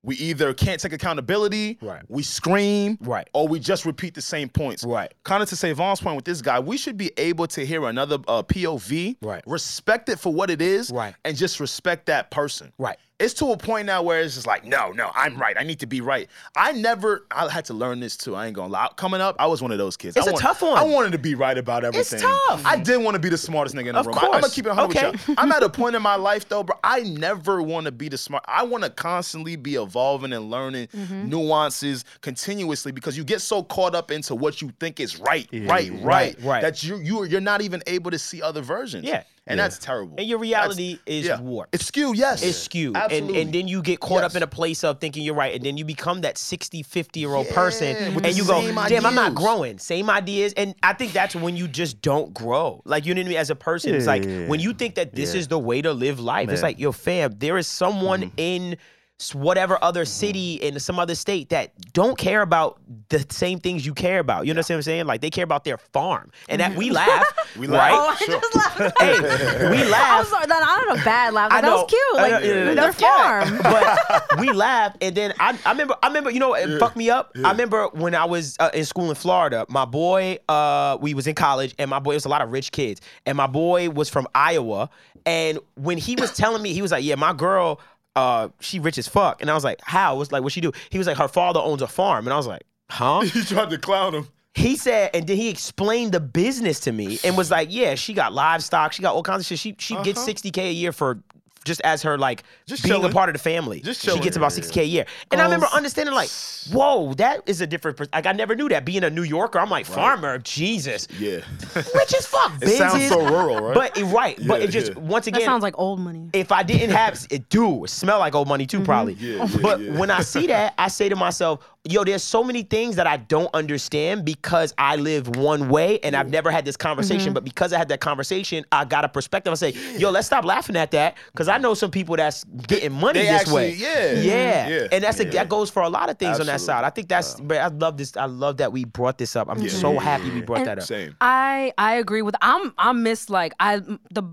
we either can't take accountability, Right. we scream, Right. or we just repeat the same points. Right. Kind of to Savon's point with this guy, we should be able to hear another uh, POV, Right. respect it for what it is, Right. and just respect that person. Right. It's to a point now where it's just like, no, no, I'm right. I need to be right. I never, I had to learn this too. I ain't gonna lie. Coming up, I was one of those kids. It's a a tough one. I wanted to be right about everything. tough. I did want to be the smartest nigga in the Of room. I, am gonna course. keep it 100 Okay. with you I'm at a point in my life though, bro. I never want to be the smart. I want to constantly be evolving and learning Mm-hmm. nuances continuously because you get so caught up into what you think is right, right, right, Right, right. that you you you're not even able to see other versions. Yeah. and that's terrible. and your reality That's- is yeah. warped. It's skewed. Yes, is skewed and, Absolutely. and then you get caught Yes. up in a place of thinking you're right and then you become that 60 50 year old Yeah, person with the and you go same damn i'm not ideals." growing same ideas and i think that's when you just don't grow like you know what i mean as a person it's like Yeah. when you think that this Yeah. is the way to live life it's like yo fam there is someone Mm. in s- whatever other city in some other state that don't care about the same things you care about you know what i'm saying like they care about their farm and that we laugh we laugh. Oh, right I just laughed. hey we laugh I'm sorry. That, I don't know. Bad laugh. I Like, that know. was cute. I Like know, yeah, yeah, their yeah. farm. but we laughed, and then I, I remember, I remember, you know, it fucked me up. I remember when I was uh, in school in Florida, my boy, uh, we was in college, and my boy it was a lot of rich kids, and my boy was from Iowa, and when he was telling me, he was like, "Yeah, my girl, uh, she rich as fuck," and I was like, "How?" What's like, what she do? He was like, "Her father owns a farm," and I was like, "Huh?" you tried to clown him. He said, and then he explained the business to me and was like, "Yeah, she got livestock, she got all kinds of shit. She she gets sixty k a year for just as her like Uh-huh. Just being chilling. a part of the family. Just she chilling. gets about sixty k a year." And I remember understanding like, "Whoa, that is a different pers- like I never knew that." Being a New Yorker, I'm like, "Farmer, Jesus, Yeah, rich as fuck." it sounds Benzes. so rural, right? But right, but Yeah, it just yeah. once That again sounds like old money. if I didn't have it, do it smell like old money too, probably. Mm-hmm. Yeah, yeah, but yeah. when I see that, I say to myself, yo, there's so many things that I don't understand because I live one way and I've never had this conversation. Mm-hmm. But because I had that conversation, I got a perspective. I say, yo, let's stop laughing at that because I know some people that's getting money They this actually- way. yeah. Mm-hmm. yeah, Yeah. Uh. and that's a, that goes for a lot of things on that Absolutely. side. I think that's. but I love this. I love that we brought this up. I'm so happy we brought And- that up. Same. I I agree with I'm I'm miss like I the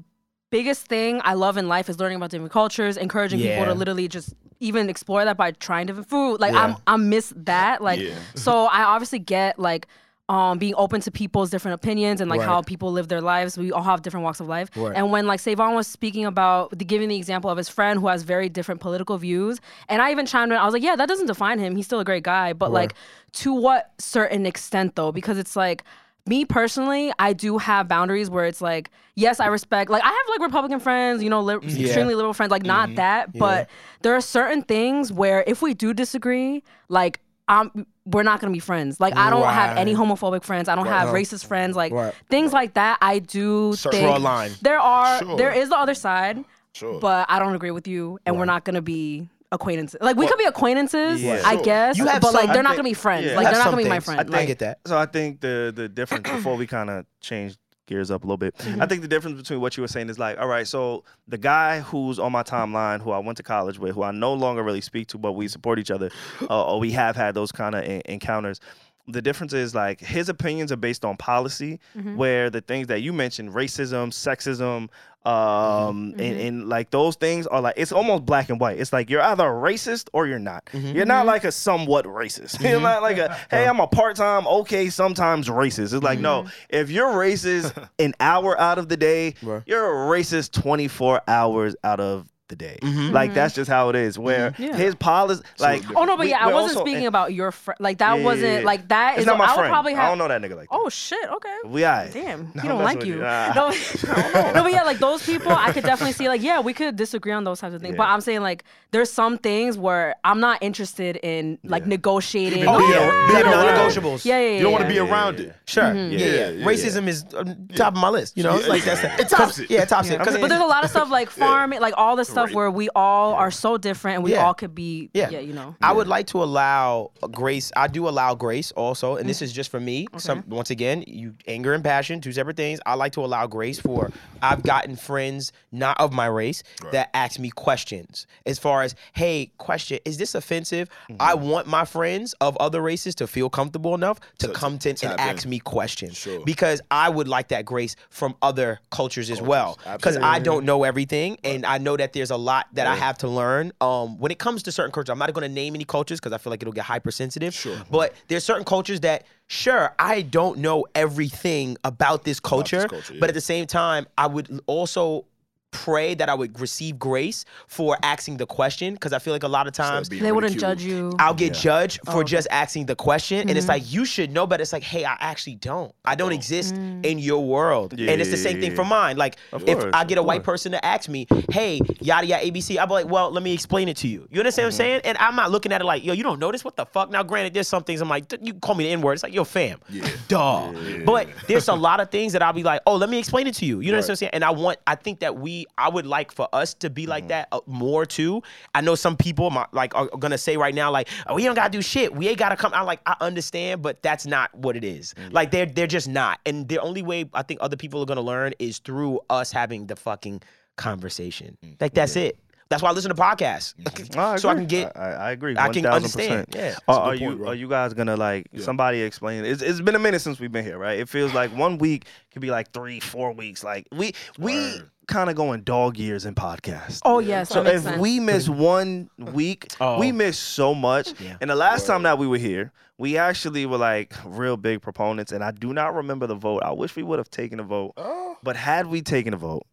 biggest thing I love in life is learning about different cultures, encouraging people Yeah. to literally just even explore that by trying different food. Like Yeah. I'm I miss that. Like Yeah. so I obviously get like um, being open to people's different opinions and like Right. how people live their lives. We all have different walks of life. Right. And when like Savon was speaking about the, giving the example of his friend who has very different political views, and I even chimed in. I was like, yeah, that doesn't define him. He's still a great guy, but like to what certain extent though? Because it's like me personally, I do have boundaries where it's like, yes, I respect. Like I have like Republican friends, you know, li- extremely liberal friends. Like Mm-hmm. not that, but there are certain things where if we do disagree, like I'm, we're not gonna be friends. Like I don't have any homophobic friends. I don't have racist friends. Like Right. things like that. I do Certain- think Draw a line. there are Sure. there is the other side, Sure. but I don't agree with you, and we're not gonna be acquaintances. Like we could be acquaintances, Yeah. I Sure. guess, You have but like some- they're not I gonna be think- friends. yeah. You Like they're not have some gonna be my things. friend. I Like, get that. So I think the the difference before we kind of change gears up a little bit. I think the difference between what you were saying is like, all right, so the guy who's on my timeline, who I went to college with, who I no longer really speak to, but we support each other, uh, or we have had those kind of en- encounters. The difference is like his opinions are based on policy, where the things that you mentioned, racism, sexism, um, And, and like those things are like it's almost black and white. It's like you're either a racist or you're not. You're not like a somewhat racist. You're not like a hey, I'm a part time, okay, sometimes racist. It's like no, if you're racist an hour out of the day, you're a racist 24 hours out of the day. Like that's just how it is. Where his policy, like oh no, but we- yeah, I we're wasn't also- speaking and- about your friend. Like that yeah, yeah, wasn't yeah. like that It's is- not my I would friend. probably have. I don't know that nigga like that. Oh shit! Okay. We alright. Damn, No, he I'm don't like messing you. with No, Ah. no, but yeah, like those people, I could definitely see. Like, yeah, we could disagree on those types of things, but I'm saying like there's some things where I'm not interested in like negotiating. Oh, Being yeah. around- Being being around around- negotiables. yeah, yeah, yeah. You don't want to yeah. be around it. Sure. Yeah, Yeah, yeah. yeah, yeah. Racism is um, top of my list. You know, it's like that's the, It tops it. Yeah, it tops it. 'Cause- but there's a lot of stuff like farming, like all the stuff where we all are so different and we Yeah. all could be, yeah, Yeah. you know. I would like to allow grace. I do allow grace also, and this is just for me. Some once again, you anger and passion, two separate things. I like to allow grace for I've gotten friends not of my race that ask me questions as far as, hey, question, is this offensive? Mm-hmm. I want my friends of other races to feel comfortable enough to come to and tap ask in. me questions Sure. because I would like that grace from other cultures as well because I don't know everything and I know that there's a lot that I have to learn um, when it comes to certain cultures. I'm not going to name any cultures because I feel like it'll get hypersensitive. Sure. But there's certain cultures that sure I don't know everything about this culture, culture, yeah. but at the same time I would also pray that I would receive grace for asking the question because I feel like a lot of times being They wouldn't ridiculed. judge you. I'll get judged for just asking the question. And it's like, you should know, but it's like, hey, I actually don't. I don't exist in your world. and it's the same thing for mine. Like, if course, I get a white person to ask me, hey, yada, yada, ABC, I'll be like, well, let me explain it to you. You understand what Mm-hmm. I'm saying? And I'm not looking at it like, yo, you don't know this? What the fuck? Now, granted, there's some things I'm like, "D- you can call me the N word. It's like, yo, fam. Duh. But there's a lot of things that I'll be like, oh, let me explain it to you. You know what I'm saying? And I want, I think that we, I would like for us to be like that uh, more too. I know some people, my, like, are gonna say right now, like, oh, we don't gotta do shit. We ain't gotta come. I'm like, I understand, but that's not what it is. Like, they're they're just not. And the only way I think other people are gonna learn is through us having the fucking conversation. Like, that's it. That's why I listen to podcasts, I so I agree. can get. I, I agree. I can 1000%. understand. Yeah. It's a Are, are good you point, bro. are you guys gonna like somebody explain? It's, it's been a minute since we've been here, right? It feels like one week could be like three, four weeks. Like we we kind of going dog years in podcasts. Oh, yes. So that makes if sense. we miss one week, Oh. we miss so much. And the last time that we were here, we actually were like real big proponents. And I do not remember the vote. I wish we would have taken a vote. But had we taken a vote,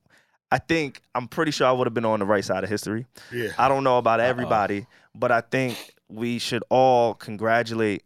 I think I'm pretty sure I would have been on the right side of history. Yeah. I don't know about everybody, but I think we should all congratulate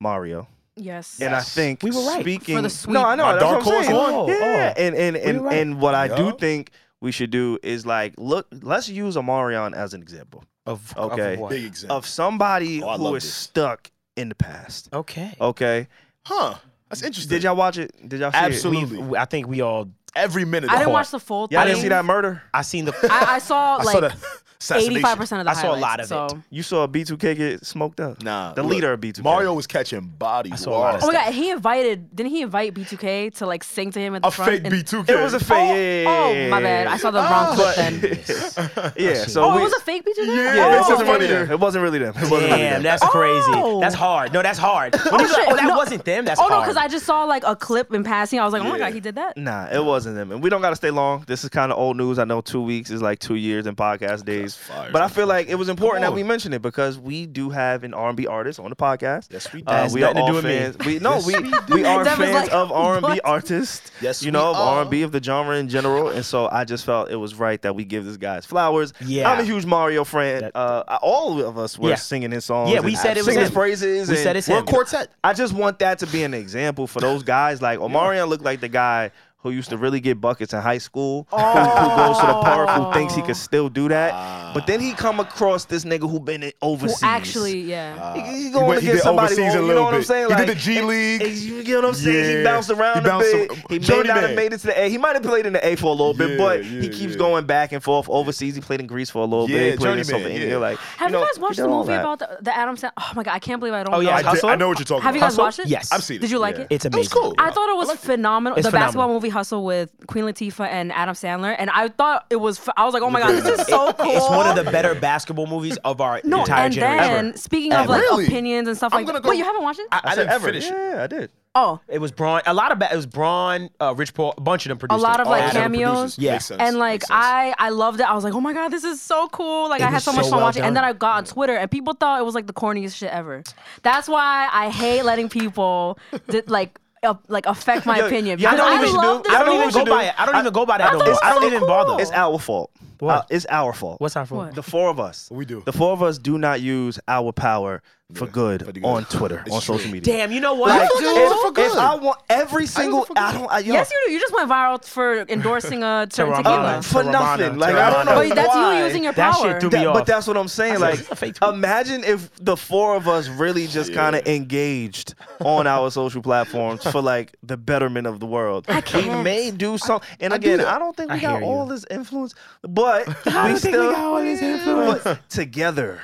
Mario. yes. And I think We were right. Speaking For the sweep. no, I know My that's dark what I'm horse saying. won. Yeah, oh. and and and, were right. and what I do Yeah. think we should do is like look. Let's use Omarion as an example Of, Okay. what? Big example. of somebody Oh, I who love is this. stuck in the past. Okay. Okay, huh. That's interesting. did y'all watch it? Did y'all see We- it? Absolutely. I think we all. Every minute. I of didn't the watch the full Y'all thing. didn't see that murder? I seen the. I, I saw like saw that. assassination. 85% of the I saw a lot highlights, of it. so. You saw B2K get smoked up. Nah, the look, leader of B2K. Mario was catching bodies. saw a lot of Oh my god, he invited. Didn't he invite B2K to like sing to him at the a front? fake and- B2K. It was a fake. Oh, yeah, oh, my bad. I saw the Ah. wrong clip then. Yeah. So Oh, we- it was a fake B2K. Yeah, Yeah, oh, it wasn't funny. really them. It wasn't really them. It wasn't really Damn, them. that's crazy. Oh. That's hard. No, that's hard. When you shit. like, oh, that No. wasn't them. That's Oh no, hard. because I just saw like a clip in passing. I was like, oh my god, he did that. Nah, it wasn't them. And we don't got to stay long. This is kind of old news. I know two weeks is like two years in podcast days. fire. But I feel like it was important that we mention it because we do have an R&B artist on the podcast. Yes, we Uh, do. we are That has nothing to do all with me. fans. We, no, we, we are That was fans like, of R&B what? artists. Yes, You know, we of are. R&B, of the genre in general. And so I just felt it was right that we give this guy his flowers. Yeah. I'm a huge Mario fan. That- Uh, all of us were Yeah. singing his songs. Yeah, we and said it was singing his him. praises. We and said it's we're him. quartet. I just want that to be an example for those guys. Like Omarion looked like the guy who used to really get buckets in high school, who- Oh. who goes to the park, who thinks he could still do that. But then he come across this nigga who been in Who overseas. actually, Uh, yeah. He- he went- going he against did somebody. overseas who- a you know little what I'm bit. saying? He Like, did the G it- League. it- you get what I'm saying? He Yeah. bounced around He bounced a bit. some- uh, he may journeyman. not have made it to the A. He might have played in the A for a little bit, Yeah, but yeah, he keeps yeah. going back and forth overseas. He played in Greece for a little Yeah, bit. He played in journeyman, Slovenia. yeah. Like, Have you, know, guys he watched the done all movie that. about the, the Adam Sandler? Oh my god, I can't believe I don't. Oh, yeah, know. I I, did, Hustle? I know what you're talking Have you about. guys watched it? Yes. I've seen it. Did you like Yeah. it? It's It was amazing. cool. I thought it was phenomenal. It's the basketball phenomenal. movie Hustle with Queen Latifah and Adam Sandler, and I thought it was. ph- I was like, oh my god, this is so cool. It's one of the better basketball movies of our No, entire and generation. then speaking of Ever. like Really? opinions and stuff I'm like gonna that. go- Wait, you haven't watched it? I, I said didn't Everett. finish. it. Yeah, I did. oh, It was Braun. A lot of ba- it was Braun, uh, Rich Paul, a bunch of them a produced. lot it. of like All the cameos. producers. Yeah. Makes sense. And like Makes sense. I, I loved it. I was like, oh my god, this is so cool. Like It I had was so much so fun well watching. And then done. I got on Twitter, and people thought it was like the corniest shit ever. That's why I hate letting people that like uh, like affect my Yo, opinion. y'all because know what I we should do? love this I don't know even what you go do? by it. I don't even go by that. no thought it more. I was don't so even bother. cool. It's our fault. What? Uh, it's our fault. What's our fault? What? the four of us? We do. The four of us do not use our power for good for the good. on Twitter, It's on true. social media. Damn, you know what? Like, I do. if, For good. if I want every single, I, don't. I, yo, uh, Yes, you do. You just went viral for endorsing a certain Taramana. tequila. for To nothing. Ramana, Like to I don't know. But that's why. you using your That power. shit threw me That- off. but that's what I'm saying. Like, "That's a fake tweet." imagine if the four of us really just kind of engaged on our social platforms for like the betterment of the world. I We can't. may do something. And I do again, that. I don't think we I got hear all you. this influence, but we think we still got all this influence. But together.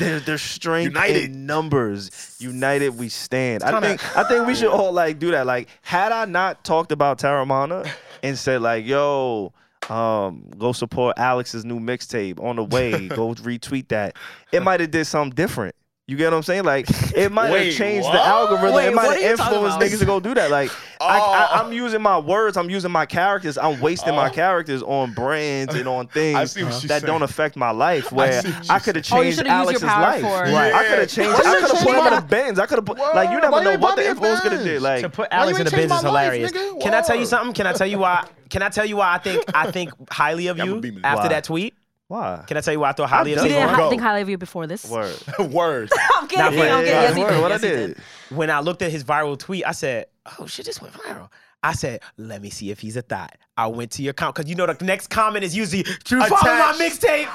There's there's strength United. in numbers. United we stand. I think I think we should all like do that. Like had I not talked about Taramana and said like, yo, um, go support Alex's new mixtape on the way. go retweet that. It might have did something different. You get what I'm saying? Like it might Wait, have changed what? the algorithm. Wait, it might what have are you talking influenced about? niggas to go do that. Like I, I, Oh. I'm using my words. I'm using my characters. I'm wasting my characters on brands and on things see what she's that saying. don't affect my life. Where see what I, she's could have saying. Oh, you changed should've used Alex's your power life. for it. I could have changed. I could have should've put him in a changed Benz. I could have put like you Why never you know ain't what buy the me a influence could have Benz? did. Like to put you Alex in ain't the changed business my life, hilarious. nigga? Can I tell you Word. something? Can I tell you why? Can I tell you why I think I think highly of Yeah, I'ma you beam it. after Why? that tweet? why? Can I tell you why I thought highly of You you? didn't Go. hi- think highly of you before this. Word. Word. I'm kidding. I'm Not kidding. Yeah, for- Yes, he word. did. What I Yes, he did. When I looked at his viral tweet, I said, "Oh shit, this went viral." I said, "Let me see if he's a thought." I went to your comment because you know the next comment is usually "You follow my mixtape."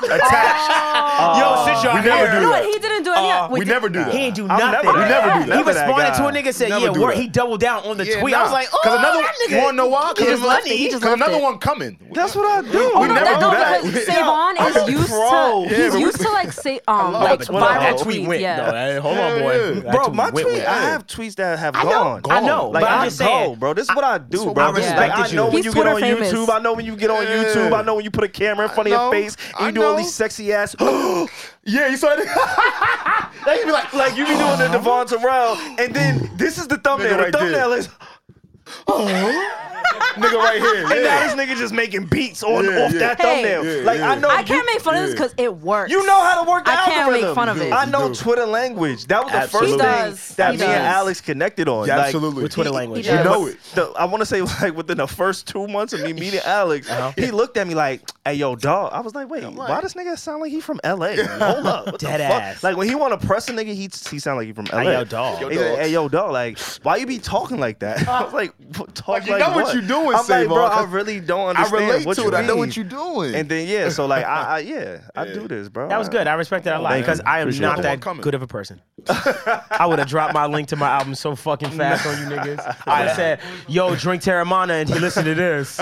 Oh. Yo, since y'all We never here, do No, that. and he didn't do any. Uh, wait, we did- never do that. He ain't do I'm nothing. never- we never do that. He Never that responded to a guy. nigga said, Never "Yeah, do word." that. He doubled down on the tweet. I was like, "Oh, because another that you nigga." wanna know why? He Because just left it. He just left another it. one coming. That's what I do. Oh We my never god, do no, that. because Savon I'm is a used pro. to Yeah, he's but used to like say um like it. Well, viral that tweet tweets. went, yeah. though. Hey, hold on, Hell boy. yeah. That Bro, tweet my went, tweet. went. I have tweets that have know. gone. I know, Like but I'm I just go, saying- bro. This is what I do, bro. I respected Like, I you. know when He's you get Twitter on famous. YouTube. I know when you get on Yeah. YouTube. I know when you put a camera in front of know. your face and I you do all know. these sexy ass. Yeah, you saw that? They be like, like you be doing the Devon Terrell, and then this is the thumbnail. Uh-huh. Nigga right the thumbnail there. is, nigga right here. and Yeah. now this nigga just making beats on Yeah, off yeah. that Hey. thumbnail. Yeah, like yeah. I know I you- can't make fun of this yeah. because it works. You know how to work the I can't algorithm. make fun of it. I know You do. Twitter language. That was Absolutely. the He first does. thing that He me and does. Alex connected on. Yeah, Like, absolutely. With Twitter He- language. yeah, You know but it. the- I want to say like within the first two months of me meeting Alex, Uh-huh. he looked at me like, "Hey, yo, dog." I was like, "Wait, why does nigga sound like he from LA?" Hold up, what Dead the fuck? ass. Like when he want to press a nigga, he he sound like he from LA. yo, dog. He said, Hey, yo, dog. Like, why you be talking like that? I was like, "What- "Talk Like, you know what you doing, I'm like, bro, Savon, I 'cause really don't I understand. relate what to you it. I know mean." what you're doing. And then yeah, so like, I, I yeah, I do this, bro. That was good. I respect that a lot Thank because you. I am Appreciate not it. that Coming. good of a person. I would have dropped my link to my album so fucking fast on you niggas. I said, "Yo, drink Terramana," and you listen to this.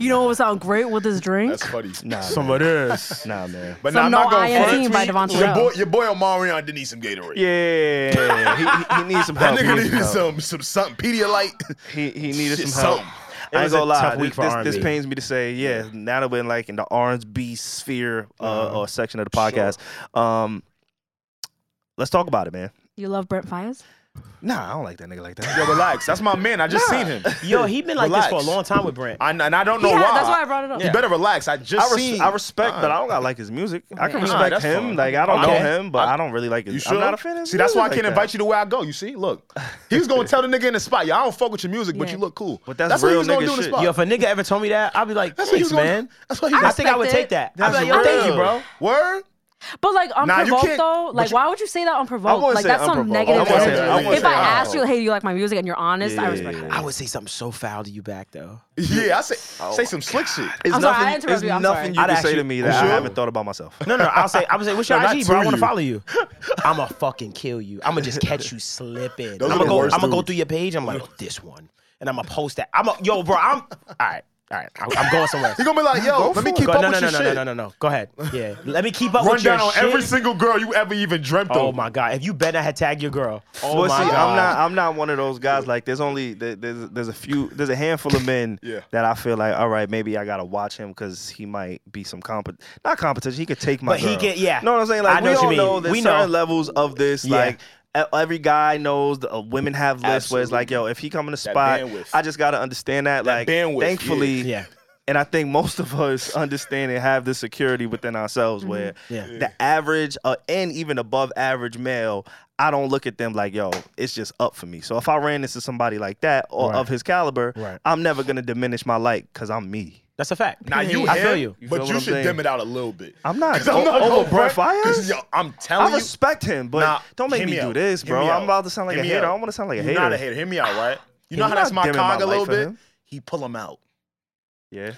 You know what would sound great with this drink? That's funny. Nah, Some of this. nah, man. But Some nah, I'm not No going I Am front. Team by Devontae Your boy, Rowe. your boy Omarion did need some Gatorade. Yeah, he, he, he needs some help. That He nigga needs needed some help. some some something Pedialyte. He, he needed Shit, some help. something. I ain't was a gonna lie. tough This- week for this, this, R&B. pains me to say. Yeah, now that we're in like in the R&B sphere uh, or section of the podcast, um, let's talk about it, man. You love Brent Fires? Nah, I don't like that nigga like that. Yo, relax. That's my man. I just seen him. Yo, he been like this Relax. for a long time with Brent. I, and I don't know yeah, why. that's why I brought it up. You better relax. I just I, res- seen. I respect, but I Alright. don't gotta like his music. I can Alright, respect that's him. fine. Like I don't Okay. know him, but I, don't really like his. You sure? I'm not a fan. Of his See, that's why I music can't like invite you to where I go. You see, look, he was gonna tell the nigga in the spot, "Yo, I don't fuck with your music, but Yeah. you look cool." But that's what he real was gonna nigga do in the shit. spot. Yo, if a nigga ever told me that, I'd be like, that's what he "Thanks, was gonna- man." That's what he. I think I would respect take that. it. I'd be That's like, "Yo, thank real. you, bro." Word. But like Nah, you unprovoked can't- though, like you- why would you say that I unprovoked? wouldn't Like say that's some unprovoked. negative I wouldn't say- energy. I wouldn't if say I asked you, unprovoked. hey, do you like my music, and you're honest, I Yeah, respect yeah, that. yeah. I would say something so foul to you back though. Yeah, I say say some slick shit. It's I'm sorry, I interrupted it's you. I'm nothing sorry. you I'd can ask say you- to me You that I sure? haven't thought about myself. No, no, I'll say, I would say, what's your not IG, bro? I to want you. to follow you. I'ma fucking kill you. I'ma just catch you slipping. Those are I'ma the go, worst I'ma go dudes. through your page. I'm like, oh, this one, and I'ma post that. I'ma, yo, bro. I'm all right, all right. I'm, I'm going somewhere. You gonna be like, "Yo, let me keep Go- up no, no, with no, your no, shit." no, no, no, no. Go ahead. Yeah, let me keep up Run with your down on shit. every single girl you ever even dreamt Oh of. my god! If you bet I had tagged your girl. Oh Well, my see, god! I'm not. I'm not one of those guys. Like, there's only there- there's there's a few there's a handful of men Yeah. that I feel like, all right, maybe I gotta watch him because he might be some compet not competition. He could take my. But he girl. can- yeah. No, I'm saying like I know we what you all know mean. there's We know. certain levels of this. Yeah. Like e- every guy knows the, uh, women have lists where it's like, yo, if he come in the spot, bandwidth. I just gotta understand that. like, bandwidth, yeah. thankfully, Yeah. and I think most of us understand and have this security within ourselves where Mm-hmm. Yeah. the average uh, and even above average male, I don't look at them like, yo, it's just up for me. So if I ran into somebody like that or Right. of his caliber, Right. I'm never gonna diminish my like because I'm me. That's a fact. Now you, I feel him, you. You feel but what you I'm should saying? dim it out a little bit. I'm not, I'm not over going Brent front, 'cause, Fires. Yo, I'm telling I you, respect him, but Nah, don't make hear me, out. do this, Hear bro. me I'm out. about to sound like Hear a me hater. out. I don't want to sound like a You're hater. not a hater. Hear me out, right? You know Yeah, how that's I'm my dimming my cog a light little for bit. him. He pull him out. Yeah,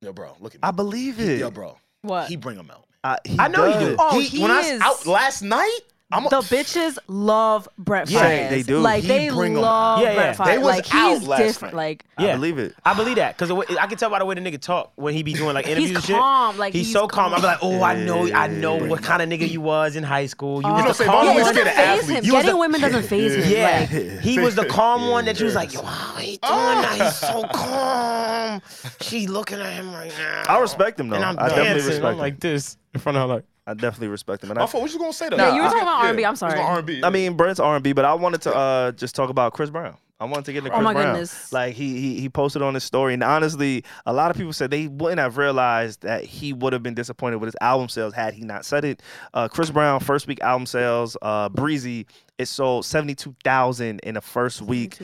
Yo, bro, look at me. I believe it. Yo, bro, What? he bring him out. I, he I know you does. do. Oh, he when is- I was out last night, I'm a, the bitches love Brent Yeah, Fires. they do. Like He they bring 'em love out. Yeah, yeah. Brent Fires. They was like out he's last different. night. Like I Yeah. believe it. I believe that because I can tell by the way the nigga talk when he be doing like interviews. and shit. calm, like, he's, he's so calm. I'm calm. like, oh, I know, I know what kind of nigga you was in high school. Oh. You was say, the Vonda calm yeah, was it one. scared doesn't of phase athlete. him. You was Getting the- women doesn't phase him. Yeah, Like, he was the calm one that you was like, wow, he doing that. He's so calm. She looking at him right now. I respect him though. And I'm I definitely dancing. respect I'm him. like this in front of her, like. I definitely respect him. And my I, fault. What you gonna say though? you were talking about R&B, I'm sorry. R and B. I mean, Brent's R and B, but I wanted to uh, just talk about Chris Brown. I wanted to get into Chris Oh my Brown. goodness. Like he, he he posted on his story, and honestly, a lot of people said they wouldn't have realized that he would have been disappointed with his album sales had he not said it. Uh, Chris Brown first week album sales, uh, Breezy, it sold seventy two thousand in the first week.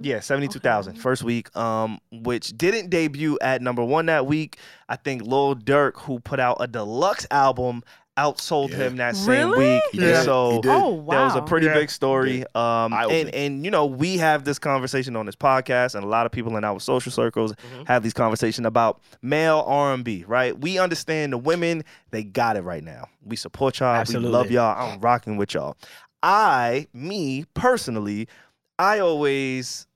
Yeah, 72,000 first week, um, which didn't debut at number one that week. I think Lil Durk, who put out a deluxe album, outsold him that same Really? week. did. And So He did. Oh that wow. was a pretty big story. Um, Eye-opening. and and you know we have this conversation on this podcast, and a lot of people in our social circles have these conversation about male R and B. Right? We understand the women; they got it right now. We support y'all. We love Absolutely. y'all. I'm rocking with y'all. I, me personally, I always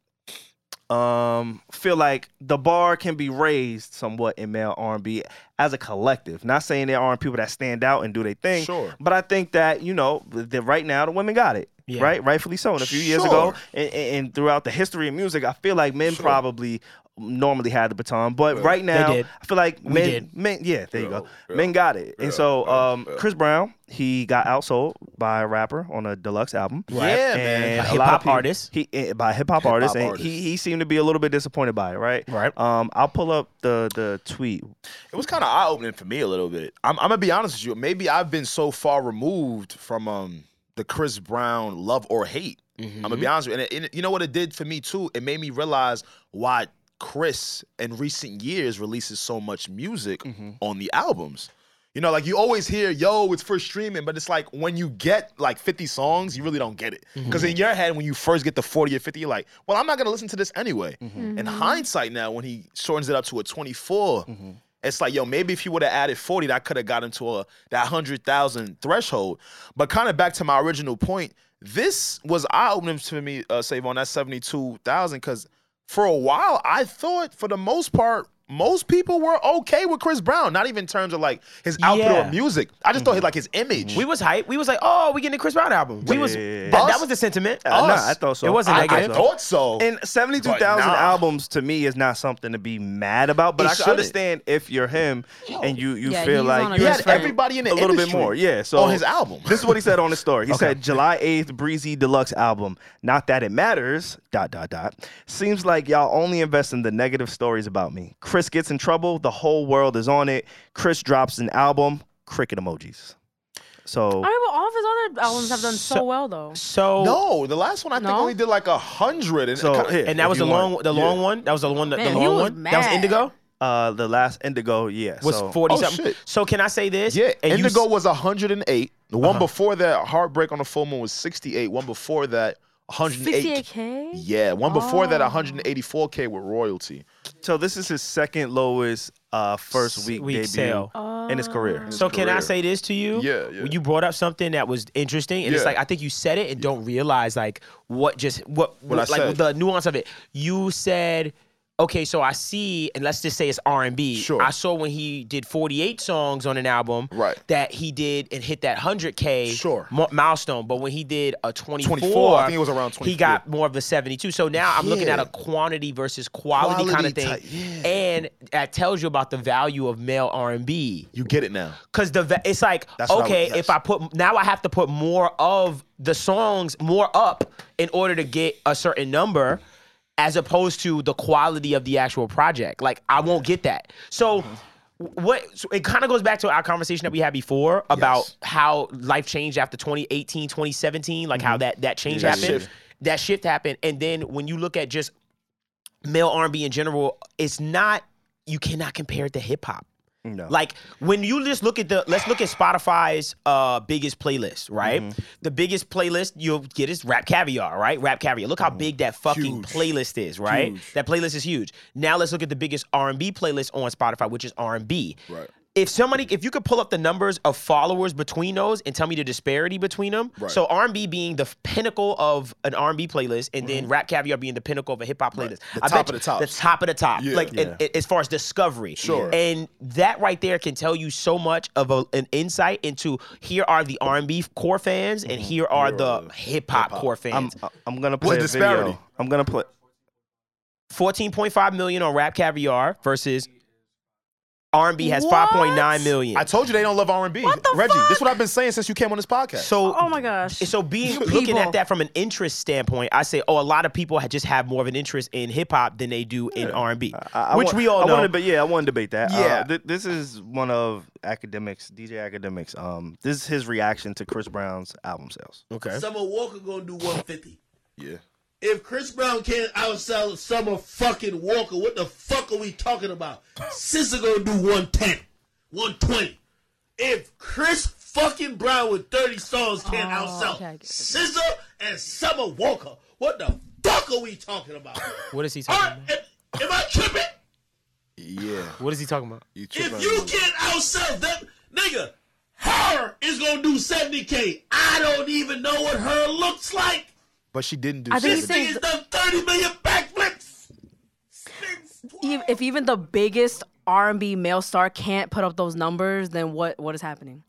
um feel like the bar can be raised somewhat in male R&B as a collective. Not saying there aren't people that stand out and do their thing, Sure. but I think that you know that right now the women got it. Yeah. Right, rightfully so. And a few years Sure. ago, and, and and throughout the history of music, I feel like men probably normally had the baton, but right now did. I feel like men, did. men, yeah, there you go, Yeah, men got it. yeah, and so, yeah, um, Chris Brown, he got outsold by a rapper on a deluxe album. Yeah, And man. a Hip lot hop of people- artist. He eh, by hip hop artist, and artist. he he seemed to be a little bit disappointed by it, right? Right. Um, I'll pull up the the tweet. It was kind of eye opening for me a little bit. I'm, I'm gonna be honest with you. Maybe I've been so far removed from um the Chris Brown love or hate. I'm gonna be honest with you. And, it, and you know what it did for me too? It made me realize why Chris in recent years releases so much music on the albums. You know, like you always hear, yo, it's for streaming, but it's like when you get like 50 songs, you really don't get it. Because in your head, when you first get the 40 or 50, you're like, well, I'm not gonna listen to this anyway. In hindsight now, when he shortens it up to a 24, It's like, yo, maybe if you would have added 40, that could have gotten to a that hundred thousand threshold. But kind of back to my original point, this was eye opening to me, uh, save on that 72,000, because for a while I thought for the most part, most people were okay with Chris Brown, not even in terms of like his output Yeah. or music. I just thought he like his image. Mm-hmm. We was hype. We was like, oh, we getting a Chris Brown album. We was Yeah. that, Us? that was the sentiment. Uh, nah, Us. I thought so. It wasn't I, I negative. thought so. And 72,000 But nah. albums to me is not something to be mad about, but It I can shouldn't. understand if you're him and you, you Yeah, feel he's on like he a you're different- had Chris Brown. everybody in the a little bit industry more. Yeah. So on his album. This is what he said on his story. He said July 8th, Breezy Deluxe album. Not that it matters. Dot dot dot. Seems like y'all only invest in the negative stories about me. Chris gets in trouble. The whole world is on it. Chris drops an album. Cricket emojis. So I mean, but all of his other albums have done so, So- well though. So no, the last one I think No? only did like a hundred. And So, here, and that if was you the long, want- the long one. That was the one, the, Man, the he long was one. That was mad. Indigo. uh, the last Indigo, yeah, Was so, forty Oh, something. shit. So can I say this? Yeah, And you Indigo s- was 108. The one before that, Heartbreak on the Full Moon was 68. One before that, 108. 68k. Yeah, one before that, Oh. 184K with royalty. So this is his second lowest uh, first week, Week debut sale. Oh. in his career. His So can I career. say this to you? Yeah, yeah. You brought up something that was interesting, and it's Yeah. like I think you said it and don't realize like what just what, What I like said. the nuance of it. You said. Okay, so I see, and let's just say it's R and B. Sure. I saw when he did forty-eight songs on an album, Right. That he did and hit that hundred K Sure. milestone. But when he did a twenty-four, 24, I think it was around He got more of the seventy-two. So now I'm looking Yeah. at a quantity versus quality, kind of Quality thing, type, yeah. and that tells you about the value of male R and B. You get it now. Cause the va- it's like what I okay, would- yes. if I put now I have to put more of the songs more up in order to get a certain number, as opposed to the quality of the actual project. Like I won't get that. So Mm-hmm. what so it kind of goes back to our conversation that we had before about Yes. how life changed after 2018, 2017, like how that that change Yeah, Mm-hmm. that happened, shift. that shift happened, and then when you look at just male R&B in general, it's not you cannot compare it to hip hop. No. Like when you just look at the let's look at Spotify's uh biggest playlist, right? The biggest playlist you'll get is Rap Caviar, right? Rap Caviar. Look how big that fucking playlist is, right? That playlist is Mm-hmm. huge. Now let's look at the biggest R&B playlist on Spotify, which is R&B. Right. If somebody if you could pull up the numbers of followers between those and tell me the disparity between them. So R&B being the pinnacle of an R&B playlist and then Rap Caviar being the pinnacle of a hip hop playlist. The I top bet of the you- The tops. top of the top. Like and- Yeah. and as far as discovery. Sure. And that right there can tell you so much of a, an insight into here are the R&B core fans and here are the hip hop core I'm, uh, fans. I'm gonna play What's a disparity? video. I'm gonna play. 14.5 million on Rap Caviar versus R&B has What? 5.9 million. I told you they don't love R&B. What the Reggie, this is fuck? what I've been saying since you came on this podcast. so Oh my gosh. so being looking people. at that from an interest standpoint, I say, oh, a lot of people had just have more of an interest in hip hop than they do in R and B, I- I which wa- we all I know. wanna deba- yeah, I want to debate that. Yeah, Yeah. uh, th- this is one of academics, DJ academics. Um, this is his reaction to Chris Brown's album sales. okay, Summer Walker gonna do 150. yeah. If Chris Brown can't outsell Summer fucking Walker, what the fuck are we talking about? Sister gonna do 110, 120. If Chris fucking Brown with 30 songs can't Oh, outsell okay, I get it. Scissor and Summer Walker, what the fuck are we talking about? what is he All talking? right, about? am, am I tripping? Yeah. What is he talking about? You tripping. If you can't outsell that nigga, her is gonna do 70k. I don't even know what her looks like. but she didn't do I think seven. he This thing has done 30 million backflips. Since Ev- if even the biggest R&B male star can't put up those numbers, then what what is happening?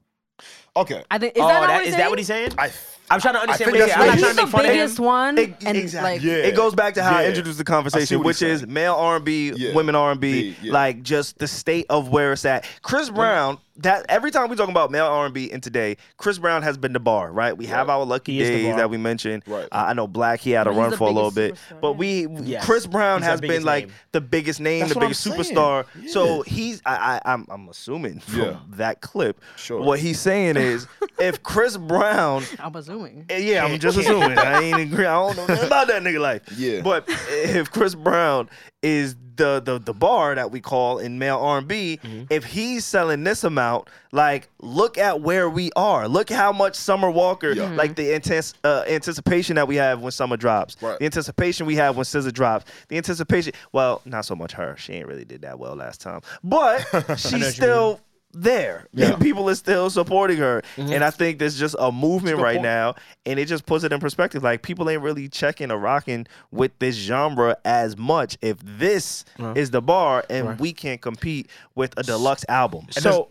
Okay. I think is oh, that not that- what he's is saying? that what he's saying? I, I'm trying to understand think what he's that's saying. what I'm not he- trying He's to the make fun of him. biggest one, It- and exactly. like Yeah. It goes back to how I Yeah. introduced the I see conversation, what which he's is saying. male R and B, Yeah. women R and B, Yeah, yeah. like just the state of where it's at. Chris Brown, that every time we talk about male R and B in today, Chris Brown has been the bar, right? We have our lucky He is the days bar. that we mentioned. Right. Uh, I know Black, he had a He's run the for a little bit, biggest superstar, but yeah. we, Yes. Chris Brown He's our has been biggest like name. the biggest name, That's the what I'm biggest saying. superstar. So he's, I, I, I'm, I'm assuming from Yeah. that clip, Sure. what he's saying is, if Chris Brown I'm assuming. Eh, Yeah, I'm just assuming. I ain't agree. I don't know nothing about that nigga life. Yeah. But if Chris Brown is the the the bar that we call in male R&B. If he's selling this amount, like look at where we are. Look how much Summer Walker, like the intense uh, anticipation that we have when Summer drops, Right. the anticipation we have when SZA drops, the anticipation. Well, not so much her. She ain't really did that well last time, but she's still. There, and people are still supporting her, Mm-hmm. and I think there's just a movement right now, and it just puts it in perspective. Like people ain't really checking or rocking with this genre as much. If this is the bar, and we can't compete with a deluxe album, so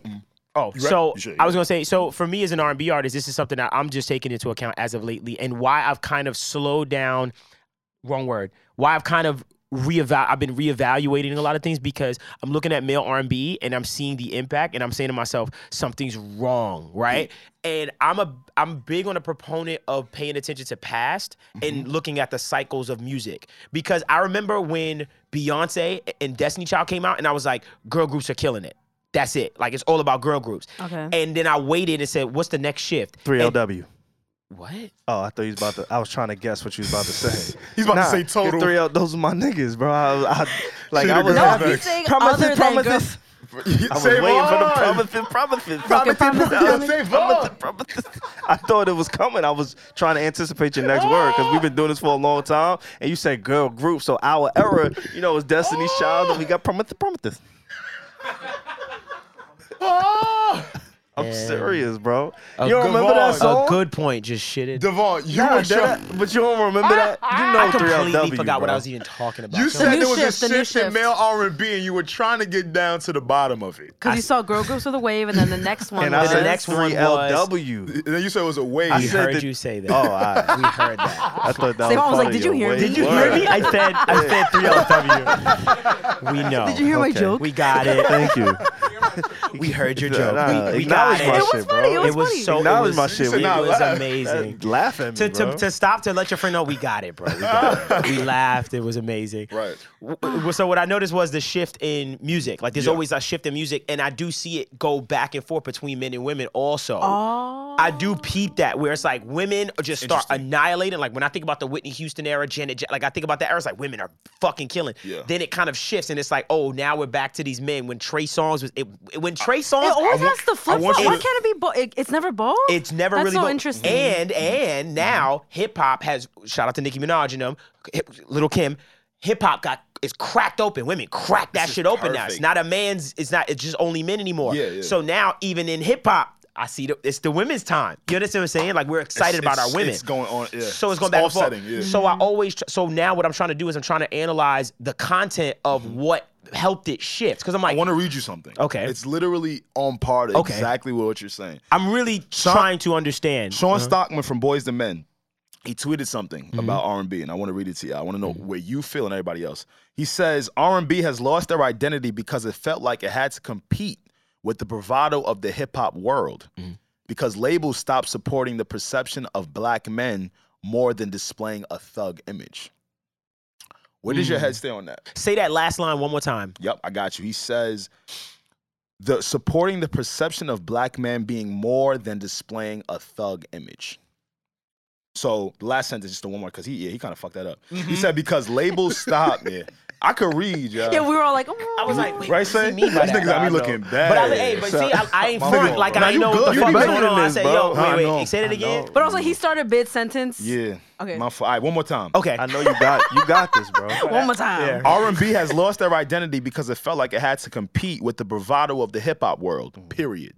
oh so mm. You should, i was gonna say so for me as an r&b artist this is something that i'm just taking into account as of lately and why i've kind of slowed down wrong word why i've kind of reeval i've been reevaluating a lot of things because i'm looking at male r&b and i'm seeing the impact and i'm saying to myself something's wrong right and i'm a i'm big on a proponent of paying attention to past Mm-hmm. and looking at the cycles of music because i remember when beyonce and destiny child came out and i was like girl groups are killing it that's it. Like it's all about girl groups. Okay. And then I waited and said, "What's the next shift?" three And- LW. What? Oh, I thought he was about to. I was trying to guess what you was about to say. He's about to Nah, say total. Three L. Those are my niggas, bro. I, I, like I Should've was grabbed having- No, he's saying other promises, than promises. I was Say waiting for the Vaughn. promises, promises, promises, promises, promises, Say Vaughn. promises. I thought it was coming. I was trying to anticipate your next word because we've been doing this for a long time. And you said girl group, so our era, you know, is Destiny's Oh. Child, and we got promises, promises. Oh. I'm serious, bro. You don't remember Vaughn. that song? A good point. Just shitted. Devon, you Nah, were that- trying. but you don't remember that. You know, I completely 3LW, forgot what bro. I was even talking about. You So- said new there was shift, the a new shift, in shift. male R and B, and you were trying to get down to the bottom of it. Because you saw girl groups with a wave, and then the next one. And I was, said next one was- 3LW. And then you said it was a wave. I we said heard that- you say that. Oh, I, we heard that. I thought that was. Savon was like, funny, "Did you yo. hear me? Wait, Did you word. I said. I said three LW. We know. Did you hear my Okay. joke? We got it. Thank you. We heard your joke. Nah, we we acknowledge got it. my It was shit, funny, bro. was it was funny. so. It Acknowledge was, my shit. It We- was laugh. amazing. Laugh at me, To, to, bro. to stop to let your friend know we got it, bro. We, got it. we laughed. It was amazing. Right. W- w- so what I noticed was the shift in music. Like there's always a shift in music, and I do see it go back and forth between men and women. Also, I Oh. do peep that where it's like women are just start annihilating. Like when I think about the Whitney Houston era, Janet, Ja- like I think about that era, it's like women are fucking killing. Yeah. Then it kind of shifts, and it's like, oh, now we're back to these men. When Trey Songz was, it, it- when Trey Songz, It always I- has to flip want flop. you Why to- can't it be both? It, it's never both. it's never That's really so go- interesting. And and now hip hop has shout out to Nicki Minaj and them, hip, Little Kim. Hip hop got is cracked open. Women crack that shit open now. It's perfect. not a man's. It's not. It's just only men anymore. Yeah, yeah. So now even in hip hop, I see the, it's the women's time. You understand what I'm saying? Like we're excited about It's- our women. It's going on. Yeah. So it's going back and forth. offsetting, Yeah. So I always tr- so now what I'm trying to do is I'm trying to analyze the content of Mm-hmm. what helped it shift because I'm I like want to read you something. Okay. It's literally on par to Okay. exactly what you're saying. I'm really trying to understand. Uh-huh. Sean Stockman from Boys to Men, he tweeted something about R&B, and I want to read it to you. I want to know where you feel and everybody else. He says R&B has lost their identity because it felt like it had to compete with the bravado of the hip hop world, because labels stopped supporting the perception of black men more than displaying a thug image. Where does your head stay on that? Say that last line one more time. Yep, I got you. He says the supporting the perception of black men being more than displaying a thug image. So the last sentence, just the one more, because he yeah, he kind of fucked that up. Mm-hmm. He said because labels stop. Yeah, I could read, yeah. yeah, we were all like, I was like, wait, Right, what does he say? mean by These that? niggas got me I don't looking know. bad. But I was, hey, but So- see, I, I ain't My front. bad. Like, Nah, I you know good. what the You fuck be was better going than on. I this, said, bro. yo, I wait, wait, know. wait, say that I again. know. but also he started bid sentence. yeah. Okay. My, fa- all right, one more time. Okay. I know you got you got this, bro. One more time. R&B has lost their identity because it felt like it had to compete with the bravado of the hip hop world. Period.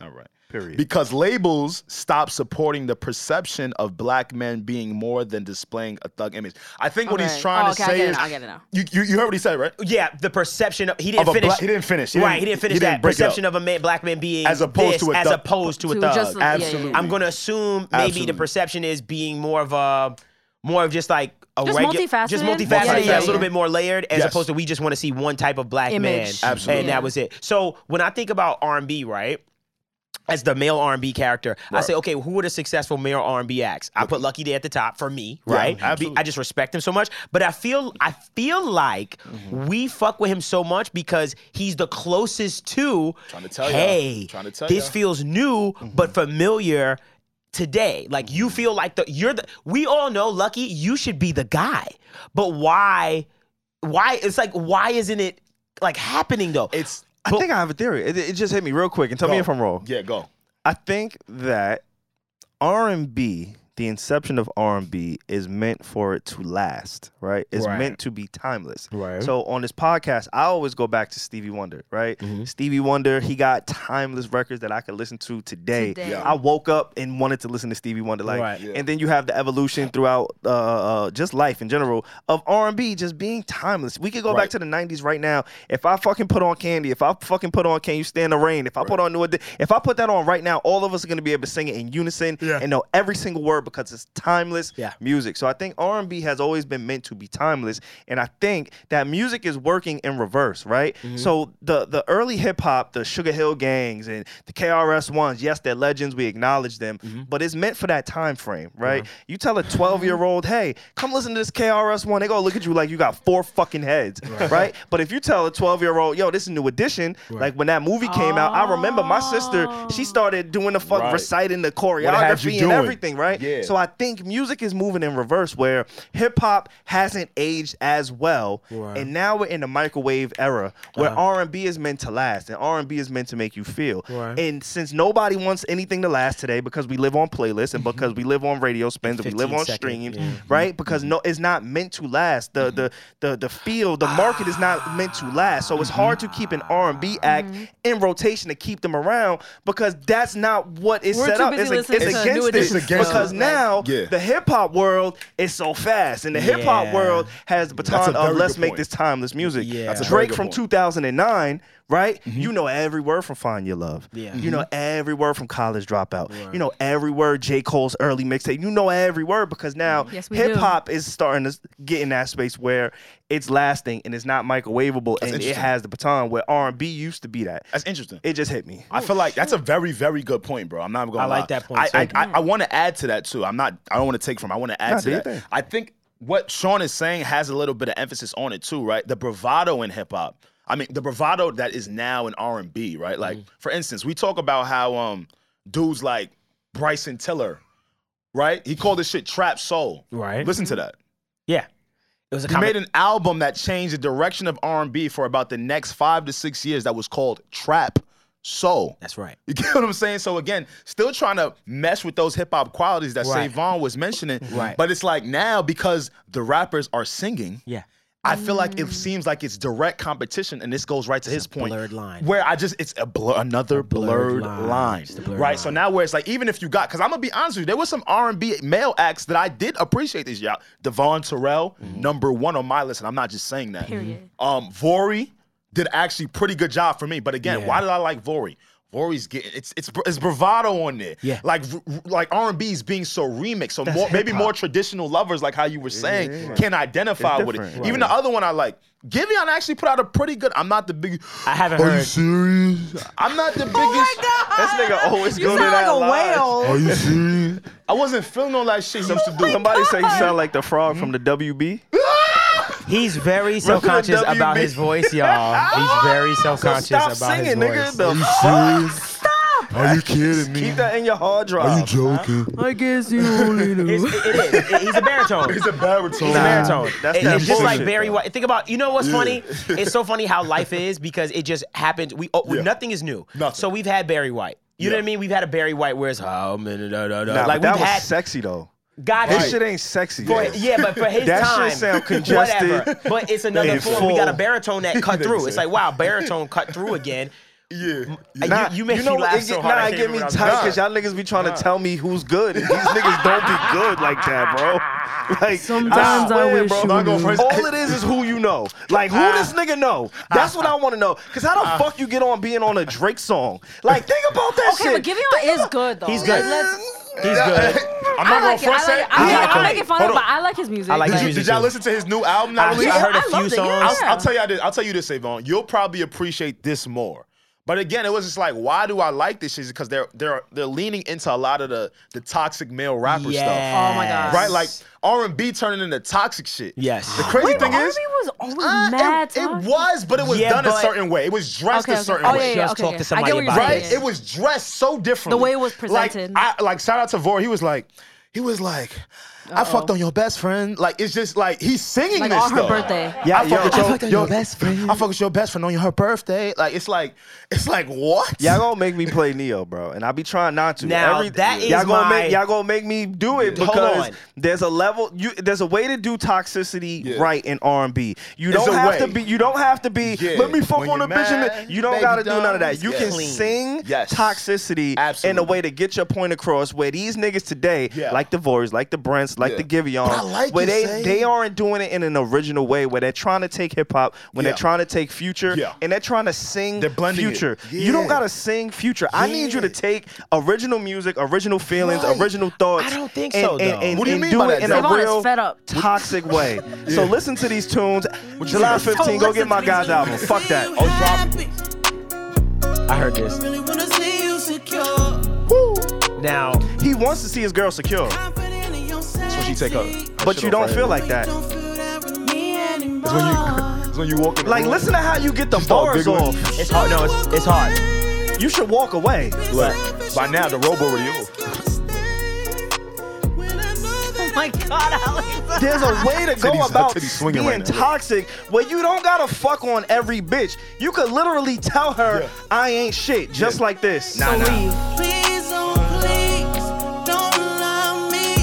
All right. Period. Because labels stopped supporting the perception of black men being more than displaying a thug image. I think what he's Okay. trying Oh, to okay, I say get it is now, I get it now. You, you you heard what he said, right? Yeah, the perception of he didn't Of a finish. black- he didn't finish. He right, didn't- he didn't he finish didn't that break it up. perception of a man, black man being As opposed this, to a as thug. opposed to a To thug. just- yeah, yeah, yeah. Absolutely. I'm gonna assume maybe the Absolutely. perception is being more of a more of just like a Just regular, multifaceted? just multifaceted, Yeah, yeah, yeah, yeah. a little bit more layered, as Yes. opposed to we just want to see one type of black Image. man, Absolutely. and that was it. So when I think about R&B, right? as the male R&B character, I say, okay, who are the successful male R&B acts? I put Lucky Day at the top for me, right? Be- absolutely. I just respect him so much, but I feel I feel like Mm-hmm. we fuck with him so much because he's the closest to. Tryna tell ya. hey, Tryna tell this ya. feels new but familiar today. Like you feel like the you're the. We all know, Lucky, you should be the guy, but why? why it's like why isn't it like happening though? It's I think I have a theory. It, it just hit me real quick, and tell me if I'm wrong. yeah, go. I think that R and B, the inception of R and B, is meant for it to last, right? It's Right. meant to be timeless. Right. So on this podcast, I always go back to Stevie Wonder, right? Stevie Wonder, he got timeless records that I could listen to today. Today. Yeah. I woke up and wanted to listen to Stevie Wonder, like, Right. Yeah. and then you have the evolution throughout uh, uh, just life in general of R and B just being timeless. We could go back to the '90s right now. If I fucking put on Candy, if I fucking put on Can You Stand the Rain, if I put on New Edi- if I put that on right now, all of us are gonna be able to sing it in unison and know every single word because it's timeless Yeah. music. So I think R and B has always been meant to be timeless, and I think that music is working in reverse, right? Mm-hmm. So the the early hip hop, the Sugar Hill Gangs and the KRS Ones, yes, they're legends. We acknowledge them, Mm-hmm. but it's meant for that time frame, right? Uh-huh. You tell a twelve year old, hey, come listen to this KRS One, they gonna look at you like you got four fucking heads, right? But if you tell a twelve year old, yo, this is New Edition, like when that movie came out, I remember my sister, she started doing the fuck Right. reciting the it had choreography you and doing. everything, right? Yeah. So I think music is moving in reverse where hip hop hasn't aged as well, and now we're in the microwave era where Uh-huh. R and B is meant to last and R and B is meant to make you feel. Right. And since nobody wants anything to last today because we live on playlists and because we live on radio spins and we 15 live on second, streams, Mm-hmm. yeah. Mm-hmm. right? Because no, it's not meant to last. The the the the field, the market is not meant to last. So it's Mm-hmm. hard to keep an R and B act Mm-hmm. in rotation to keep them around because that's not what is We're set too up. busy It's, ag- listening it's to against New it Edition against because it. now Yeah. the hip hop world is so fast, and the hip hop Yeah. world has the baton very of good let's make point. this timeless music. Yeah. That's a very Drake good from point. Mm-hmm. 2009, right? You know every word from Find Your Love. Yeah. You know every word from College Dropout. You know every word J Cole's early mixtape. You know every word because now Mm-hmm. Yes, we do. hip hop is starting to get in that space where it's lasting and it's not microwavable and it interesting. has the baton where R and B used to be that. That's interesting. It just hit me. I feel like that's a very, very good point, bro. I'm not going. Oh, I like that point, I, I, too. I, I want to add to that too. I'm not. I don't want to take from. I want to add Nah, to do your that. thing. I think what Sean is saying has a little bit of emphasis on it too, right? The bravado in hip hop. I mean, the bravado that is now in R and B, right? Mm-hmm. Like, for instance, we talk about how um dudes like Bryson Tiller, right? He called this shit trap soul. Right. Listen to that. yeah. It was a He made an album that changed the direction of R and B for about the next five to six years. That was called trap soul. That's right. You get what I'm saying? So again, still trying to mesh with those hip hop qualities that Right. Savon was mentioning. Right. But it's like now because the rappers are singing, Yeah. I feel like Mm. it seems like it's direct competition, and this goes right to his point. blurred line. Where I just it's a blur, another blurred, blurred line. line, It's the blurred right? So line. now where it's like even if you got, because I'm gonna be honest with you, there was some R and B male acts that I did appreciate this year. Devon Terrell, Mm-hmm. number one on my list, and I'm not just saying that. Period. Um, Vori did actually pretty good job for me, but again, why did I like Vori? Vori's getting it's it's bra- it's bravado on there, Yeah. Like r- r- like R and B is being so remixed, so more, maybe more traditional lovers, like how you were saying, can identify It's with it. different. Even the other one I like, Giveon actually put out a pretty good. I'm not the big. I haven't Are you heard. serious? I'm not the biggest. Oh my God. This nigga always Ah, You go sound to like that a line. whale. Are you serious? I wasn't feeling all that shit. Used to do. Somebody say you sound like the frog from the Mm-hmm. WB. He's very self conscious WB. about his voice, y'all. He's very self conscious Stop about singing, nigga. his voice. The Are you kidding me? Keep that in your hard drive. joking? I guess you only It's, it, it is. It- he's a baritone. It's a baritone. He's a baritone. that's It- that it's just like bullshit, Barry though. White. Think about you know what's funny? It's so funny how life is because it just happened. We, oh, nothing is new. Nothing. So we've had Barry White. You know what I mean? We've had a Barry White where it's how many da, da, da. Nah, but like that we've was had sexy though. got This you. shit ain't sexy. For- though. yeah, but for his That shit time, sound congested. Whatever. But it's another And form. We got a full. baritone that cut through. It's like wow, baritone cut through again. Yeah. And Nah, you, you make know me what? laugh it so get, hard. I Nah, can't it get me remember what I was tight because y'all niggas be trying to tell me who's good. And these niggas don't be good like that, bro. Like Sometimes I swear, wish bro. you Nah, I go knew. first. All it is is who you know. Like who Ah. this nigga know? That's what I want to know. Cause how the fuck you get on being on a Drake song? Like think about that Okay, shit. but Giveon is good though. He's good. Let's- He's good. I'm I not like it. gonna I front like it. say. I mean, like I'm it. making fun Hold of, it, on. but I like his music. I like his Did, you, music. did y'all listen to his new album? Not I- released? I heard a I few loved it, yeah. songs. I'll, I'll tell you this. I'll tell you this, Avon. You'll probably appreciate this more. But again, it was just like, why do I like this shit? Because they're they're they're leaning into a lot of the the toxic male rapper Yes. Oh my God. stuff, right? Like R and B turning into toxic shit. Yes. The crazy Wait, thing Harvey is, was always uh, mad. it, it toxic. was, but it was Yeah, done but- a certain way. It was dressed Okay, a okay. certain Oh, way. yeah, yeah, Just okay, talk yeah. to somebody I get what you're about saying. Right? It was dressed so differently. The way it was presented. Like, I, like shout out to Vor. He was like, he was like, I fucked on your best friend. Like it's just like he's singing Like this on her stuff. birthday. Yeah, I fucked yo, with I your, fucked on your best friend. I fucked with your best friend on your her birthday. Like it's like it's like what? Y'all gonna make me play Neo, bro, and I be trying not to. Now, that is y'all gonna my- make y'all gonna make me do it Hold because on. there's a level you there's a way to do toxicity right in R and B. You It's don't a have to way. be you don't have to be Yeah. let me fuck When on a you're bitch and mad, th-" you don't baby gotta do none of dumb, that. You yeah. can Clean. sing Yes. toxicity in a Absolutely. way to get your point across where these niggas today, Yeah. like the Vories, like the Brents, like Yeah. the Giveon, But I like where you they saying- they aren't doing it in an original way where they're trying to take hip hop, when Yeah. they're trying to take future, Yeah. and they're trying to sing They're blending it. future. You don't Yeah. gotta sing future. I need you to Yeah. take original music, original feelings, Right. original thoughts. I don't think and- so, and- though. and- What do you and mean do by it that, in Devon? a Devon is real fed up. toxic way. So listen to these tunes. July 15, go get listen my to guys these album. Fuck that. Oh, drop. I heard this. Really wanna see you secure. Now, He wants to see his girl secure, Confident in yourself. That's When she take up. but you don't feel like that. Don't feel that with me anymore. It's when you it's when you walk in. the Like, room. listen to how you get the start bars giggling. off. it's hard. No, it's, it's hard. You should walk away. Look, by now the robo renewal. Oh my God, Alex. There's a way to go Titties- her about titties swinging being right now. toxic where you don't gotta fuck on every bitch. You could literally tell her, Yeah. I ain't shit, just like this. So leave. Please don't please don't love me.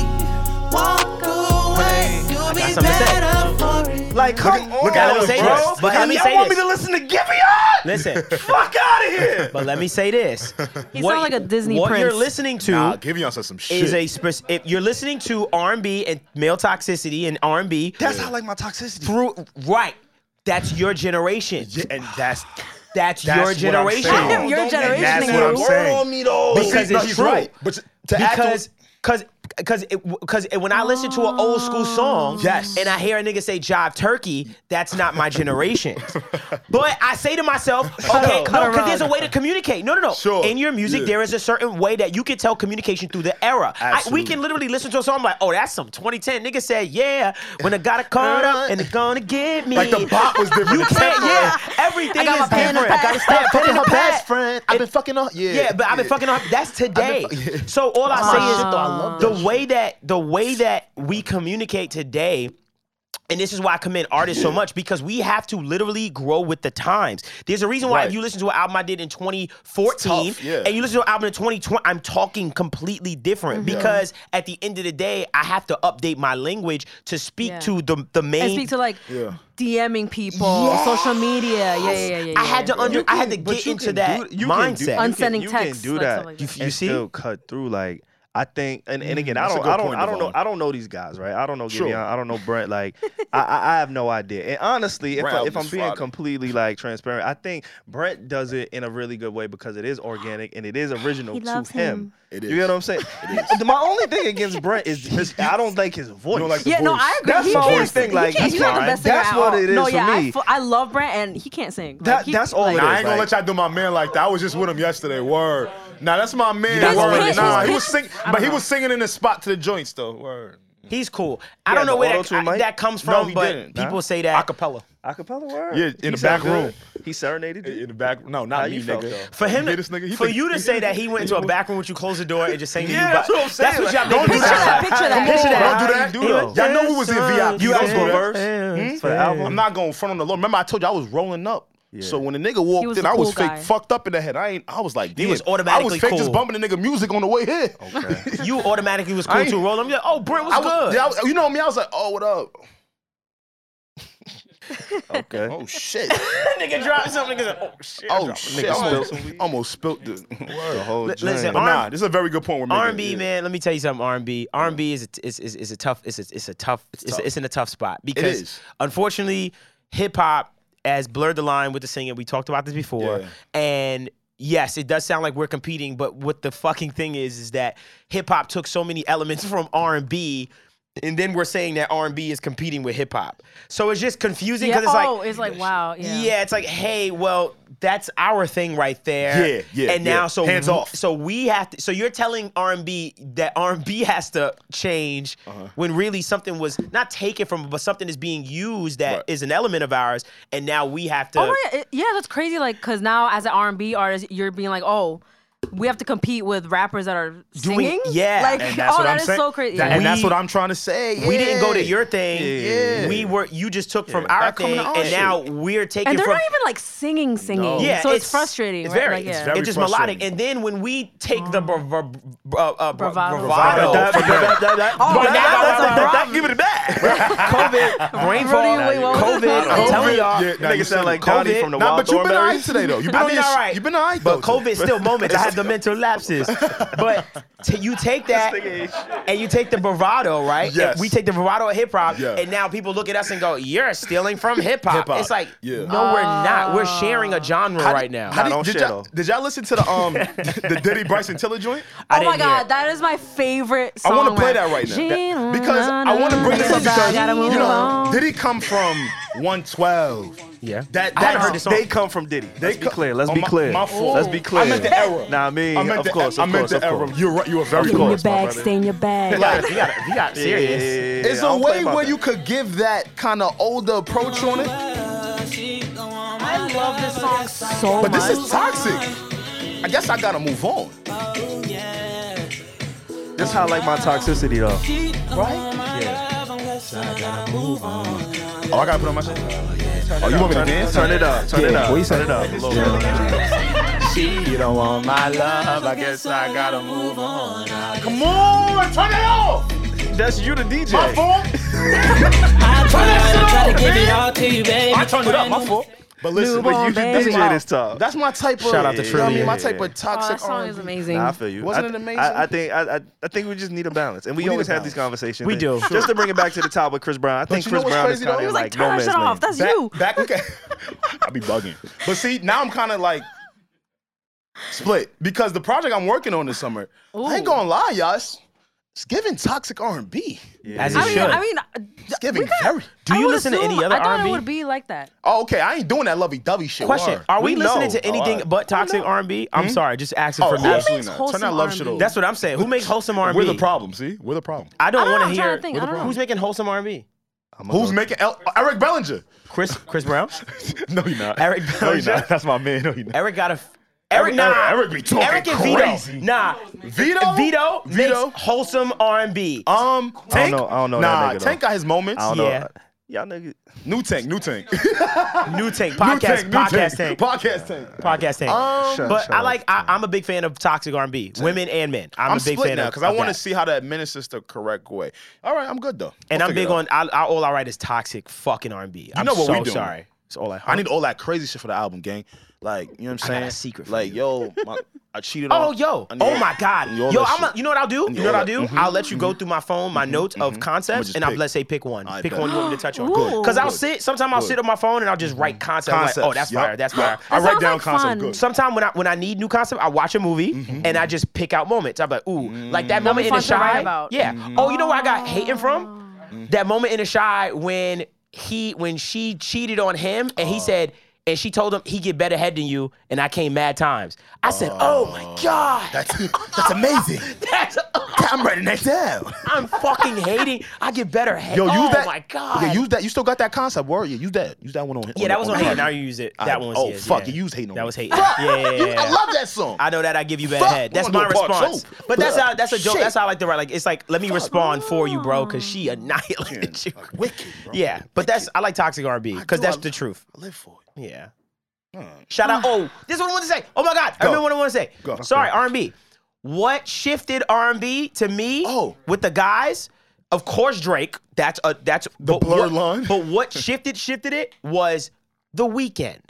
Walk away. You'll be got something to say. better for it. Like, come on, look at him say bro. this. Look at And him y'all say want this. me to listen to Giveon? Listen, Fuck out of here. but let me say this. He sound like a Disney What prince. you're listening to Nah, Giveon said some shit. is a spec- if you're listening to R&B and male toxicity and R&B That's how I like my toxicity. through right. That's your generation. Yeah, and that's That's, that's your what I'm generation. saying. Damn, your Don't- and generation That's is what I'm you. saying. on me though. But Because see, no, it's he's true. right. But to, to act on- because because because because when I listen to an old school song, Yes. and I hear a nigga say "jive turkey," that's not my generation. but I say to myself, okay, Cut no, a rug. because there's a way to communicate. No, no, no. Sure. In your music, Yeah. there is a certain way that you can tell communication through the era. I, we Absolutely. can literally listen to a song I'm like, oh, that's some 2010 nigga said, yeah, when I got a caught up and they gonna get me. like the bop was different. you can't, yeah, everything I got my is pen in different. the I gotta stop putting her best friend. I've been fucking her. yeah, but I've been fucking up. That's today. So all I That's say my is shit, though. I love the way that the way that we communicate today. And this is why I commend artists so much because we have to literally grow with the times. There's a reason why Right. if you listen to an album I did in 2014 It's tough, yeah. and you listen to an album in 2020, I'm talking completely different Mm-hmm. because at the end of the day, I have to update my language to speak Yeah. to the the main. And speak to like DMing people, social media. Yeah, yeah, yeah. yeah, yeah I had to yeah. under. I had to But get you into can that do- you can do- mindset. you can- Unsending you texts, can do like that. stuff like that. You, You and see? still cut through. Like I think, and, and again, I Mm, that's a don't, good I don't, point, I don't know, Devon. I don't know these guys, right? I don't know Sure. Gideon, I don't know Brent. Like I, I, I have no idea. And honestly, if, I, Round if I'm is being Friday. completely like transparent, I think Brent does it in a really good way because it is organic and it is original He to loves him. him. It You is. know what I'm saying? My only thing against Brent is his, I don't like his voice. like the Yeah, no, voice. I agree. That's he my can't only sing. thing, He like, can't- that's he's not the fine. best singer That's at what all. it is no, for yeah, me. I, fu- I love Brent, and he can't sing. Like, That- he- that's all it like, Nah, I ain't gonna Like- let y'all do my man like that. I was just with him yesterday. Word. Nah, that's my man. That's Word. what it is. Nah, he His was singing, I but he don't was singing in the spot to the joints though. Word. He's cool. I had don't know the where that, auto-tune I- mic? that comes No, from, he but didn't. people Nah. say that Acapella. Acapella word. Yeah, in He the sound back good. room. He serenaded you. In the back. No, How not me, you felt, though? nigga. for him, You hear this nigga? He for think- you to say that he went into a back room with you, closed the door, and just sang to Yeah, you. that's but- what I'm saying. That's what y'all Like, been don't do doing. that. Picture that. Picture Picture that. that. Don't do that. Y'all know we was in VIP. You Don't guys do go that. verse for the I'm album. not going to front on the Lord. Remember, I told you I was rolling up. So when the nigga walked was in, the I was cool fake guy. fucked up in the head. I ain't. I was like, damn. was I automatically was fake cool. just bumping the nigga music on the way here. You automatically was I cool ain't- to roll. I'm like, oh, Brent was I good. was, yeah, I was- you know me. I was like, oh, what up? Okay. Oh shit. nigga dropped something. Nigga said, oh oh shit. shit. nigga Almost, spilled some weed. almost spilt the. The whole Li- listen, joint. But R- nah, this is a very good point. We're making. R&B, Yeah. man. Let me tell you something. R&B, R&B is a, is, is, is a tough. It's a, it's a tough. It's, tough. it's in a tough spot because is. unfortunately, hip hop has blurred the line with the singing. We talked about this before, Yeah. and. Yes, it does sound like we're competing, but what the fucking thing is is that hip hop took so many elements from R and B, and then we're saying that R and B is competing with hip hop. So it's just confusing because Yeah, it's like, oh, it's like wow. yeah. Yeah. it's like, hey, well, that's our thing right there. Yeah, yeah, And now, yeah. so Hands we- off. So we have to. So you're telling R and B that R and B has to change Uh-huh. when really something was not taken from, but something is being used that is Right. an element of ours, and now we have to. Oh my, it- yeah, that's crazy. Like, cause now as an R and B artist, you're being like, oh, we have to compete with rappers that are Doing- singing. yeah. like And that's oh, what I'm that is saying. so crazy. That- Yeah. and that's We- what I'm trying to say. We didn't go to yeah. your thing. Yeah. We were you just took from Yeah, our not coming thing, to and our shit. now we're taking and they're from. not even like singing, singing. No. yeah, so it's, frustrating. It's right? very, Like, Oh. it's, yeah. Mm. very just frustrating. melodic. And then when we take the bra- bra- bra- uh, bra- Bravado. bravado, That- from that- that- that- that- that's a that- that- problem. Give it back. COVID, rainfall, Rodeo, wait, what was it? COVID. I'm telling y'all, Yeah, nah, Nigga you sound like stupid. Donnie from the Nah, Wild but you've been alright Thornberries. today though. You've been I've on been your all sh- right. You've been alright But though. COVID still moments. I had the mental lapses. But t- you take that and you take the bravado, right? And Yes. we take the bravado of hip hop, Yeah. and now people look at us and go, "You're stealing from hip hop." Hip-hop. It's like, Yeah. no, we're not. We're sharing Ah. a genre How did- right now. how Nah, don't did, did, share, y'all, though. did y'all listen to the um the Diddy Bryson Tiller joint? I oh my didn't hear God, it. that is my favorite I song. want to play right- that right now Gina, That- because I want to bring this up I because gotta move you know on. Diddy come from 112. yeah. That I haven't that heard this song. They come from Diddy. Let's be co- clear. Let's Oh, be my- clear. my fault. Let's be clear. I meant the era. Nah, I mean, I meant of the- course, I of meant course, the of era. course. You're right. You were very Stay in your close. bag, stay in your bag. Like, You got, you got Yeah, serious. yeah, yeah, yeah, it's yeah. I a don't play way about where that. you could give that kind of older approach on it, I love this song so but much. this is toxic. I guess I gotta move on. That's how I like my toxicity though. Oh, I gotta put on my shit. Oh, you want me to dance? Turn it up. Turn it Yeah, up. we turn it up. a little bit. You don't want my love. I guess I gotta move on. Come on, turn it off. That's you, the DJ. My fault. I turned it up. My fault. But listen, But you, the Newborn baby. DJ this time. that's my type of. Shout out to You know what I mean? My Trillian. type of oh, toxic. that song is amazing. Nah, I feel you. Wasn't I, it amazing? I, I think I, I, I think we just need a balance, and we, need always a have these conversations. We And do. Just to bring it back to the top with Chris Brown, I think you know Chris what's Brown is crazy, though? kind He of was It's like like, no turn that man's shit off. land. That's back, you. Back, okay. I be bugging. But see, now I'm kind of like split because the project I'm working on this summer, I ain't gonna lie, y'all, it's, it's giving toxic R&B. As it I mean, should. I mean, uh, It's giving very. Do I you would listen to assume- any other I thought R&B? it would be like that. Oh, okay. I ain't doing that lovey-dovey shit. Question: word. Are we, listening know. to anything Oh, but toxic R&B? I'm sorry, just asking Oh, for me. absolutely makes not. Turn that love wholesome shit R&B? over. That's what I'm saying. Who make wholesome R&B? We're the problem. See, we're the problem. I I don't don't want know, I'm to trying hear. to think. I don't know. Who's making wholesome R&B? Who's making El- Eric Bellinger? Chris Chris Brown. no, you're not. Eric No, you're Bellinger. not. That's my man. No, you're not. Eric got a. F- Eric, nah. Eric- Eric be talking Eric and crazy. Vito. Nah. Vito. Vito, Vito. makes wholesome R&B. Um, Tank. know- I don't know that Nah, nigga, though. Tank got his moments. I don't know. Yeah. Y'all niggas. New Tank. New Tank. New Tank podcast. New Um, tank, new podcast tank. tank. Podcast tank. Podcast tank. Shut- but shut I up. like. I, I'm a big fan of toxic R&B, women and men. I'm, I'm a big split fan now of because I of want to that. see how to administer this the correct way. All right, I'm good though. And I'll I'm figure big it out. on. I, I, all I write is toxic fucking R&B. You I'm know what so we doing. sorry. It's all I. I need all that crazy shit for the album, gang. Like, you know what I'm I got saying? a secret for like, you. yo, my, I cheated on. Oh yo! I need Oh all- my God! I need all Yo, that I'm. A, shit. you know what I'll do? need You know what all I'll do? that. Mhm, I'll let you go through my phone, my notes of concepts, Mm-hmm. just and I'll pick. let's say pick one. I pick bet. one you want me to touch on. Good. Because I'll Good. sit. Sometimes I'll sit on my phone and I'll just write concepts. I'm like, oh, that's Mm-hmm. Yup. fire. That's fire. I That write sounds down like concept. fun. Good. Sometimes when I when I need new concept, I watch a movie Mm-hmm. and I just pick out moments. I'm like, ooh, Mm. like that moment in fun the to write shy. about. Yeah. Mm-hmm. Oh, you know where I got hating from? That moment in the shy when he when she cheated on him and Uh. he said and she told him he get better head than you and I came mad times. I said, oh my god, Uh. That's, that's amazing. that's I'm writing that down. I'm fucking hating. I get better head. Yo, use oh that. my god. Yeah, use that. You still got that concept, word? Yeah, use that. Use that one on. Yeah, on that the- was on on the hating. Now project. you use it. That I- one. oh, yes, fuck, yeah. you used hating on That me. was hating. yeah, yeah, You- yeah. I love that song. I know that I give you bad Fuck, head. That's we wanna my do a part response. two. But that's Fuck. how that's a joke. Shit. That's how I like to write. Like it's like let me respond for you, bro, because she annihilated you. Wicked, bro. Yeah, but that's I like toxic R&B because do, that's I- the truth. I live for it. Yeah. Shout out. Oh, this is what I want to say. Oh my God, I Go. remember what I want to say. Go. Sorry, R&B. What shifted R&B to me? Oh. with the guys. Of course, Drake. That's a that's the blurred line. But what shifted shifted it was the weekend,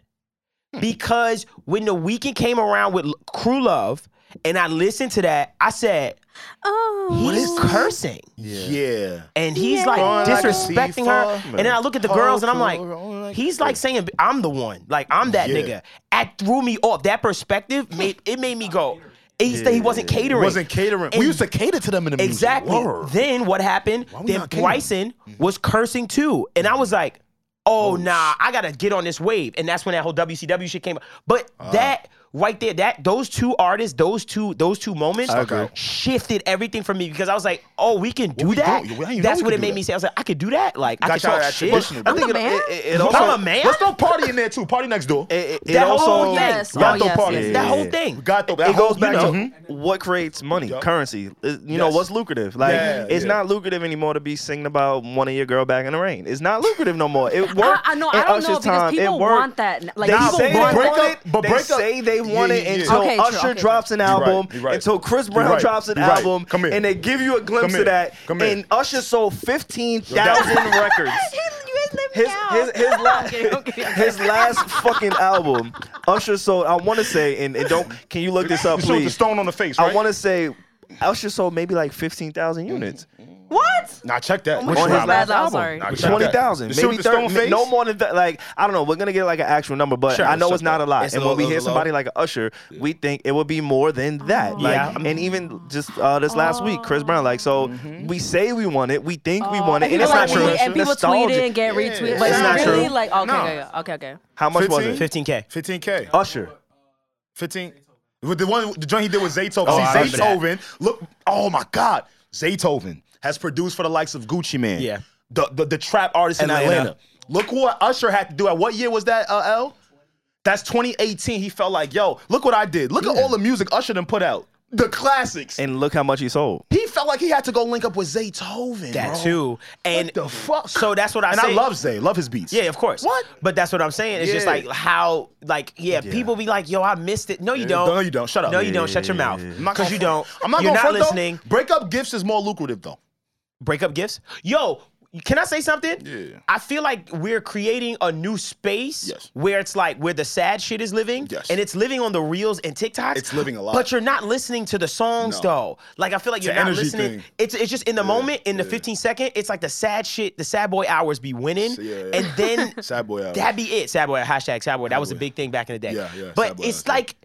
Hmm. because when the weekend came around with L- Crew Love, and I listened to that, I said Oh, he's cursing Yeah. and he's like Going like a disrespecting her. thief, And then I look at the girls and I'm Hardcore, like, like he's like saying, I'm the one. Like I'm that Yeah. nigga. That threw me off. That perspective made it made me go. He said he wasn't catering. Wasn't catering. And- we used to cater to them in the music. Exactly. Word. Then what happened? we Then not catering? Bryson was cursing too. And I was Oh, Ah. like, oh, nah, I gotta get on this wave. And that's when that whole WCW shit came up. But that right there, that those two artists, those two, those two moments I agree. shifted everything for me because I was like, oh, we can do we that. don't- how you know That's we can what it do made that? me say. I was like, I could do that. Like I Got could y'all talk that shit. traditional I'm I think a it- man. it- it I'm also- a man. Let's throw party in there too. Party next door. It, it, it that also whole thing. Yes. Oh, Got the yes, party. yes, Yeah. That whole thing. We got though. That it whole, goes back you know, Mm-hmm. to Mm-hmm. what creates money, Yup. currency. It- You know Yes. what's lucrative. Like Yeah, it's yeah. not lucrative anymore to be singing about one of your girl back in the rain. It's not lucrative no more. It worked. I know, I in don't know, Usher's because time. people it worked. want that n- like, they people say they want that. want Break it. up- but they break up- say they want Yeah, it yeah, yeah. until Okay, true, Usher okay, drops an right, album, you're right. until Chris Brown right, drops an you're right. album, Come here. and they give you a glimpse Come of here. that. Come here. and Usher sold fifteen thousand records his his his, la- his last fucking album, Usher sold. I want to say, and, and don't. Can you look this up, you shoot the please? stone on the face. I right? want to say, Usher sold maybe like fifteen thousand Mm-hmm. units. What? Nah, check that. On his last album. Sorry. Nah, check that. Twenty thousand, The shoot maybe the stone thirty, face? no more than that. Like I don't know. We're gonna get like an actual number, but Sure, I know sure, it's not a lot. it's a and little- when we it's hear a somebody little- like Usher, we think it would be more than that. Like, Yeah. and even just uh, this last week, Chris Brown. Like, so we say we want it, we think we want it, Mm-hmm. Oh, and and people, it's not true. like, tweet- and people Nostalgia. tweet and get retweeted, but It's it's not really true. like okay, No. okay, okay, okay. How much was 15? it? 15k. 15k. Usher. 15. With the one, the joint he did with Zaytoven. Oh, I See, remember that. Zaytoven. Look, oh my God, Zaytoven has produced for the likes of Gucci Man. Yeah. The the, the trap artist in Atlanta. Atlanta. Look what Usher had to do. At what year was that? Uh, L. That's 2018. He felt like, yo, look what I did. Look at all the music Usher done put out. The classics. And And look how much he sold. he felt like he had to go link up with Zaytoven. That bro. too. And What the fuck? So that's what I and say. I love Zay. Love his beats. Yeah, of course. What? But that's what I'm saying. It's just Yeah. like how, like, yeah, people be like, "Yo, I missed it." No, you Yeah, don't. no, you don't. Shut up. No, you Yeah, don't. Shut your mouth. I'm not gonna Because you front- don't. I'm not You're gonna not front, though. listening. Break up gifts is more lucrative though. Breakup gifts. Yo, can I say something? Yeah. I feel like we're creating a new space Yes. where it's like where the sad shit is living, Yes. and it's living on the reels and TikToks. It's living a lot. But you're not listening to the songs No. though. Like I feel like It's you're an not energy listening. thing. It's it's just in the moment, in the 15 second. It's like the sad shit. The sad boy hours be winning, Yeah. and then Sad boy. uh, Hour. That'd be it. Sad boy. Hashtag sad boy. That was a big thing back in the day. Yeah, yeah, sad But boy, it's yeah. like,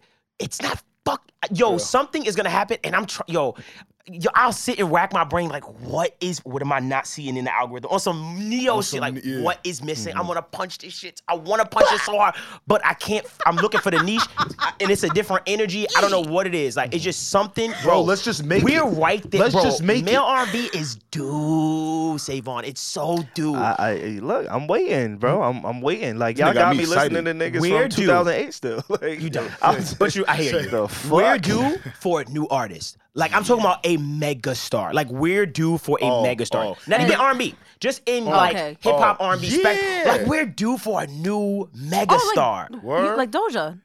it's not fuck. Yo, something is gonna happen, and I'm trying. Yo, yo, I'll sit and rack my brain like, what is? What am I not seeing in the algorithm? On some neo shit, like, yeah. Mm-hmm. what is missing? I want to punch this shit. I want to punch it so hard, but I can't. I'm looking for the niche, and it's a different energy. I don't know what it is. Like, it's just something, bro. let's just make We're it. right there, Let's bro. just make it. male R&B is due, Savon. It's so due. I, I hey, look, I'm waiting, bro. I'm I'm waiting. Like y'all nigga got got me me listening to niggas Where from do- 2008 still. Like You don't. I'm but you, I hear you. the fuck? We're due for a new artist. Like I'm talking about a mega star. Like we're due for a Oh, mega star. oh. Not even R&B. Just in like Okay. hip hop Oh, R&B spec. yeah. Like we're due for a new mega Oh, like- star. Word. Like Doja,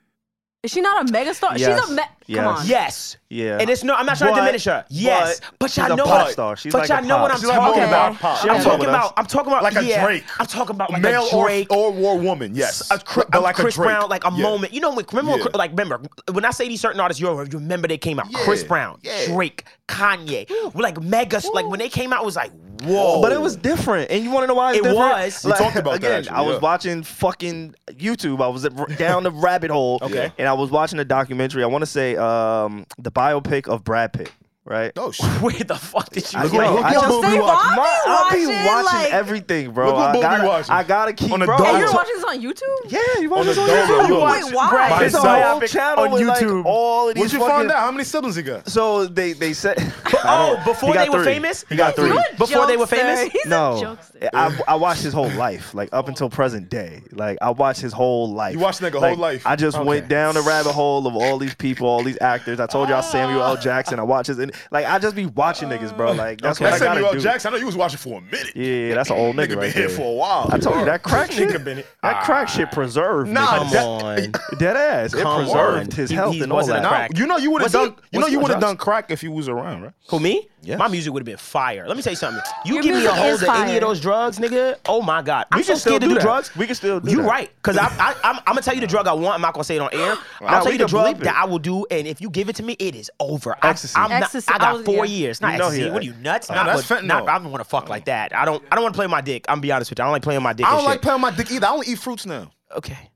is she not a megastar? Yes. She's a me- Yes. come on. Yes. Yeah. And it's no, I'm not trying to But- diminish her. Yes. but But, she's y'all a know pop what, star. She's but like a y'all know pop. what I'm She's like talking more about. about pop. I'm Okay. talking With us. about I'm talking about Like a yeah, Drake. I'm talking about like male a Drake. or, or war woman. Yes, a, Chri- But a Chris Drake. Brown, like a Yeah. moment. You know, when, remember, when Yeah. Chri- like remember when I say these certain artists, you remember they came out. Chris Yeah. Brown, Yeah. Drake, Kanye, We're like mega. Like when they came out, it was like Oh. whoa. But it was different, and you want to know why it's It different? was. We talked about that, again, actually, I was yeah. watching fucking YouTube. I was r- down the rabbit hole. Okay. And I was watching a documentary. I want to say um, the biopic of Brad Pitt. Right. Oh shit. where the fuck did you? I- Look, yo, I just- Stay My- I'll be watching, like, everything, bro. Look what I Bobby gotta, watching. I gotta keep On a bro, dog. I And you're took- watching this on YouTube? Yeah, you watch this on the dog, YouTube. you watch Wait, why? Brad It's a Pitt whole channel on with, like, YouTube. all of these What'd you find fucking- out? How many siblings he got? So they they said. Oh, before He got they were three. famous, He got three. You're a Before they were famous? jokester. He's a No, jokester. I, I watched his whole life, like up until present day. Like I watched his whole life. You watched the nigga whole life. I just Okay. went down the rabbit hole of all these people, all these actors. I told Oh. y'all Samuel L. Jackson. I watch his, and like I just be watching niggas, bro. Like that's what That's I gotta Samuel L. do. Jackson. I know you was watching for a minute. Yeah, that's an old nigga, Nigga right been there. here for a while. I told you that crack shit. Nigga been here. That crack shit preserved. Nah, niggas. that- on. dead ass. It Come preserved on. his He- health he and all wasn't that. a Nah, crack. you know you would have Was he- done. You know was he you on would have drugs? done crack if you was around, right? Who me? Yes. My music would have been fire. Let me tell you something. You Your give me a music hold is of any fire. of those drugs, nigga. Oh my god, I'm so can still scared to do do that. drugs. We can still do You that. right? Cause I, I, I'm, I'm gonna tell you the drug I want. I'm not gonna say it on air. Nah, I'll tell we you the can drug bleep it. that I will do, and if you give it to me, it is over. I- Ecstasy. I'm not- Ecstasy, I I got was- four yeah. years. Not You know ecstasy. he- What are you nuts? Oh, not, that's but- not- fentanyl. I don't want to fuck like that. I don't. I don't want to play my dick. I'm gonna be honest with you. I don't like playing my dick. I and don't like shit. playing my dick either. I only eat fruits now. Okay.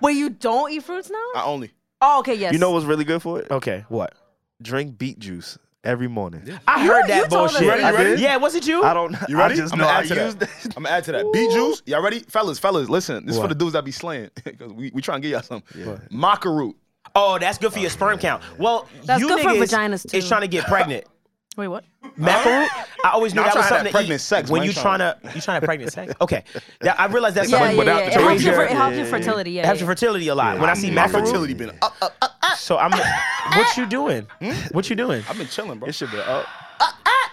Wait, you don't eat fruits now? I only. Oh, okay, yes. You know what's really good for it? Okay. What? Drink beet juice every morning. I You- heard you that told us bullshit. that. I You ready? Yeah, was it you? I don't. You ready? I just I'm know gonna I add to used. that. I'm gonna add to that. B juice, y'all ready? Fellas, fellas, listen. This is What? for the dudes that be slaying. Cause we, we trying to get y'all something. Macaroot. Oh, that's good for your sperm count. Well, That's you good for niggas vaginas, too. is trying to get pregnant. Wait, what? Macaroon? I always knew No, I'm that was trying to something have that you- pregnant sex, when man. you trying to you trying to pregnant sex. Okay, that, I realized that's Yeah, something yeah, yeah. without It the helps, your, choice. it helps your fertility. Yeah, It helps yeah, your fertility a lot. When I see My macaroon, fertility Hmm? been up. so I'm. what you doing? What you doing? I've been chilling, bro. It should be up.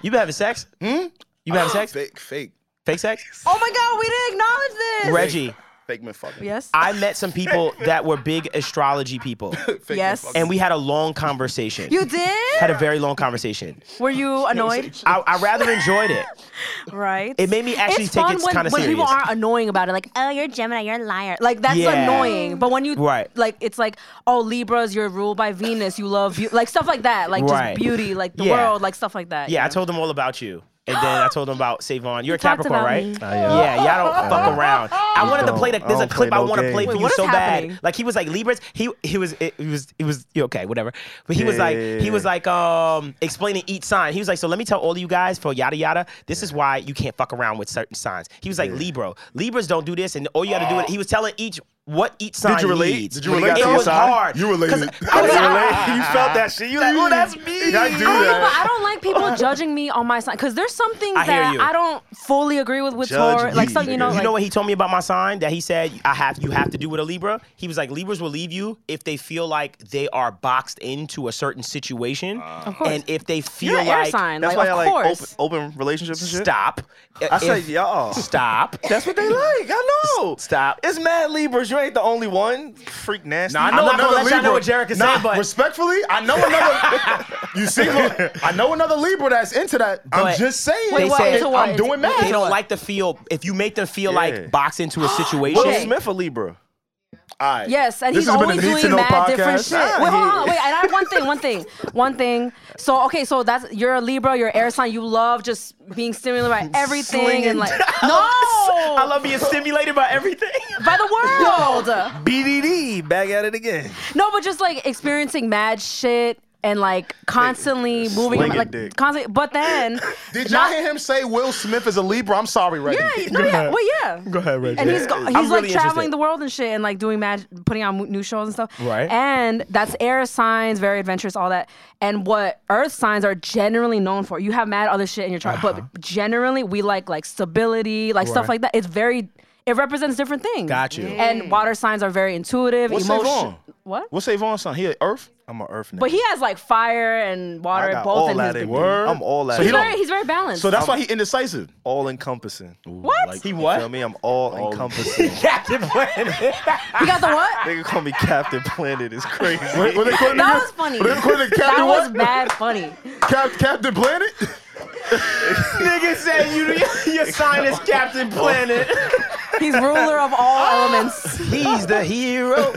You been having sex? Hmm? You been having sex? Fake, fake, Fake sex? yeah. Oh my God, we didn't acknowledge this. Reggie, fake man fucking. Yes. I met some people that were big astrology people, Fake Yes. men fucking. and we had a long conversation. You did? had a very long conversation. Were you annoyed? I, I rather enjoyed it. right. It made me actually it's take fun it when, kind of when serious. people aren't annoying about it, like, oh, you're a Gemini, you're a liar. Like that's Yeah. annoying. But when you Right. like, it's like, oh, Libras, you're ruled by Venus. You love beau- like stuff like that, like Right. just beauty, like the Yeah. world, like stuff like that. yeah, I told them all about you. And then I told them about Savon. You're a talked Capricorn, about right? me. I am. yeah, y'all don't fuck around. I wanted to play the don't- I there's a don't clip play I no want to games. play for Wait, you what is so happening? bad. Like he was like Libras. He he was it, it was it was yeah, okay whatever. But he was Yeah, like yeah, yeah, he yeah. was like um explaining each sign. He was like so let me tell all of you guys for yada yada. This is why you can't fuck around with certain signs. He was like Libra. Libras don't do this, and all you got to do it. He was telling each. What each sign you relate? needs. Did you relate It to your was sign? hard. You related. 'Cause I was You like, relate? You felt that shit. You like, oh, that's me. I do I don't know, but that. I don't like people judging me on my sign because there's some things I hear that you. I don't fully agree with with Judge Taurus. Like me, some, you know, nigga. You like, know what he told me about my sign that he said I have you have to do with a Libra. He was like Libras will leave you if they feel like they are boxed into a certain situation, course. and if they feel you're an air like sign. That's Like, why I of like open, course. open relationships and shit. stop. I said If- y'all. stop. That's what they like. I know. Stop. It's mad Libras. You ain't the only one. Freak nasty. Nah, I know I'm not gonna another let y'all know what Libra. Jerica nah, said, but- respectfully, I know another. you see, look, I know another Libra that's into that. But I'm just saying. Wait, what? said Into what? I'm doing math. They don't like to feel if you make them feel Yeah. like boxed into a situation. Will Smith a Libra. All right. Yes, and This he's has been always a Need to doing Know mad different podcast. shit. Wait, hold on, wait, and I have one thing, one thing, one thing. So okay, so that's you're a Libra, you're an air sign, you love just being stimulated by everything and like no, I love being stimulated by everything. by the world. BDD. Back at it again. no, but just like experiencing mad shit and like constantly moving, Slinging like dick. constantly. But then, Did y'all hear him say Will Smith is a Libra? I'm sorry, Reggie. yeah, no, yeah, well, yeah. Go ahead, Reggie. And he's go- he's I'm like really traveling interested. the world and shit, and like doing mag- putting on mo- new shows and stuff. Right. And that's air signs, very adventurous, all that. And what earth signs are generally known for. You have mad other shit in your chart, but generally we like like stability, like stuff Right. like that. It's very. It represents different things. Got you. And water signs are very intuitive, What's emotional. Savon? What? What's Avon son? He at Earth? I'm an Earth nigga. But he has like fire and water I and got both all in his. that in big- me. I'm all that. So in he me. He's don't- very, he's very balanced. Oh. So that's why he indecisive. all encompassing. what? He You feel me? I'm all encompassing. Captain Planet. you got the what? Nigga call me Captain Planet. It's crazy. What, what they call That nigga? was funny. What they call nigga? That Captain was what? bad funny. Cap, Captain Planet? Nigga said you your sign is Captain Planet. He's ruler of all elements. He's the hero.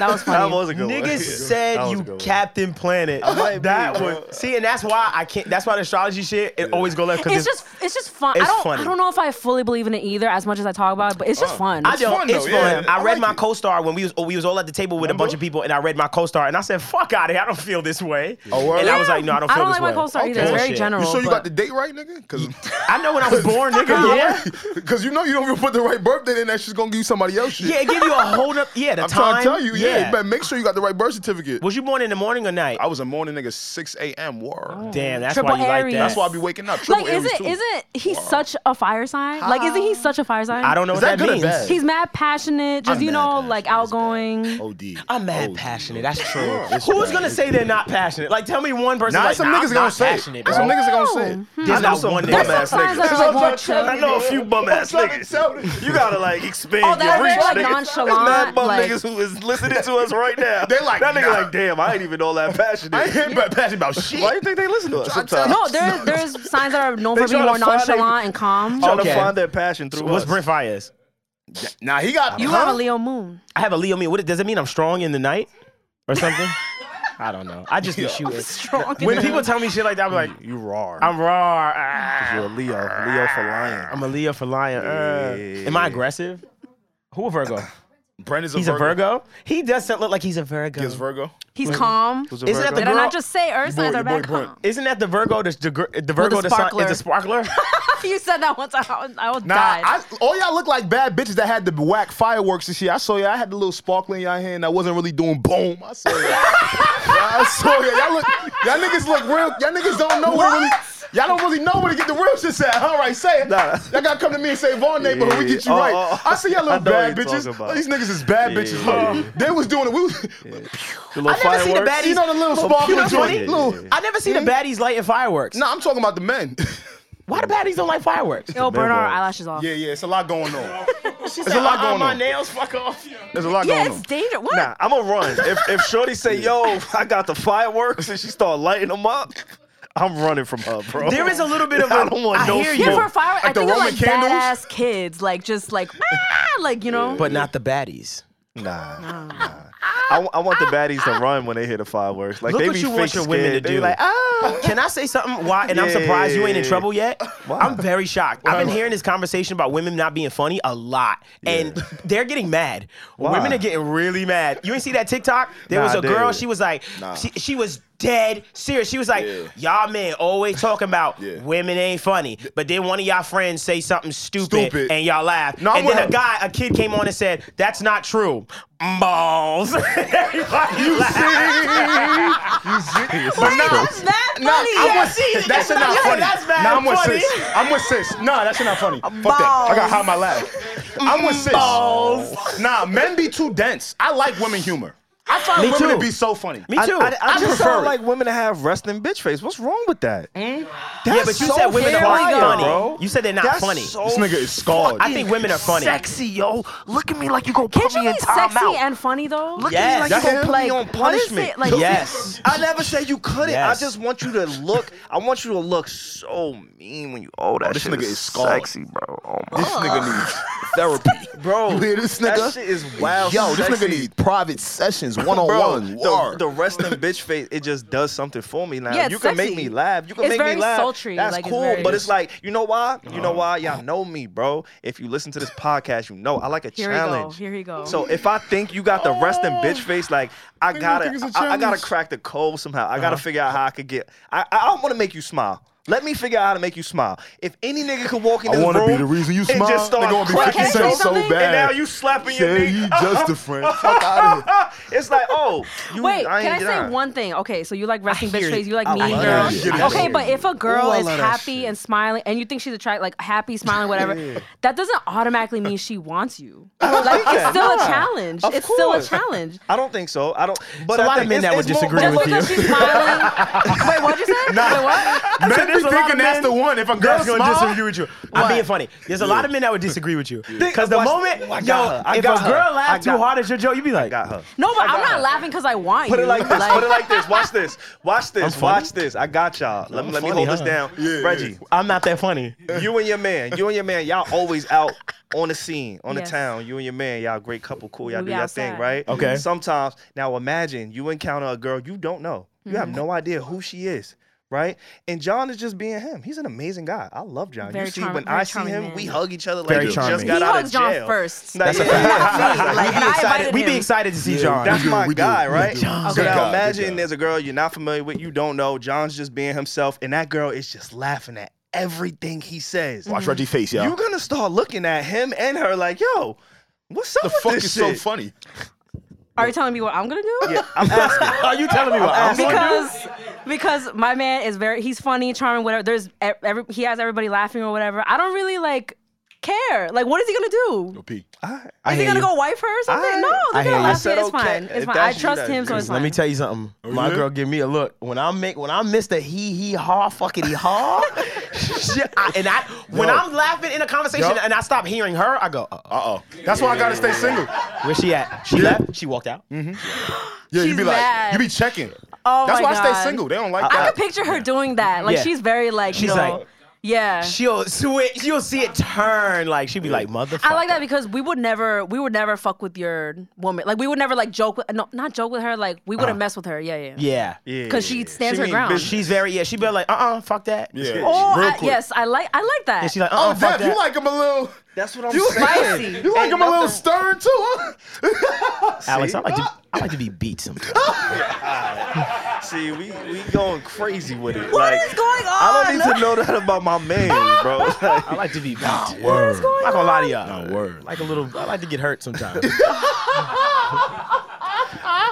That was funny. that was a good one. Niggas That said was a you good one. Captain Planet. might That be, was see, and that's why I can't. That's why the astrology shit it always go left. 'cause it's just it's just fun. I it's don't funny. Oh. I don't know if I fully believe in it either, as much as I talk about it, but it's just fun. I don't. fun, it's though, fun. yeah. I, I read like my it. co-star when we was we was all at the table with a bunch of people, and I read my co-star, and I said, "Fuck out of here! I don't feel this way." Oh, word? and I was Yeah, like, "No, I don't I feel don't this like my way." co-star either. It's very Bullshit. general. You sure you but- got the date right, nigga? Because I know when I was born, nigga. Yeah. Because you know you don't even put the right birthday in that she's going to give you somebody else shit. yeah, it give you a whole up. Yeah, the I'm trying time. to tell you, yeah. you better make sure you got the right birth certificate. Was you born in the morning or night? Oh, I was a morning nigga, 6 a.m. War. Damn, that's Triple why you like Aries. that. That's why I be waking up. Triple Oh. like is Aries, it too. isn't he such a fire sign? Like isn't he such a fire sign? I don't know Is what that good or means. bad? He's mad passionate, just I'm you mad know, passionate. like It's bad. outgoing. OD. I'm mad OD. passionate. That's true. Who's gonna say they're not passionate? Like, tell me one person. Nah, like, some nah, niggas I'm gonna not say. passionate. it. There's some bro. niggas that gonna say. it. There's not some one bum nigga. ass some signs that niggas. are like, what I know- I know a you- few bum ass Tell me, tell me. niggas. You gotta like expand Oh, that's your reach. like nigga. nonchalant, There's mad bum like- niggas who is listening to us right now. They like, that nigga nah. like, damn, I ain't even all that passionate. I ain't yeah. passionate about shit. Why you think they listen to us I'm trying sometimes? to- No, there's there's signs that are known They for being tryna more find their- nonchalant and calm. Trying Okay. to find their passion through What's us. Brent Fires? Nah, he got. You huh? have a Leo moon. I have a Leo. Mean what does it mean? I'm strong in the night or something? I don't know. I just be shooting. Strong. When people tell me shit like that, I'm like, You raw. I'm raw. ah, You're a Leo. Leo for lion. I'm a Leo for lion. uh. Am I aggressive? Who a Virgo? Brent is a He's a Virgo. Virgo. He doesn't look like he's a Virgo. He's Virgo. He's calm. Who's a Isn't that Virgo? Did I Girl- not just say Earth signs boy- are your bad boy calm? Isn't that the Virgo? The, the, gr- the Virgo the sun- sparkler. is the sparkler. you said that once. I, was- I was Nah, died. I, all y'all look like bad bitches that had the whack fireworks and shit. I saw y'all I had the little sparkle in y'all hand. I wasn't really doing boom. I saw y'all. Yeah, I saw y'all. Y'all, look, y'all niggas look real. Y'all niggas don't know where really. Y'all don't really know where to get the real shit at. All right, say it. Nah. Y'all gotta come to me and say Vaughn neighborhood. we get you Yeah. Oh, right. oh. I see y'all I little know what bad you're talking bitches. about. These niggas is bad Yeah, bitches. yeah, Look, They was doing it. We was, The little I've never seen a fireworks? baddies. You know the little Well, sparkle you know what's joint, funny? little- Yeah, yeah, I never seen the baddies lighting fireworks. No, I'm talking about the men. Why the baddies don't like fireworks? It'll burn our memoirs. eyelashes off. yeah, yeah, it's a lot going on. She a lot going my on." nails, fuck off. There's a lot Yeah, going it's on. dangerous. What? Nah, I'm gonna run. If if Shorty say, "Yo, I got the fireworks," and she start lighting them up, I'm running from her, bro. There is a little bit of I a- don't want I no hear you. Yeah, smoke. for fireworks, I Like the think they're Roman like candles? badass kids, like just like ah, like you know. But not the baddies. Nah, nah. I, I want the baddies to run when they hear the fireworks. Like Look they what be you want fake your women to scared. They be do. Like, ah, oh. Can I say something? Why? And I'm Yeah. surprised you ain't in trouble yet. I'm very shocked. I've been Why? hearing this conversation about women not being funny a lot, and they're getting mad. Women are getting really mad. You ain't see that TikTok? There Nah, was I a girl. did. She was like, she, she was dead serious. She was like, y'all men always talking about women ain't funny, but then one of y'all friends say something stupid, Stupid. and y'all laugh. No, I'm and then with a her. guy, a kid came on and said, that's not true. Balls. Everybody laughed. Wait, that's that funny. I'm Yeah, with, see, that shit not yeah, funny. that's bad Nah, I'm with funny. sis. I'm with sis. Nah, that shit not funny. Fuck that. I gotta hide my laugh. I'm with sis. Nah, men be too dense. I like women humor. I find Me women too. to be so funny. Me too. I, I just prefer sound it. like women that have resting bitch face. What's wrong with that? That's yeah, but you so said women aren't fire, funny. bro. You said they're not That's funny. so This nigga is scarred. I think women are funny. Sexy, yo. Look at me like you gonna Can't put you me in be sexy timeout. and funny though? Look at me Yes. like you That's gonna him. play- He on what is punishment. it? Like- yes. I never said you couldn't. Yes. I just want you to look. I want you to look so mean when you. Oh, that this shit nigga is is scarred. sexy, bro. Oh my This nigga needs therapy. Bro, You hear this that nigga? shit is wild Yo, this sexy. nigga needs private sessions, one on Bro, Oh, one. the, the resting bitch face, it just does something for me now. Yeah, it's you can make sexy. me laugh. You can It's make very me laugh. sultry, That's like, it's cool, very- but it's like, you know why? You Uh-huh. know why? Y'all know me, bro. If you listen to this podcast, you know I like a Here we go. challenge. Here we go. So if I think you got the resting bitch face, like I gotta, think it's a I, I gotta challenge. Uh-huh. crack the code somehow. I gotta figure out how I could get. I, I don't want to make you smile. Let me figure out how to make you smile. If any nigga could walk in I this room wanna be the reason you and smile, just they start gonna be clapping, 50 Cent so and bad. now you slapping your knee. just a friend. Fuck out of here. It's like, oh, you, Wait, I can I ain't say get on. one thing? Okay, so you like resting hear bitch face, you. you like I mean love that shit. girls. I Okay, hear but you. if a girl Ooh, I is love that happy shit. and smiling, and you think she's attractive, like happy, smiling, whatever, that doesn't automatically mean she wants you. Like it's that. still a Nah. challenge. Of It's still a course. challenge. I don't think so. I don't. But a I lot of think men it's- that would it's more- disagree it's like- with you. Because she's smiling. Wait, what'd you say? Wait, what? Men be there's a lot thinking of that's men the one. If a girl That's gonna smiles, disagree with you. I'm being funny. There's a lot of men that would disagree with you. Because the Watch- moment, I got yo, her. I if a got her. girl I laughs too got- hard at your joke, you'd be like, Got her. No, but I'm got not it. laughing because I want Put you. it like this. Put it like this. Watch this. Watch this. funny. Watch this. I got y'all. Let me let me funny, hold this huh? down. Reggie, I'm not that funny. you and your man, you and your man, y'all always out on the scene, on Yes. the town. You and your man, y'all great couple, cool. Y'all We do your thing, outside. right? Okay. Sometimes, now imagine you encounter a girl you don't know. You Mm-hmm. have no idea who she is. Right, and John is just being him. He's an amazing guy. I love John. Very you see, charm- when very I see charming him, man. we hug each other like Very we charming. just He got out hugs of John jail. first. That's a Not me. Like, and I invited We'd be him. excited to see John. That's my we do, guy, we right? do. So Good guy, now good imagine guy. there's a girl you're not familiar with, you don't know. John's just being himself, and that girl is just laughing at everything he says. watch Reggie face, y'all. You're gonna start looking at him and her like, yo, what's up the with fuck this is so shit? funny? Are you telling me what I'm gonna do? Yeah, I'm asking. Are you telling me what I'm asking. gonna do? because because my man is very he's funny, charming, whatever. There's e- every, he has everybody laughing or whatever. I don't really like care. Like, what is he gonna do? P. I Is he hear gonna you. go wipe her or something? I- no, I they're hear gonna you. I laugh. said it's okay. fine. It's If fine. I that's you, trust that's him, so you. it's fine. Let me tell Oh, you something. My yeah? girl give me a look when I make when I miss the he he ha fuckity ha, she- I- and I when Yo. I'm laughing in a conversation Yo. and I stop hearing her, I go, uh, Uh oh. That's why I gotta stay single. where she at? Mm-hmm. She left. She walked out. Yeah, She's you be like, mad. you be checking. Oh That's my why I God. stay single. They don't like I that. could picture her doing that. Like Yeah. she's very like you She's know. like, Yeah. She'll switch. You'll see it turn. Like she'll be like, motherfucker. I like that because we would never, we would never fuck with your woman. Like we would never like joke with, no, not joke with her. Like we wouldn't mess with her. Yeah, yeah. Yeah. Yeah. Because she stands She her mean ground. business. She's very yeah. She be like, uh uh fuck that. Yeah. oh, Real I- quick. yes, I like, I like that. And she's like, uh uh Oh, fuck Vep, that. you like him a little. That's what I'm You saying. Spicy. You like Ain't him a little nothing- stern too, huh? Alex, I like to I like to be beat sometimes. See, we we going crazy with it. What like, is going on? I don't need to know that about my man, bro. Like, I like to be beat. I'm Word. not gonna lie to y'all. Nah, word. Like a little, I like to get hurt sometimes.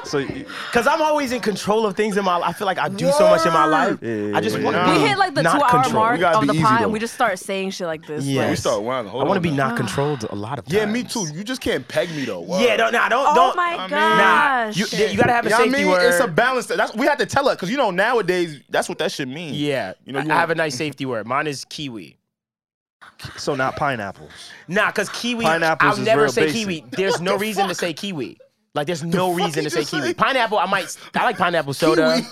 so you- Cause I'm always in control of things in my. life. I feel like I do so much in my life. Yeah, I just yeah, want to. yeah. be We hit like the um, not two hour controlled. mark We gotta of be the easy, pod, though. and we just start saying shit like this. Yes. like- We start whining. Hold I want on to be now. not controlled a lot of. Yeah, times. me too. You just can't peg me though. Word. Yeah, don't, nah, don't, oh don't. my Nah, gosh. you, you gotta have a You know what I safety mean? word. It's a balance. That's we had to tell her because you know nowadays that's what that should mean. yeah, You know, I- you I want- have a nice safety word. Mine is kiwi. so not pineapples. Nah, cause kiwi. Pineapples I'll is never real say basic. kiwi. There's no reason to say kiwi. Like there's no fuck reason you to say just kiwi. say? Pineapple. I might. I like pineapple soda. Kiwi.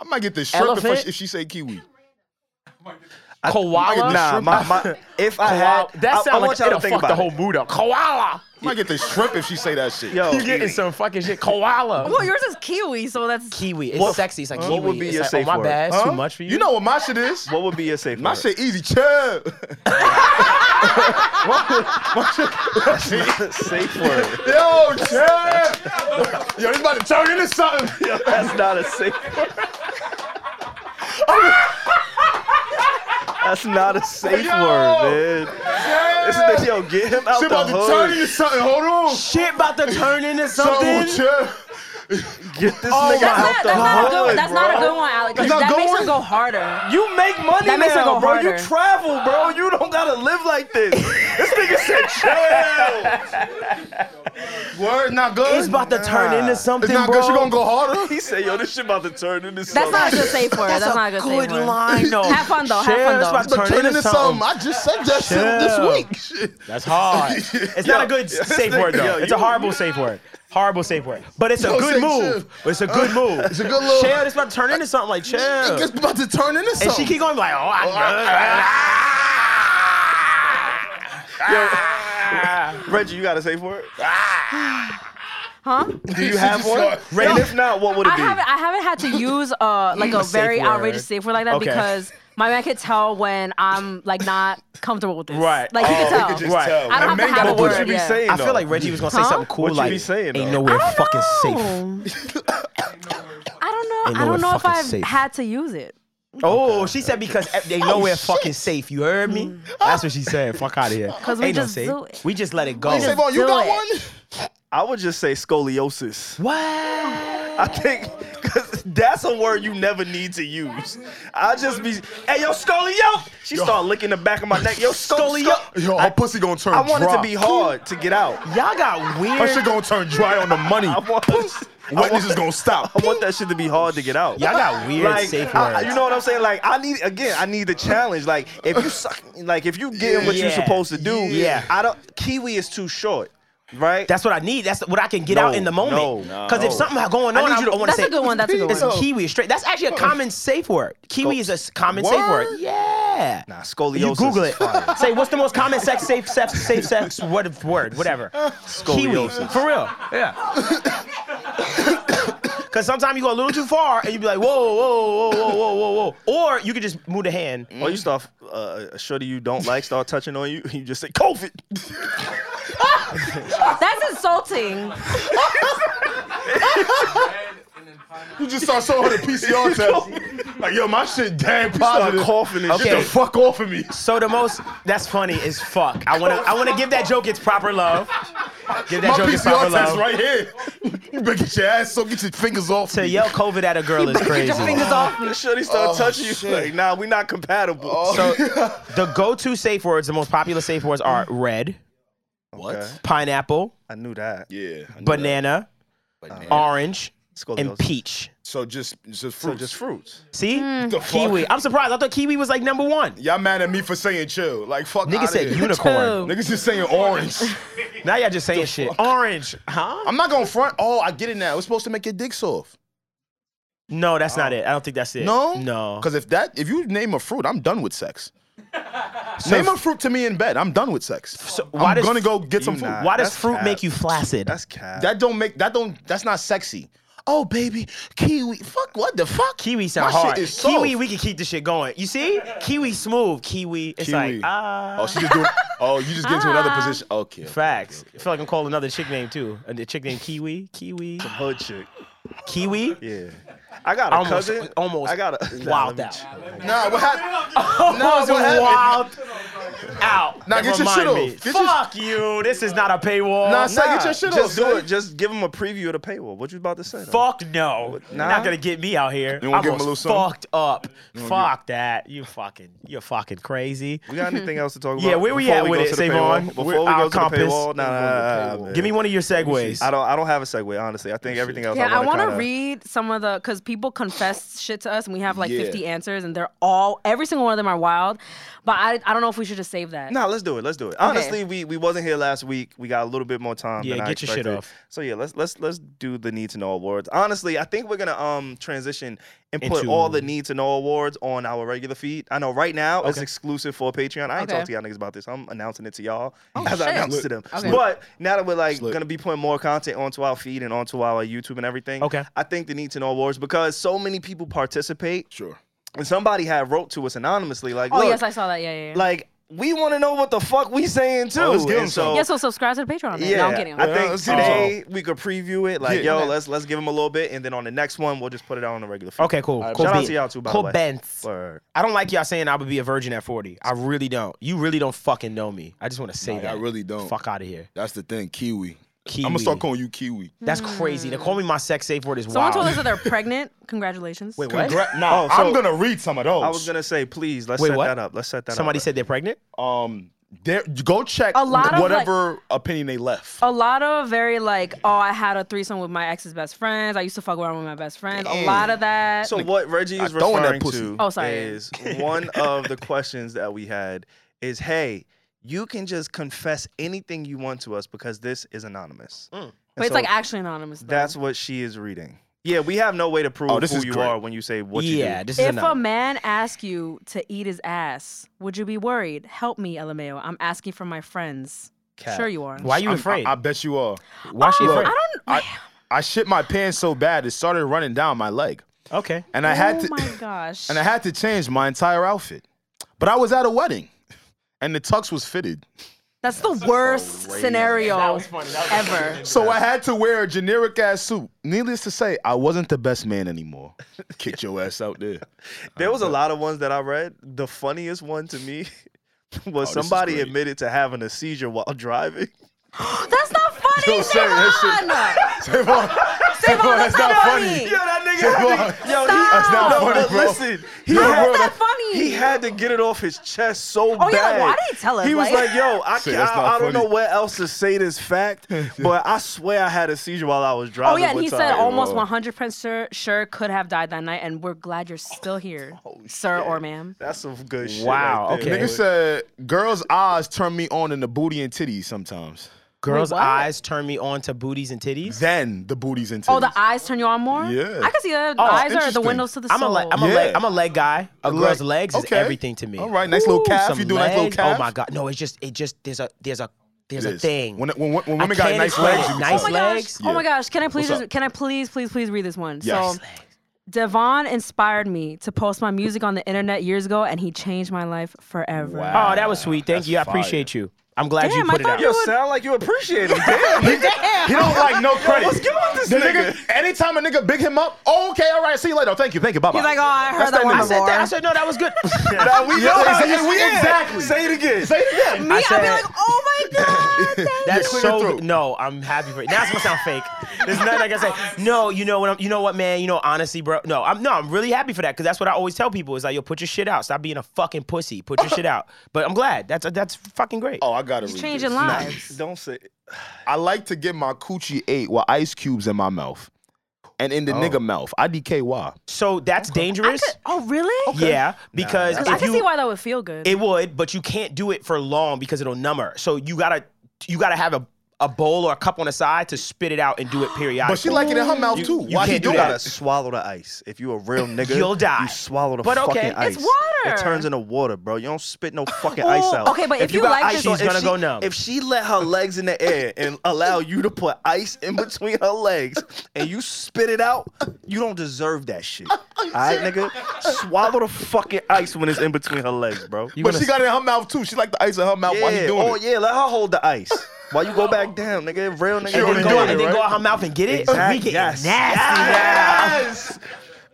I might get the shrimp if, I- Elephant? if she say kiwi. Koala. Nah, my, my if I Koala. had That I, I sounds want like y'all it'll to think fuck about the it. whole mood up. Koala. I might get the shrimp if she say that shit. Yo, You getting some fucking shit? Koala. Well, yours is kiwi, so that's kiwi. It's What- sexy. It's like what kiwi. would be it's your like, safe oh, my word? bad. It's Huh? too much for you. You know what my shit is? What would be your safe? My word? shit easy, chub. safe word. Yo, chub. Yo, this about to turn into something. Yo, That's not a safe word. That's not a safe Yo! word, man. This nigga, yo, get him out Shit the about to turn hood. into something. Hold on. shit about to turn into Something something. with chub. Get this Oh nigga out That's, my- not, the that's, not, a hood. good, one. that's bro. not a good one, Alex. 'cause It's not That good makes her one? go harder. You make money now, That makes it go bro. harder. You travel, bro. You don't gotta live like this. this nigga said chill. Word not good. It's about to turn into something, It's not bro. good. She gonna go harder. He said, yo, this shit about to turn into That's something. not a good safe word. That's, That's not a a good, good safe word. line, though. Have fun though. Shit, Have it's fun about though. to But turn into something. I just said that shit this Chill. week. Shit. That's hard. It's not a good safe word though. It's a horrible safe word. Horrible safe word. But it's a Yo, good say move. It's a good move. It's a good little- Chill. It's about to turn into something like chill. It And gets about to turn into something. she keep going like, oh, I Reggie, you got a safe word? Huh? Do you have one? Yo. And if not, what would it I be? haven't I haven't had to use uh like a, safe very word. outrageous safe word like that Okay. because my man could tell when I'm like not comfortable with this. Right. Like he Oh, could tell. could just Right. tell. I don't have to man have gotta a put word. what you be yeah. saying? I feel though? like Reggie was gonna say Huh? something cool What you like, be saying, ain't though? nowhere fucking safe. No. I don't Ain't know. I nowhere don't know if fucking I've safe. had to use it. Oh, she said because they Oh, nowhere fucking safe. You heard me? That's what she said. Fuck out of here. 'Cause we Ain't no just safe. do it. We just let it go. Hey, Savon, you Do got it. one? I would just say scoliosis. What? I think because that's a word you never need to use. I just be, hey yo, scolio. She started licking the back of my neck. Yo, scolio. Yo, her pussy gonna turn I want it to dry. be hard to get out. Y'all got Oh, Her weird. shit gonna turn dry on the money. I want, I Wetness want, is gonna stop. I want that shit to be hard to get out. Y'all got weird like, safe I- words. you know what I'm saying? Like I need again, I need the challenge. Like if you suck, like if you getting what you're Yeah. supposed to do, Yeah. I don't. Kiwi is too short, right? That's what I need. That's what I can get No, out in the moment. no, Because if no. something going I on, need I, you to- want to That's say a good one. That's a good it's one. kiwi straight. That's actually a common safe word. Kiwi is a s- common safe word. Yeah. nah, scoliosis. You Google is it. fire. Say what's the most common sex safe sex safe sex word word whatever. Kiwi Scoliosis. for real. Yeah. Cause sometimes you go a little too far and you be like whoa whoa whoa whoa whoa whoa whoa. Or you could just move the hand. Or you start uh, a shorty you don't like start touching on you, you just say COVID. That's insulting. You just start showing her the PCR test. Like, yo, my shit dang Start positive. coughing and Okay. shit. Get the fuck off of me. So the most that's funny is fuck. I wanna I wanna give that joke its proper love. Give that My joke its proper PCR test love. right here. You better get your ass so get your fingers off. To me. yell COVID at a girl is crazy. The shorty start touching you like, nah, we not compatible. So the go-to safe words, the most popular safe words are red, What? Okay. pineapple, I knew that. Yeah. I knew banana, that. orange, and Scoliosis. peach. So just, just So fruit. just fruits. See? The fuck? Kiwi. I'm surprised. I thought kiwi was like number one. Y'all mad at me for saying chill. Like, fuck Nigga outta said here. unicorn. Niggas just saying orange. Now y'all just saying shit. Orange, huh? I'm not gonna front. Oh, I get it now. It's supposed to make your dick soft. No, that's not it. I don't think that's it. No, no. Because if that, if you name a fruit, I'm done with sex. name a fruit to me in bed. I'm done with sex. why I'm does- gonna go get some you food. not. Why does That's fruit cap. make you flaccid? That's cat. That don't make that don't. That's not sexy. Oh baby, kiwi. Fuck. What the fuck? Kiwi My sound hard. Shit is soft. Kiwi, we can keep this shit going. You see? Kiwi smooth. Kiwi. It's Kiwi. like ah. oh, she just doing. Oh, you just get into another position. Okay. Facts. I feel like I'm calling another chick name too. A chick named Kiwi. Kiwi. hood chick. Kiwi. Yeah. I got a Almost- cousin. almost I got a Wild Nah, let me out. Nah, what happened? Almost what happened? Oh, wild out. Nah, That get your remind shit off. me. Get your- Fuck you. This is not a paywall. Nah, son, get Nah, your shit just off. do son. it. Just give him a preview of the paywall. What you about to say? though? Fuck no. You're Nah. not gonna get me out here. You wanna I'm give him a little almost something? fucked up. Fuck that. You fucking you're fucking crazy. We got anything else to talk about? Yeah, where we before at with go it, to the Savon? paywall? We're- Before we go our to the compass. paywall, nah, nah, nah, nah, man. Give me one of your segues. I don't. I don't have a segue. Honestly, I think everything else. Yeah, I want want to to read some of the because people confess shit to us, and we have like Yeah. 50 answers, and they're all every single one of them are wild. But I, I don't know if we should just save that. No, let's do it. Let's do it. Honestly, we we wasn't here last week. We got a little bit more time. Yeah, than I get your shit expected. off. So yeah, let's let's let's do the need to know awards. Honestly, I think we're gonna um transition and put Into- all the need to know awards on our regular feed. I know right now it's Okay. exclusive for Patreon. I ain't Okay. talking to y'all niggas about this. I'm announcing it to y'all Oh, as I shit. announced to them. Okay. But now that we're like gonna be putting more content onto our feed and onto our YouTube and everything, Okay. I think the need to know awards because so many people participate Sure. and somebody had wrote to us anonymously like, oh look, yes, I saw that. Yeah, yeah. yeah. like we want to know what the fuck we saying too. Oh, let's give And 'em so, some. yeah, so subscribe to the Patreon. Then. yeah, no, I'm kidding. I Yeah, think let's give 'em today we could preview it. Like, Yeah. yo, let's let's give them a little bit, and then on the next one we'll just put it out on the regular. Feed. Okay, cool. Alright, cool shout out beans. to y'all too, by the cool way. beans. Word. I don't like y'all saying I would be a virgin at 40. I really don't. You really don't fucking know me. I just want to say Nah, that. I really don't. Fuck out of here. That's the thing, kiwi. Kiwi. I'm gonna start calling you kiwi. That's crazy. They call me my sex safe word is Someone wild. told us that they're pregnant. Congratulations. Wait, what? Congra- nah, Oh, so- I'm gonna read some of those. I was gonna say, please let's Wait, set what? that up. Let's set that Somebody up. said they're pregnant? um there go check A lot of, Oh, whatever opinion they left. A lot of very like, oh, I had a threesome with my ex's best friends. I used to fuck around with my best friends. A lot of that. So what Reggie is throwing that referring pussy. to Oh, sorry. is one of the questions that we had is, hey, you can just confess anything you want to us because this is anonymous. Mm. And but it's so like actually anonymous. Though. that's what she is reading. Yeah, we have no way to prove Oh, this who is you great. are when you say what you do. yeah, this is if enough. a man asked you to eat his ass, would you be worried? Help me, LMAO. I'm asking for my friends. Sure you are. Why are you I'm- afraid? I, I bet you are. Why she Look, afraid? I, I shit my pants so bad it started running down my leg, Okay. and I had oh to my gosh. and I had to change my entire outfit. But I was at a wedding, and the tux was fitted, That's the worst scenario ever. so I had to wear a generic ass suit. Needless to say, I wasn't the best man anymore. Kick your ass out there. There was a lot of ones that I read. The funniest one to me was Oh, is somebody great. admitted to having a seizure while driving. That's not funny, Yo, Sarah, "Ah, that Savon. shit- Savon, Savon, that's not funny. Yo, that nigga. Had to, yo, he, Stop. That's not no, funny, but bro. listen, he Yo, had, bro, That's not funny. he had to get it off his chest so Oh, bad. yeah, why didn't he tell us, He was like- like, "Yo, I, Say, can't- that's not I, I don't funny. know where else to say this fact, but I swear I had a seizure while I was driving." Oh yeah, and one he said time. almost 100% sure, sure could have died that night, and we're glad you're still here, sir or ma'am. That's some good shit. Wow, right there. okay. Nigga said, girls' eyes turn me on in the booty and titties sometimes. Girls' what? eyes turn me on to booties and titties. Then the booties and titties. Oh, the eyes turn you on more. Yeah. I can see that. The eyes are the interesting. windows to the I'm a soul. leg. I'm a Yeah. leg. I'm a leg guy. A leg. girl's legs is Okay. everything to me. All right, nice little calf. some You do a nice little leg. calf? Oh my god, no, it's just it just there's a there's a there's It a is. thing. When- when- when I women got can't nice explain legs, it. you can nice tell. Oh my gosh. legs. Oh my gosh. Can I please What's just, up? can I please please please read this one? Yes. So Devon inspired me to post my music on the internet years ago and he changed my life forever. Oh, that was sweet. Thank That's you. I fire. appreciate you. I'm glad Damn, I you put it thought out. you Yo, sound like you appreciate him. Damn. He don't like no credit. Let's give him this The nigga. nigga, anytime a nigga big him up, oh, okay, all right, see you later. Thank you, thank you, bye bye. He's like, oh, I heard that one I said, before. that, I said no, that was good. Nah, we know how you exactly. feel. exactly. Say it again. Say it again. Me, I'd be said- like, oh my god. thank That's clear so throat. good. no. I'm happy for it. Now it's gonna sound fake. There's nothing I can say. No, you know what? I'm, you know what, man? You know, honestly, bro. No, I'm no. I'm really happy for that because that's what I always tell people. Is like, yo, put your shit out. Stop being a fucking pussy. Put your shit out. But I'm glad. That's that's fucking great. Oh, I gotta you. read Changing this. lives. Don't say. it. I like to get my coochie ate with ice cubes in my mouth. And in the nigga mouth. I DKY. So that's I dangerous. could- oh really? Yeah, because I if can you, see why that would feel good. it would, but you can't do it for long because it'll numb her. So you gotta you gotta have a a bowl or a cup on the side to spit it out and do it periodically. But she like it in her mouth too. you Why she can't do do you gotta that? swallow the ice. If you a real nigga, You'll die. You swallow the But fucking okay, ice. it's water. It turns into water, bro. You don't spit no fucking ice Ooh, out. okay, but if you got like ice, this- she's if gonna she- go numb. If she let her legs in the air and allow you to put ice in between her legs and you spit it out, you don't deserve that shit. All right, nigga? Swallow the fucking ice when it's in between her legs, bro. But she got it in her mouth too. She like the ice in her mouth yeah, while he doing oh, it. yeah, let her hold the ice. While you go back down, nigga, real nigga. and already then, ain't gonna- go, doing and it, then right? go out her mouth and get it. Exact- Oh, We getting yes. nasty Yes.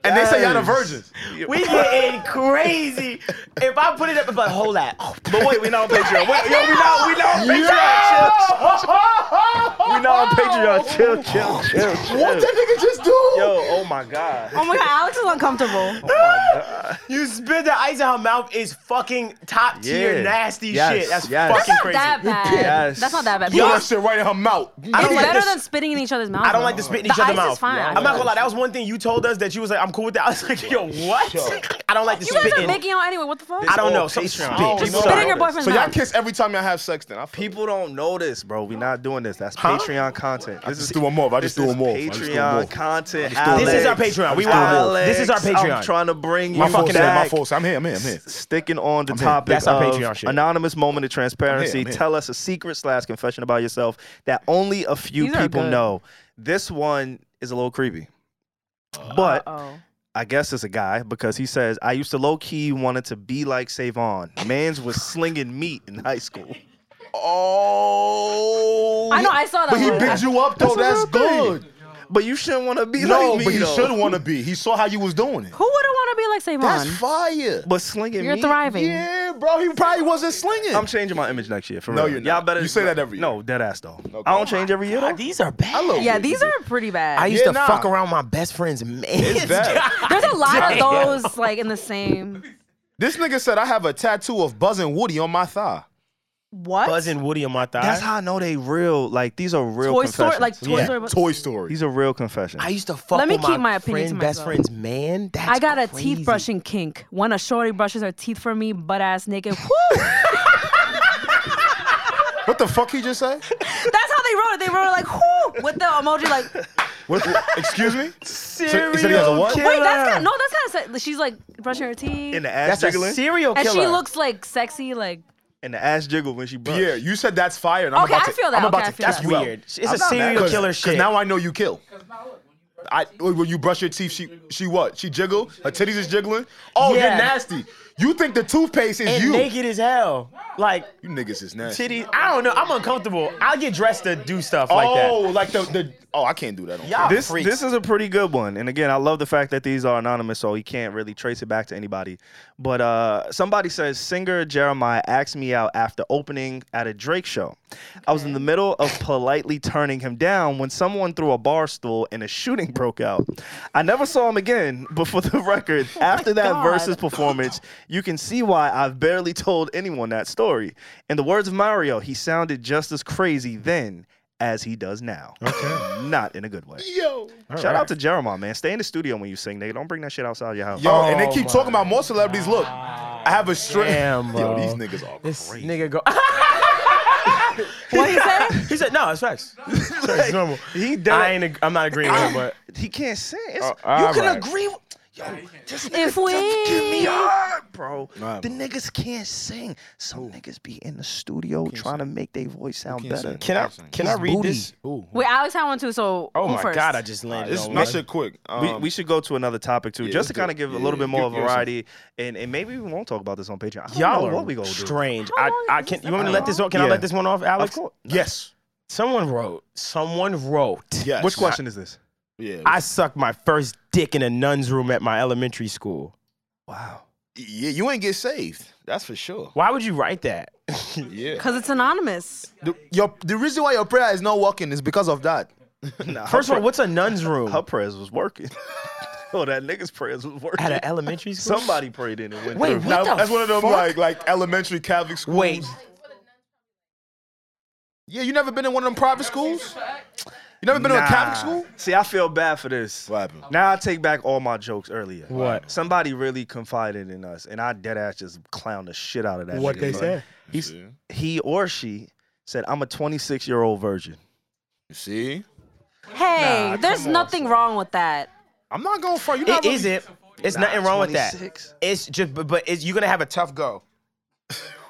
And they say y'all the Yes. virgins. now. We getting crazy. If I put it up, it's like hold that. Oh, But wait, we not on Patreon. Wait, yo, we not, we not on Patreon. Chill. We not on Patreon. Chill, chill, chill, chill. What that nigga just do? Yo, oh my God. Oh my god, Alex is uncomfortable. You spit the ice in her mouth is fucking top tier Yeah. nasty Yes, shit. That's yes. fucking That's not crazy. that bad. Yes. That's not that bad. Put People- that shit right in her mouth. I It's don't like better this. than spitting in each other's mouth. I don't like to spit in The each other's ice is mouth. fine. I'm not gonna lie. That was one thing you told us that you was like, I'm cool with that. I was like, yo, what? I don't like to You spit guys in. are making out anyway. What the fuck? I don't know. Oh, Some spit. Patreon. Just Oh, Just no. spit spit in your So boyfriend's So y'all mouth. kiss every time y'all have sex then. I feel People don't know this, bro. We not doing this. That's Patreon content. This is do one more. I this just do is one more. I just do one more. Patreon content. This is our Alex. Patreon. We wild. This is our Alex, Patreon. I'm trying to bring you My fault, Sam. My back. fault. Sam. I'm here. I'm here. I'm here. Sticking on the I'm here. topic That's our of Patreon shit. anonymous moment of transparency. I'm here. Tell us a secret slash confession about yourself that only a few These are people good. know. This one is a little creepy, but Oh. I guess it's a guy because he says I used to low key wanted to be like Savon. Man's was slinging meat in high school. Oh. I know. I saw that. But he one. picked you up though. That's, That's another thing. good. But you shouldn't want to be No, like me. but he though. should want to be. He saw how you was doing it. Who wouldn't want to be like That's Savon? fire. But slinging You're meat. thriving. Yeah, bro. He probably wasn't slinging. I'm changing my image next year. For No, real. you're not. Y'all better. You say that every year. No, dead ass though. I don't change every year though. These are bad. love Yeah, these are pretty I bad. used Yeah, to nah. fuck around my best friend's man. bad. There's a lot of those like in the same. This nigga said I have a tattoo of Buzz and Woody on my thigh. What? Buzzing Woody on my thigh. That's how I know they real. Like these are real Toy confessions. Story, like Toy Yeah. Story. Toy Story. these are real confessions. I used to fuck Let me with keep my opinion friend, to best myself. friend's man. That's I got a crazy. teeth brushing kink. When a shorty brushes her teeth for me, butt ass naked. Woo! What the fuck he just said? That's how they wrote it. They wrote it like whoo with the emoji like. What, what- excuse me? Serial he said he has a what? killer. Wait, that's kind. No, that's kind of. Se- she's like brushing her teeth, in the ass That's a jiggling. serial and killer. she looks like sexy. Like in the ass jiggle when she brushed. Yeah, you said that's fire. And I'm Okay, about I to, feel that. I'm about Okay, to I feel catch that. That's you out. weird. It's a not mad. serial killer Cause shit. now I know you kill. I when you brush your teeth, she she what? She jiggle. Her titties is jiggling. Oh, Yeah. you're nasty. You think the toothpaste is and you? naked as hell. Like You niggas is nasty. titties. I don't know. I'm uncomfortable. I'll get dressed to do stuff like oh, that. like the the. Oh, I can't do that. On Y'all This freaks. this is a pretty good one, and again, I love the fact that these are anonymous, so you can't really trace it back to anybody. But uh, somebody says singer Jeremiah asked me out after opening at a Drake show. I was in the middle of politely turning him down when someone threw a bar stool and a shooting broke out. I never saw him again, but for the record, after that God. versus performance, you can see why I've barely told anyone that story. In the words of Mario, he sounded just as crazy then as he does now. Okay. Not in a good way. Yo, Shout out to Jeremiah, man. Stay in the studio when you sing, nigga. Don't bring that shit outside your house. yo, and they Oh keep my talking about more celebrities. Look, I have a straight. Damn, bro. Yo, these niggas are This crazy. nigga go. what he say? he said, "No, it's facts. It's facts, normal." he I dead. ain't. Ag- I'm not agreeing with him, but He can't sing. It's, all you can right. agree. With, yo, this nigga If we- just give me heart, bro. Nah, the bro. niggas can't sing. Some niggas be in the studio trying to make their voice sound better. can I can I read booty. this? Wait, Alex had one too. So Oh who my first? god, I just landed. This on my one. shit quick. We, Um, we should go to another topic too, let's just to do kind of it. give a Yeah, little yeah, bit more give- give us some. variety, and, and maybe we won't talk about this on Patreon. I don't Y'all know are what we gonna strange. How I, long I is can. this You want me to let this? off? Can I Yeah. let this one off, do. Of Alex? course. yes, Someone wrote. Someone wrote. yes. Which question is this? Yeah. I sucked my first dick in a nun's room at my elementary school. Wow. yeah, you ain't get saved. That's for sure. Why would you write that? Yeah. Cause it's anonymous. The, your, the reason why your prayer is not working is because of that. Nah, First of her all, what's a nun's room pra- her prayers was working. oh, that nigga's prayers was working. at an elementary school? Somebody prayed in and went Wait, through. what the That's one of them fuck? like like elementary Catholic schools. Wait, Yeah, you never been in one of them private schools? You never been in a Catholic school? See, I feel bad for this. What happened? Now I take back all my jokes earlier. What? Somebody really confided in us, and I dead ass just clown the shit out of that. What nigga, they bro. said? He's, he or she said, I'm a 26 year old virgin. You see? Hey, Nah, there's come on, nothing son. wrong with that. I'm not going for you. It isn't. It's nothing wrong with that. 26? It's just, but, but it's, you're gonna have a tough go.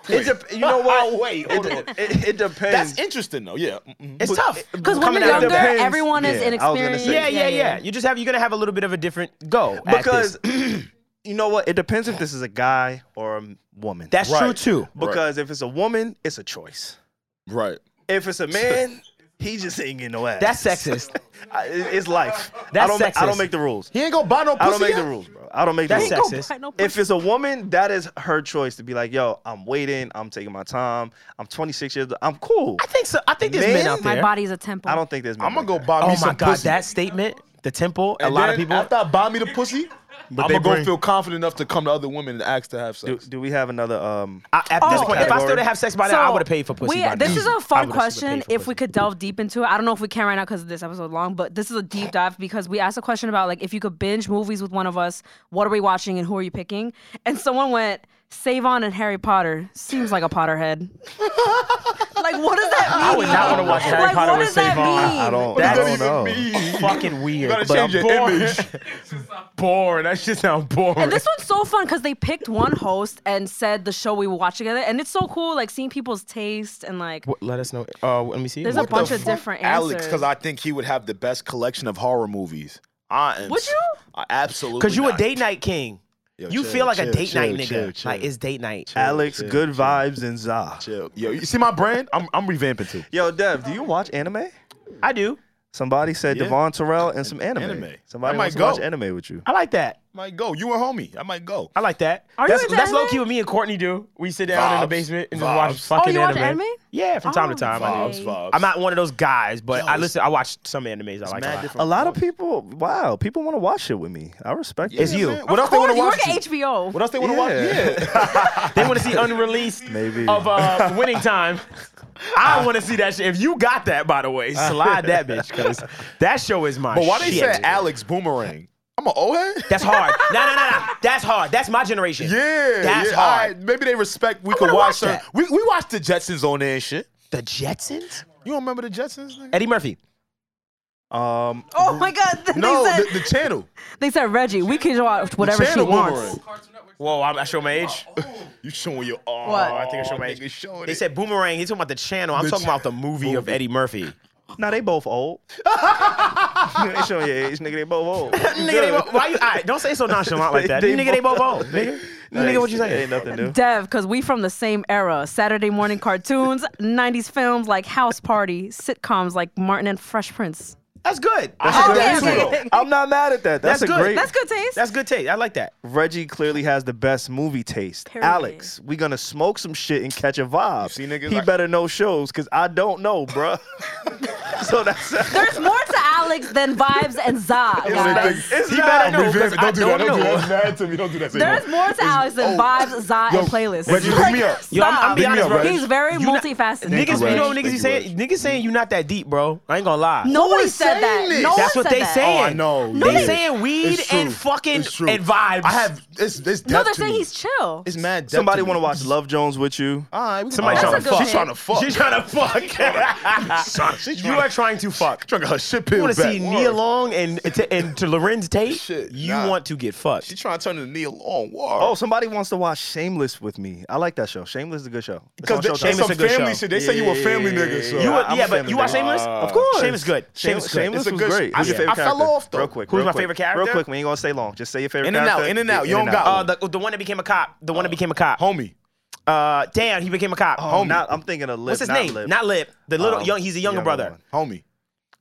It's a, you know what? Oh, wait, hold on. It, it depends. That's interesting though. Yeah. mm-hmm. Mm-mm. It's tough. Because when Coming you're out younger, of the- depends. everyone is Yeah, I was gonna inexperienced. say. yeah, yeah, yeah. You just have, you're gonna have a little bit of a different go. at this. because you know what? It depends if this is a guy or a m- woman. that's true Right. too. because if it's a woman, it's a choice. Right. If it's a man, he just ain't getting no ass. That's sexist. I- it- it's life. I That's don't. ma- I sexist. don't make the rules. He ain't gonna buy no pussy. I don't make yet? the rules, bro. I don't make That's the sexist. rules. I know- If it's a woman, that is her choice to be like, yo, I'm waiting. I'm taking my time. I'm 26 years. old. I'm cool. I think so. I think there's men, Men? out there. my body's a temple. I don't think there's. I'm gonna go buy me oh my some god, pussy. that statement, the temple, a And lot then of people. After I buy me the pussy, I'm they gonna go bring- feel confident enough to come to other women and ask to have Do, sex. do we have another? Um. I, at this Oh, point, if I still category. didn't have sex by now, I would have paid for pussy. we- by this now. is a fun I would've still question. paid for If we pussy. could delve deep into it, I don't know if we can right now because this episode's long, but this is a deep dive because we asked a question about like if you could binge movies with one of us, what are we watching and who are you picking? And someone went, Savon and Harry Potter seems like a Potterhead. like, what does that mean? I would not wanna watch Harry like, Potter what with does that Savon. mean? I don't. That's- I don't know. fucking weird. gotta but change I'm your bored. image. bored. That shit sounds boring. And this one's so fun because they picked one host and said the show we will watch together, and it's so cool, like seeing people's taste and like What- let us know. Uh, let me see. There's a What the bunch of fuck? different answers. Alex, because I think he would have the best collection of horror movies. I am. Would s- you? I absolutely. Cause you a not. date night king. Yo, you chill, feel like a chill, date chill, night nigga. chill, chill, Like it's date night. Alex, good vibes and za. chill. Yo, you see my brand? I'm I'm revamping too. Yo, Dev, do you watch anime? I do. Somebody said Yeah. Devon Terrell and some anime. Anime. Somebody I might wants to go. watch anime with you. I like that. might go. You a homie. I might go. I like that. Are you that's into that's anime? low key what me and Courtney do. We sit down in the Vibes. basement and Vibes. just watch fucking Oh, you watch anime. anime? Yeah, from time to Oh, time. I do. Vibes, Okay. vibes. I'm not one of those guys, but I it's- listen. I watch some animes. I like a mad lot. different- A lot of people, wow, people want to watch shit with me. I respect Yeah, that. you. man. What else they want Course, to you watch? work with at you? HBO. What else they want to Yeah. watch? Yeah. They want to see unreleased Maybe. of uh, winning time. I want to see that shit. If you got that, by the way, slide that bitch because that show is my. But why they shit. say Alex Boomerang? I'm an old head. That's hard. No, no, no, no. That's hard. That's my generation. Yeah, That's yeah, hard. alright, maybe they respect. We could wanna watch, watch certain- that. We we watched the Jetsons on there and shit. The Jetsons. You don't remember the Jetsons? Nigga? Eddie Murphy. um, Oh my god! No, they, said, the, the channel. they said Reggie, we can watch whatever she channel wants. Boomerang. Cartoon Network. Whoa, I'm, I show my age. You showing your oh, What? I think I showed my age. nigga showing They it. said Boomerang. He's talking about the channel. I'm The talking about the movie of Eddie Murphy. now they both old. they showing your age, nigga. They both old. nigga, they, bo- why you? All right, don't say it so nonchalant like that. They nigga, they both both- old. Nigga, nigga, what you say? Ain't nothing new. Dev, because we from the same era. Saturday morning cartoons, 90s films like House Party, sitcoms like Martin and Fresh Prince. That's good. I That's, had good. that okay, too, okay. though. I'm not mad at that. That's, That's a good. great. That's good taste. That's good taste. I like that. Reggie clearly has the best movie taste. Period. Alex, we gonna smoke some shit and catch a vibe. You see niggas he like- better know shows, cause I don't know, bruh. so that's There's more to Alex than vibes and za. guys. it's He not- better know. Don't do 'cause I that. Don't do that. don't Don't do know. that. It's mad to me. Don't do that. to me. There's more to Alex than vibes, za, Yo, and playlists. Reggie, hook me up. Yo, I'm- I'm Za, be honest, bro. He's very You not- multifaceted. Niggas, you, Reg. know what niggas Thank be you, saying? Niggas saying you not that deep, bro. I ain't gonna lie. Nobody is said saying that. this? No one That's what said they that. saying. Oh, I know. They Yeah. saying weed It's true. and fucking It's true. and vibes. I have it's it's No, depth they're to saying me. he's chill. it's mad. Depth Somebody want want to watch Love Jones with you? All right, we can- Somebody Oh, trying to fuck. She's trying to fuck. She's trying to fuck. She's you are trying to fuck. trying to get her shit You peeled want to back. see Nia Long and to, and to Lorenz Tate? Shit, you nah. want to get fucked? She's trying to turn to Nia Long. Whoa. Oh, somebody wants to watch Shameless with me. I like that show. Shameless is a good show. It's on Because Showtime. there's Shameless some a good family show. shit. They say you a family nigga. So you Yeah, would, I'm a yeah, but family you watch nigga. Shameless? of course. Shameless good. Shameless, Shameless good. Shameless It's a was good- great. I- Who's your I favorite fell character? off, though. Real quick. Who's real my quick. favorite character? Real quick. We ain't gonna stay long. Just say your favorite In and character. out, in and out. You don't got Uh, one. the, the one that became a cop. The one that became a cop. homie. Uh, damn, he became a cop. Oh, not, I'm thinking of Lip. What's his not name? Lip. Not Lip. The little Um, young. He's a younger younger brother. one. Homie.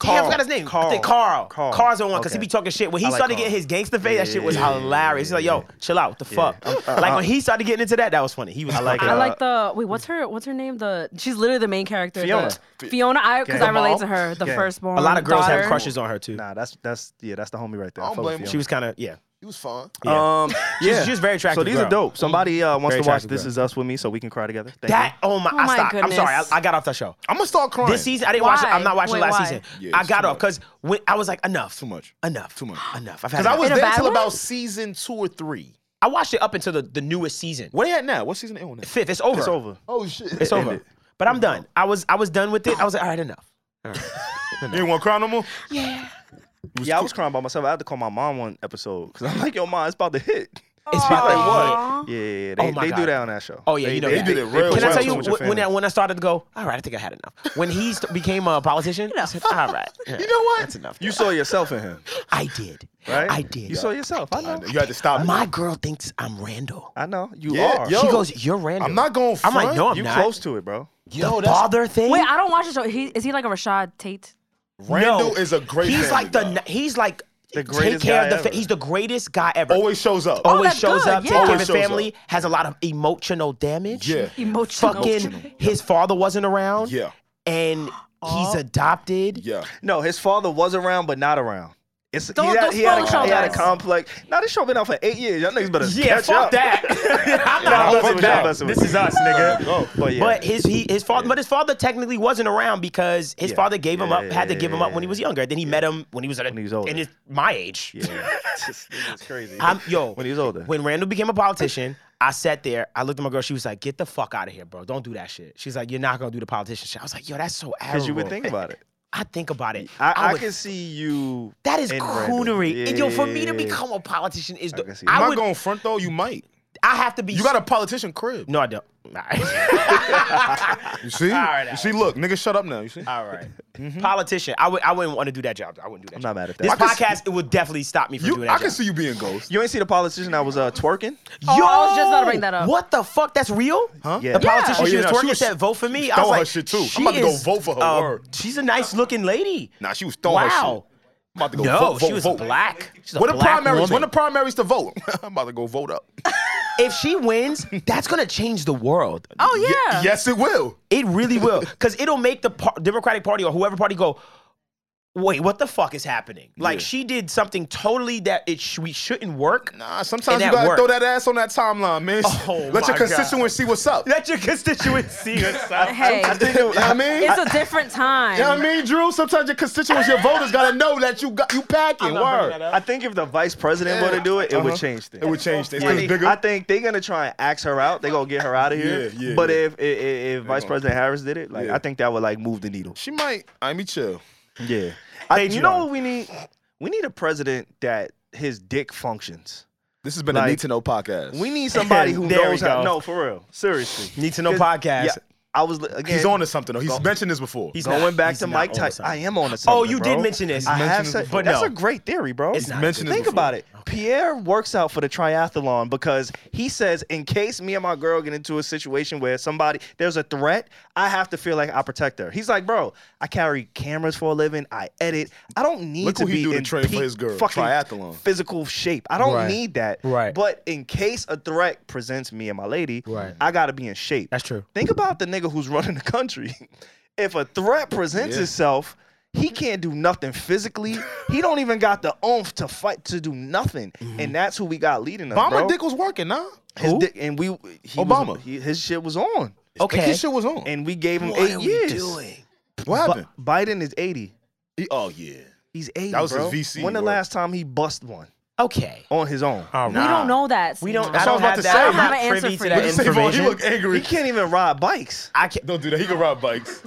Damn, I forgot his name. I Carl. think Carl. Carl. Carl's the one because Okay. he be talking shit. When he I like started Carl. getting his gangster face, that shit was Yeah. hilarious. He's like, yo, chill out. What the fuck? like when he started getting into that, that was funny. He was I like I Uh, like the wait. What's her? What's her name? The she's literally the main character. the- Fiona. Fiona. I because I Gang. relate to her. The Gang. firstborn. A lot of girls daughter. have crushes on her too. Nah, that's that's yeah, that's the homie right there. I don't Fuck blame with him. She was kind of yeah. He was fun. you. Um, yeah, she's very attractive So these girl. are dope. Somebody uh, wants Very to watch attractive This girl. Is Us with me, so we can cry together. Thank That you. oh my, Oh I my stopped. I'm sorry, I, goodness. I got off that show. I'm gonna start crying. This season I didn't watch. it. I'm not Why? watching Wait, last why? season. Yeah, I it's got too off because I was like enough, Too much. enough, Too much. enough. I've had Because I enough. was In a there bad till way? about season two or three. I watched it up until the, the newest season. Where they at now? What season they on now? Fifth, it's over. It's over. Oh shit. It's over. But I'm done. I was I was done with it. I was like, all right, enough. All right. You ain't want to cry no more? yeah, I was crying by myself. I had to call my mom one episode because I'm like, yo, mom, it's about to hit. It's probably Yeah, yeah, yeah. They, Oh my they God. do that on that show. Oh yeah, you know they that. did it real Can I well tell too you with your wh- when I, family. when I started to go? All right, I think I had enough. When he st- became a politician, I said, all right, you know what? That's enough. You saw yourself in him, I did. right? I did. You saw yourself. I know. You had to stop. My girl thinks I'm Randall. I know. You Yeah, are. yo, she goes, "You're Randall." I'm not going I'm like, front. no, I'm you not. close to it, bro. the father thing. Wait, I don't watch the show. He, is he like a Rashad Tate? Randall is a great He's family like the. guy. n- He's like The Take greatest care guy of the. Fa- ever. he's the greatest guy ever. Always shows up. always that's shows Oh, good, up. yeah. Take care of Always his shows family. Has a lot of emotional damage. Yeah. Emotional. Fucking, his father wasn't around. Yeah. And he's adopted. Yeah. No, his father was around, but not around. It's Don't- he, had, don't he, had a, spoil the he show, had a guys. complex. Now this show been out for eight years. Y'all niggas better Yeah, catch fuck up. that. I'm Y'all not messing holding with- y'all back. messing with This is us, nigga. Oh, but yeah. But his he, his father, but his father technically wasn't around because his Yeah. father gave him Yeah, up, had to give him up when he was younger. Then he met him when he was at a, When he was older. in his, my age. yeah, it's crazy. I'm yo. When he was older. When Randall became a politician, I sat there. I looked at my girl. She was like, "Get the fuck out of here, bro. Don't do that shit." She's like, "You're not gonna do the politician shit." I was like, "Yo, that's so Because arrogant." you would think about it. I think about it. I, I, would- can see you. That is in Randall. coonery. And yo, for me Yeah. to become a politician is. The, can see I, I'm not would. going front though. You might. I have to be. You got a politician crib. No, I don't. All right. You see? All right, you all see? right. Look, nigga, shut up now. You see? All right. Mm-hmm. Politician. I would. I wouldn't want to do that job. I wouldn't do that. I'm job. not mad at that. This I can podcast it would definitely stop me from You, doing I that. can job. see you being ghost. You ain't see the politician that was uh, twerking? Oh, I was just about to bring that up. What the fuck? That's real? Huh? Yeah. The politician Oh, she yeah, was nah, she twerking was- said, vote for me. I was throwing her like, shit, too. I'm she about to go is, vote for her, uh, word. She's a nice looking lady. Nah, she was throwing her shit. wow. I'm about to go No, vote, vote, she was vote. black. She's a When the black primaries? woman. When the primaries to vote? I'm about to go vote up. if she wins, that's gonna change the world. Oh yeah. Yes, it will. It really will, because it'll make the par- Democratic Party or whoever party go. Wait, what the fuck is happening? Like she did something totally that it sh- we shouldn't work. Nah, sometimes you that gotta worked. throw that ass on that timeline, man. Oh, Let your my God. constituents see what's up. Let your constituents see herself. Hey, You know what I mean? it's a different time. You know what I mean, Drew? Sometimes your constituents, your voters gotta know that you got you packing. Word. I think if the vice president were to do it, it Uh-huh. would change things. It would change things. I It's think, bigger. I think they're gonna try and axe her out. They're gonna get her out of here. Yeah, yeah, but yeah. if if, if, if Vice President Harris did it, like Yeah. I think that would like move the needle. she might. I mean, chill. Yeah. I, you know Patreon. what we need? We need a president that his dick functions. This has been a Like- need to know podcast. We need somebody who There we knows how. go. No, for real. Seriously. Need to know 'Cause- podcast. Yeah, I was li- again. He's on to something though. He's mentioned this before. He's Going not- back he's to not Mike on Tyson. something. I am on to something. Oh, you bro. did mention this. I have mentioned said, this but before. that's No. a great theory, bro. It's not. mentioned Think about it. Pierre works out for the triathlon because he says, in case me and my girl get into a situation where somebody there's a threat, I have to feel like I protect her. He's like, bro, I carry cameras for a living. I edit. I don't need Look to what he be do to in train for peak his girl, fucking triathlon. physical shape. I don't Right. need that. Right. But in case a threat presents me and my lady, Right. I gotta be in shape. That's true. Think about the nigga who's running the country. if a threat presents itself, he can't do nothing physically. he don't even got the oomph to fight to do nothing. And that's who we got leading us, Obama bro. dick was working, nah. His dick- and we he was- Obama. he- his shit was on. Okay. His shit was on. And we gave him What eight are we years. doing? what happened? Bi- Biden is 80. He- oh yeah. He's 80. That was his bro. VC When the work. last time he bust one Okay. on his own? Oh, We don't know that. We don't. Steve. I That's what don't I have was that. about I'm to say. not I have an privy answer to for that you. Save all, he information. look angry. He can't even ride bikes. I can't. Don't do that. He can ride bikes.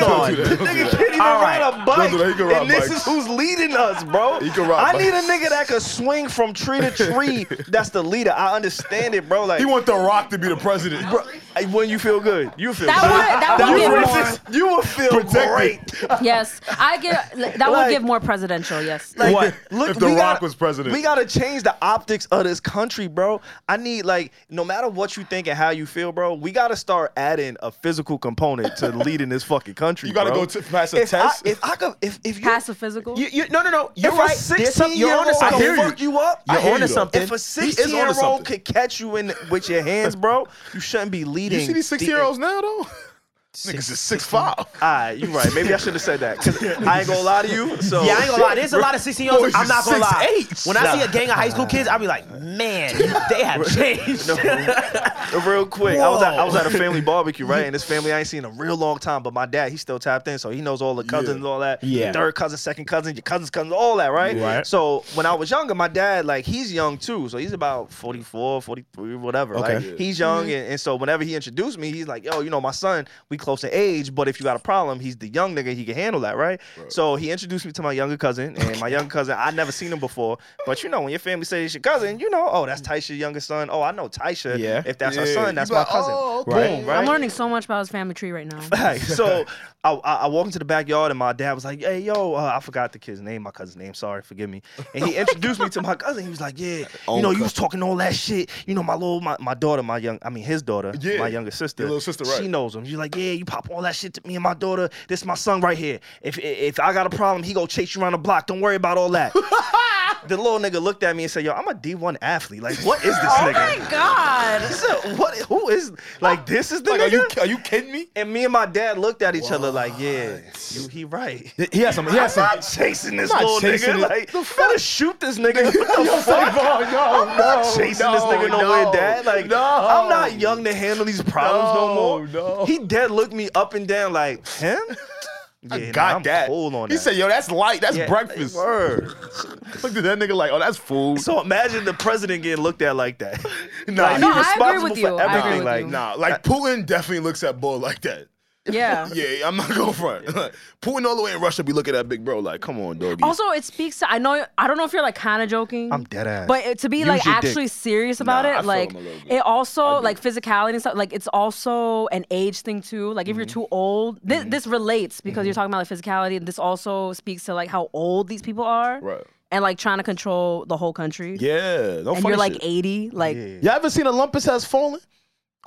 on. Don't do that. Don't do Nigga that. can't even All right. ride a bike. Don't do that. He can ride and this bikes. is who's leading us, bro. He can ride I need bikes. a nigga that could swing from tree to tree. That's the leader. I understand it, bro. Like He want The Rock to be the president. bro, hey, when you feel good, you feel That good. would- that would you, give would more. feel- you would feel Protect great. Yes, I get that. Like- will give more presidential. Yes. Like, What Look, if The we Rock gotta- was president? We gotta change the optics of this country, bro. I need like no matter what you think and how you feel, bro. We gotta start adding a physical component to leading this fucking country. You gotta bro. go to- pass a if test? I, if I could, if if you Pass a physical. You, you, no, no, no. You're if right. a There's some- 16 you're year onto old something. can fuck you up, I You're hear onto you, though. something. if a He is onto 16 year old something. could catch you in with your hands, bro, you shouldn't be leading. You see these six the- year olds now though? Niggas is six five. Ah, you right. Maybe I should have said that. 'cause I ain't gonna lie to you. So Yeah, I ain't gonna lie. There's a lot of 16 year olds. Boys I'm not is gonna lie. 6'8". When I see a gang of high school kids, I'll be like, man, they have changed. Real quick, I was at, I was at a family barbecue, right? And this family I ain't seen in a real long time, but my dad he still tapped in, so he knows all the cousins, and all that. Yeah. third cousin, second cousin, your cousins, cousins, all that, right? Right. So when I was younger, my dad like he's young too, so he's about Mm-hmm. 44, 43, whatever. Like he's young, and, and so whenever he introduced me, he's like, "Yo, you know my son, we close in age, but if you got a problem, he's the young nigga. He can handle that, right? So he introduced me to my younger cousin, and my younger cousin, I never seen him before. But you know, when your family says it's your cousin, you know, oh, that's Taisha's younger son. Oh, I know Taisha. Yeah. If that's her Yeah. son, You that's be my like, cousin. "Oh, Boom, okay." right? I'm learning so much about his family tree right now. Right. So I, I I walk into the backyard and my dad was like, "Hey, yo, uh, I forgot the kid's name, my cousin's name. Sorry, forgive me." And he introduced me to my cousin. He was like, "Yeah, you know, you was talking all that shit. You know, my little my, my daughter, my young, I mean, his daughter, Yeah. my younger sister, Your little sister, She right. knows him. She's like, yeah, you pop all that shit to me and my daughter. This my son right here. If if I got a problem, he go chase you around the block. Don't worry about all that." The little nigga looked at me and said, "Yo, I'm a D1 athlete. Like, what is this Oh nigga? my god. He said, what? Who is like? This is the Like, nigga? are you are you kidding me? And me and my dad looked at each other like, yeah, you, he right. He has some. He has some. I'm chasing this I'm not little chasing nigga. it. Like, better shoot this nigga. What the Yo, fuck? Savon, yo, I'm not chasing this nigga nowhere, dad. Like, no. I'm not young to handle these problems no, No, more. no. He dead looked me up and down like, him? Yeah, nah, Got I'm that. cold on he that. said, "Yo, that's light. That's Yeah, breakfast." word. Look at that nigga like, "Oh, that's food." So imagine the president getting looked at like that. Nah, like, no, he's I agree responsible with for you. I agree everything. with like, you. Nah, like Putin definitely looks at Bull like that. Yeah. Yeah, I'm not going front. Putin all the way in Russia be looking at Big Bro like, "Come on, doggy." Also, it speaks to I know I don't know if you're like kind of joking. I'm dead ass. But it, to be Use like your dick. actually serious about Nah, I it, feel like him a little bit. it also like physicality and stuff. Like it's also an age thing too. Like if Mm-hmm. you're too old, this this relates because you're talking about like physicality, and this also speaks to like how old these people are, Right. And like trying to control the whole country. yeah, no and funny you're like shit. 80, like Y'all ever seen Olympus has fallen?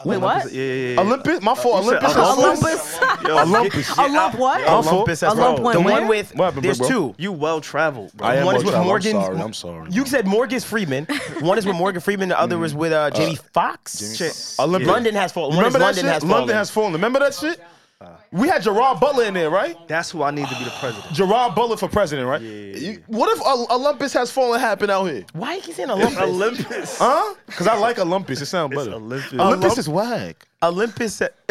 wait, what? yeah, yeah, yeah. Olympus, my fault. You said Olympus has fallen. Olympus, Yo, Olympus. get- a get out. lump what? Yo, lump- Olympus has A lump fallen. went The where? one with What happened, there's bro? two. You well traveled, bro. I am One is well with traveled. I'm Morgan. sorry, I'm sorry. You said Morgan Freeman. One is with Morgan Freeman. The other was with uh, Jamie Foxx. Shit. Olympus. London has fallen. One is Remember that London shit? has fallen. London has fallen. Remember that shit? We had Gerard Butler in there, right? That's who I need to be the president. Gerard Butler for president, right? You- What if Ol- Olympus has fallen happened out here? Why you keep saying Olympus? Olympus. Huh? Because I like Olympus. It sounds better. Olympus. Olympus is whack. Olympus.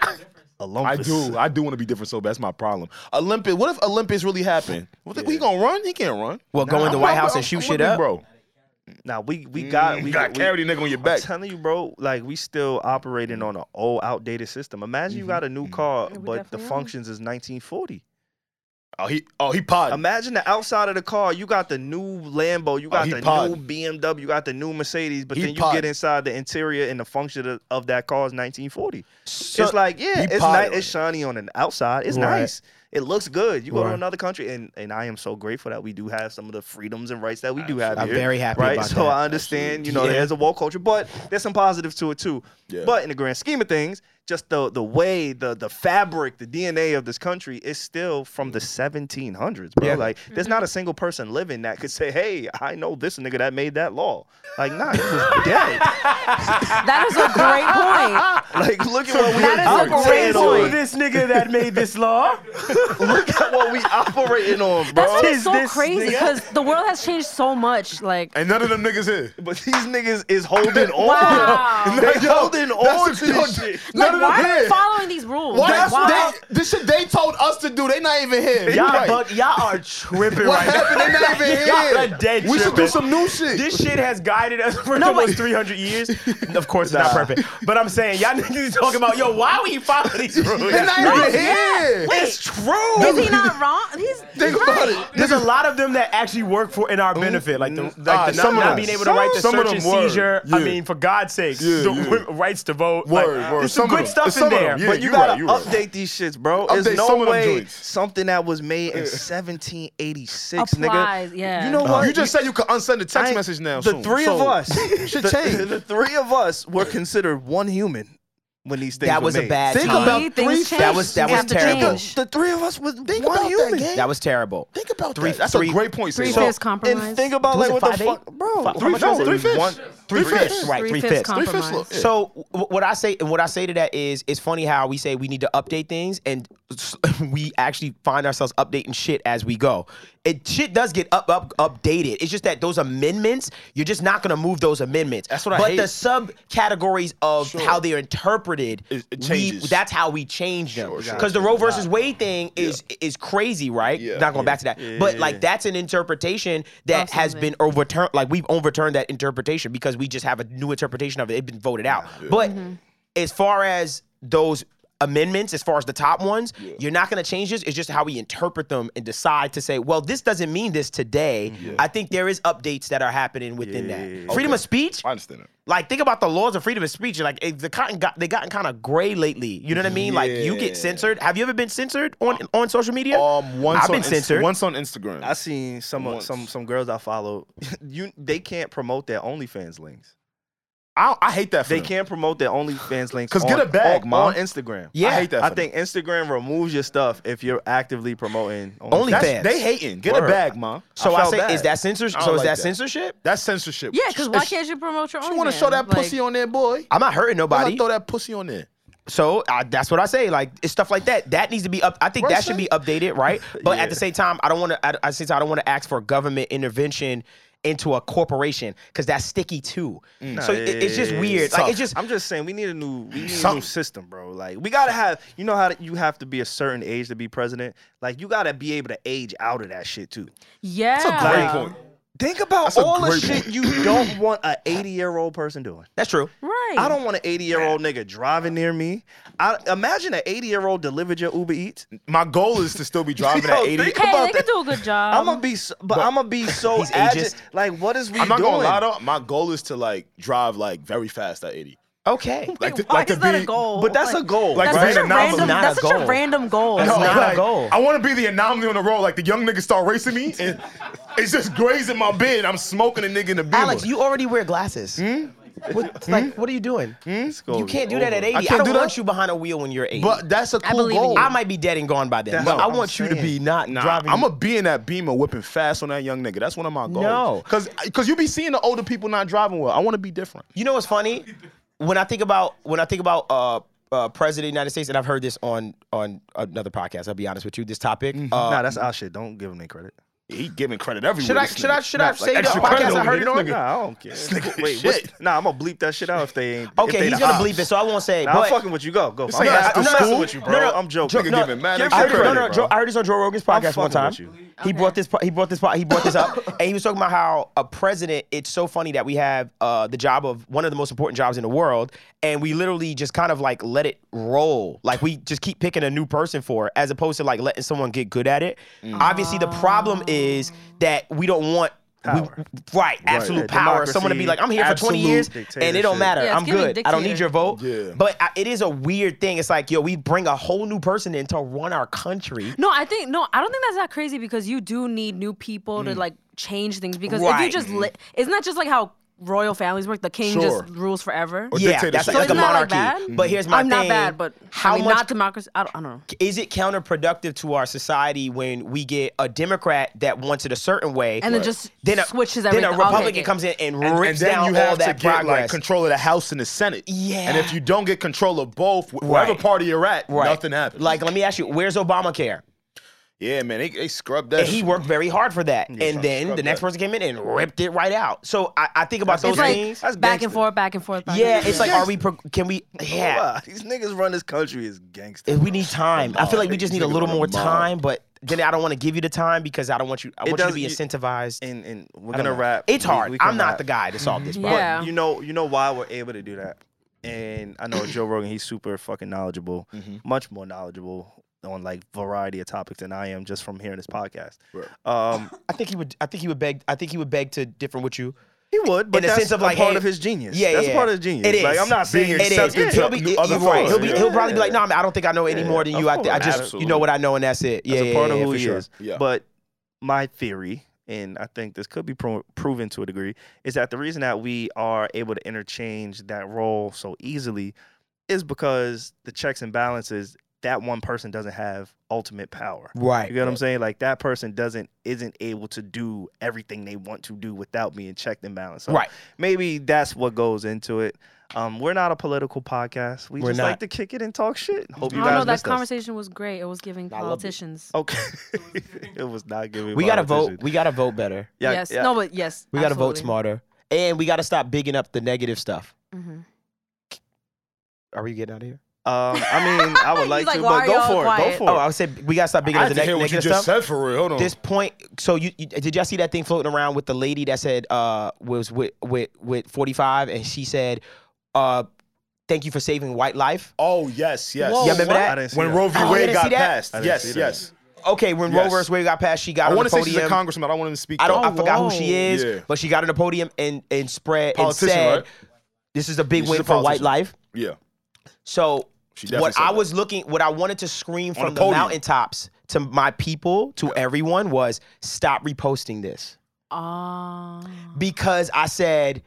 I Olympus. do. I do want to be different so bad. That's my problem. Olympus. What if Olympus really happened? What the- He gonna run? He can't run. well, go in the I'm- White I'm- House I'm and shoot with shit you, up. bro. Now we we Mm. got we You got we- carry the nigga on your I'm back. Mm. telling you, bro. Like we still operating on an old, outdated system. Imagine Mm-hmm. you got a new car, but the definitely are. functions is 1940. Oh, he. Oh, he pod. Imagine the outside of the car. You got the new Lambo. You got Oh, he the pod. new BMW. You got the new Mercedes. But He then you pod. get inside the interior and the function of, of that car is 1940. So- it's like yeah, he it's pod nice. on It's it. shiny on the outside. It's Right. nice. It looks good. You go Right. to another country, and, and I am so grateful that we do have some of the freedoms and rights that we do have I'm here. very happy right? about so that. I understand, you know, Yeah. there's a woke culture, but there's some positives to it too. Yeah. But in the grand scheme of things, just the the way, the the fabric, the DNA of this country is still from the 1700s, bro. Yeah. Like, there's not a single person living that could say, "Hey, I know this nigga that made that law." Like, nah, he was dead. that is a great point. Like, look at what we That is a operating great on. point. this nigga that made this law? Look at what we operating on, bro. That's what's Is so this crazy nigga? because the world has changed so much. Like, And none of them niggas here. But these niggas is holding on. wow. They Yo, holding on that's to the- yo, this shit. None of Like, why them are here. you following these rules? What? Like, That's wow. they, this shit they told us to do. They not even here. Y'all, Right. bug, y'all are tripping What right happened? They not even now. here. Y'all are dead we should tripping. do some new shit. This shit has guided us for almost 300 years. Of course, it's not perfect. But I'm saying, y'all niggas talking about, yo, why we follow these rules? they not even here. It's true. Is he not wrong? He's Think about it. There's a lot of them that actually work for in our benefit, like the, like Ah, the some of not, them. not being able to write the Some of search them and were. seizure. I Yeah. mean, for God's sake, Yeah, the yeah. rights to vote. Word, like, word. There's Some some, of good them. stuff Some in of them, there. yeah. But you you gotta right, you right. update these shits, bro. There's Update no some of them way joints. something that was made in 1786, Applies, nigga. yeah. You know what? You just said you could unsend a text I- message now. The soon. three of So, us, should the, change. the three of us were considered one human when these things That were was a made. bad Think time. about See, three things change. That was- that You was have to terrible. change. the three of us was one about that, human. gang. That was terrible. Think about Three- that. That's a three- great point. Three Sam. fifths compromise. And think about like Was it what the 5'8"? fuck, bro. Five- three how much was fifths. it? Three fifths. One- Three fifths. Right, three fifths fifths. Three fifths. look, compromise. yeah. So w- what I say and what I say to that is, it's funny how we say we need to update things, and s- we actually find ourselves updating shit as we go. It shit does get up, up updated. It's just that those amendments, you're just not gonna move those amendments. That's what I But hate. the subcategories of how they're interpreted, It- it we, changes. that's how we change them. Sure, Because sure, the Roe versus Wade thing is is crazy, right? Yeah. Not going back to that, but like that's an interpretation that has Absolutely. been overturned like we've overturned that interpretation because we just have a new interpretation of it. It's been voted out. But as far as those amendments as far as the top ones. You're not going to change this. It's just how we interpret them and decide to say, well, this doesn't mean this today. I think there is updates that are happening within that. Freedom of speech. I understand that. Like think about the laws of freedom of speech. Like if the cotton got they gotten kind of gray lately. You know what I mean? Like Yeah. you Uh, get censored. Have you ever been censored on on social media? Um, once I've on been Inst- censored. Once on Instagram. I seen some of- some some girls I follow. you they can't promote their OnlyFans links. I, I hate that. For They them. can't promote their OnlyFans links. 'Cause get on- a bag, on, Mom. on Instagram. Yeah. I hate that. I for think Instagram removes your stuff if you're actively promoting them. That's- OnlyFans. They hating. Get Word. a bag, ma. so I, felt say, bad. is that censorship? I So don't is like that that. censorship? That's censorship. Yeah, because why If can't you promote your own? She want to show that pussy on there, boy. I'm not hurting Why not nobody. Throw that pussy on there. So I, that's what I say. Like it's stuff like that. That needs to be up. I think that should be updated, right? But at the same time, I don't want to. At the same time, I don't want to ask for government intervention into a corporation because that's sticky too. Mm. so it- it's just weird. like it's just. I'm just saying we need a new we need a new system, bro. Like we gotta have you know how to- you have to be a certain age to be president. Like you gotta be able to age out of that shit too. Yeah. Like, Think about a all the great shit you don't want an 80 year old person doing. that's true. Right. I don't want an 80 year old nigga driving near me. I imagine an 80 year old delivered your Uber Eats. My goal is to still be driving Yo, at 80. think Hey, about they that. can do a good job. I'm Um, gonna be, so, but, I'm gonna be so He's agi- ageist. Like, what is we I'm not doing? gonna lie though. My goal is to like drive like very fast at 80. Okay. Like, to- Why like to is that a be- goal? But that's a goal. Like, That's right such a now, it's random. not That's a such a goal. random goal. That's not a like, goal. I want to be the anomaly on the road. Like the young niggas start racing me, and it's just grazing my bed. I'm smoking a nigga in the beamer. Alex, you already wear glasses. Hmm? What, it's Like, what are you doing? You can't do that at 80. I, can't don't do that? want you behind a wheel when you're 80. but that's a I cool believe in Oh. goal. you. I might be dead and gone by then. That's but what I I'm want you to be saying. not driving. I'm gonna be in that beamer whipping fast on that young nigga. That's one of my goals. No. cause, cause you be seeing the older people not driving well. I want to be different. You know what's funny? When I think about when I think about uh, uh, President of the United States, and I've heard this on on another podcast. I'll be honest with you, this topic. Uh, nah, that's our shit. Don't give them any credit. He giving credit everywhere. should I this should I nigga. should I Not, say like, the extra podcast credit I over heard it this on? Nah, I don't care. nigga Wait, shit. what- nah, I'm gonna bleep that shit out if they ain't. if Okay, they he's the gonna ops. bleep it, so I won't say. it, Nah, I'm but fucking with you. Go, go. I'm, like messing- after I'm school. messing with you, bro. No, no. I'm joking. Nigga giving mad extra give I him heard, credit, credit, no, no, bro. Joe, I heard this on Joe Rogan's podcast fucking one time. with you. He brought this. He brought this. He brought this up, and he was talking about how a president. It's so funny that we have uh, the job of one of the most important jobs in the world, and we literally just kind of like let it roll. Like we just keep picking a new person for, it, as opposed to like letting someone get good at it. Mm. Obviously, the problem is that we don't want. we- Power. right, absolute Yeah, power. Someone to be democracy, like, I'm here for 20 years, absolute and it dictatorship. don't matter. Yeah, it's I'm giving good. I don't need dictator. your vote. Yeah. But I, it is a weird thing. It's like, yo, we bring a whole new person in to run our country. No, I think no, I don't think that's that crazy because you do need new people to like change things because if Mm. Right. you just li- isn't that just like how royal families work? The king just rules forever. yeah, that's dictatorship. like, So a isn't that, monarchy. like, bad? Mm-hmm. But here's my I'm thing. not bad, but how I mean, much not democracy. I don't, I don't know. is it counterproductive to our society when we get a Democrat that wants it a certain way, And then just then a, switches then a everything. Okay, Republican okay. comes in and rips and, and then down you have all that to get like progress? control of the House and the Senate. Yeah. And if you don't get control of both, wh- whatever Right. party you're at, Right. nothing happens. Like, let me ask you, where's Obamacare? yeah, man, they, they scrubbed that. And he shit. worked very hard for that, and then the scrub next that. person came in and ripped it right out. So I, I think about That's those It's like things. That's back gangster. and forth, back and forth. Back yeah, and forth. it's like, are we? Pro- can we? Yeah, Wow, these niggas run this country is gangster. we need time. I feel like we just need a little on a more mob. time, but then I don't want to give you the time because I don't want you. I want you to doesn't- be you- incentivized. And and we're I don't gonna know. wrap. It's We- hard. we can I'm not wrap. the guy to solve this. problem. yeah. You know, you know why we're able to do that. And I know Joe Rogan, he's super fucking knowledgeable, much more knowledgeable on like variety of topics than I am just from hearing this podcast. Um, I think he would. I think he would beg. I think he would beg to differ with you. he would, but in the that's sense of a like part hey- of his genius. Yeah, that's yeah. a part of his genius. It is. Like I'm not saying It is. accepted He'll to be, other you're right. thoughts. He'll be. He'll Yeah. probably be like, no, nah, man, I don't think I know any Yeah, more than of you. I, th- I course, just, you know absolutely. what I know, and that's it. Yeah, That's yeah, a part yeah, of yeah, who for he sure. is. Yeah. But my theory, and I think this could be pro- proven to a degree, is that the reason that we are able to interchange that role so easily is because the checks and balances that one person doesn't have ultimate power. Right. You get what I'm saying? Like that person doesn't isn't able to do everything they want to do without being checked and balanced. So Right. Maybe that's what goes into it. Um, we're not a political podcast. We We're just not. like to kick it and talk shit. Hope you I don't know. guys That missed us. conversation was great. It was giving politicians. Oh, Okay. it was not giving. We gotta vote. politicians. We gotta vote better. Yeah, yes. yeah. Um, No, but yes. We gotta vote absolutely. smarter, and we gotta stop bigging up the negative stuff. Mhm. Are we getting out of here? Um, I mean, I would He's like, like, to, why but are go y'all for it. Go quiet? for Oh, it. I would say we gotta stop bigging I up have the to neg- hear what you negative just stuff. said for real. Hold on. this point so you, you- did y'all see that thing floating around with the lady that said uh was with with with 45 and she said uh Thank you for saving white life. Oh yes, yes. you remember I that? didn't see When that. Roe v. Oh, you Wade didn't see got that? passed. I didn't Yes, see that. yes. Okay, when Roe Yes. versus Wade got passed, she got I on want the to say she's a podium. congressman. I don't want to speak. I don't. though. I forgot who she whoa. is, Yeah. but she got on the podium and and spread and Politician, said, right? "This is a big She's win a for white politician. life." Yeah. So She definitely what said I that. was looking, what I wanted to scream from the the, podium. mountaintops to my people, to everyone, was stop reposting this Ah. because I said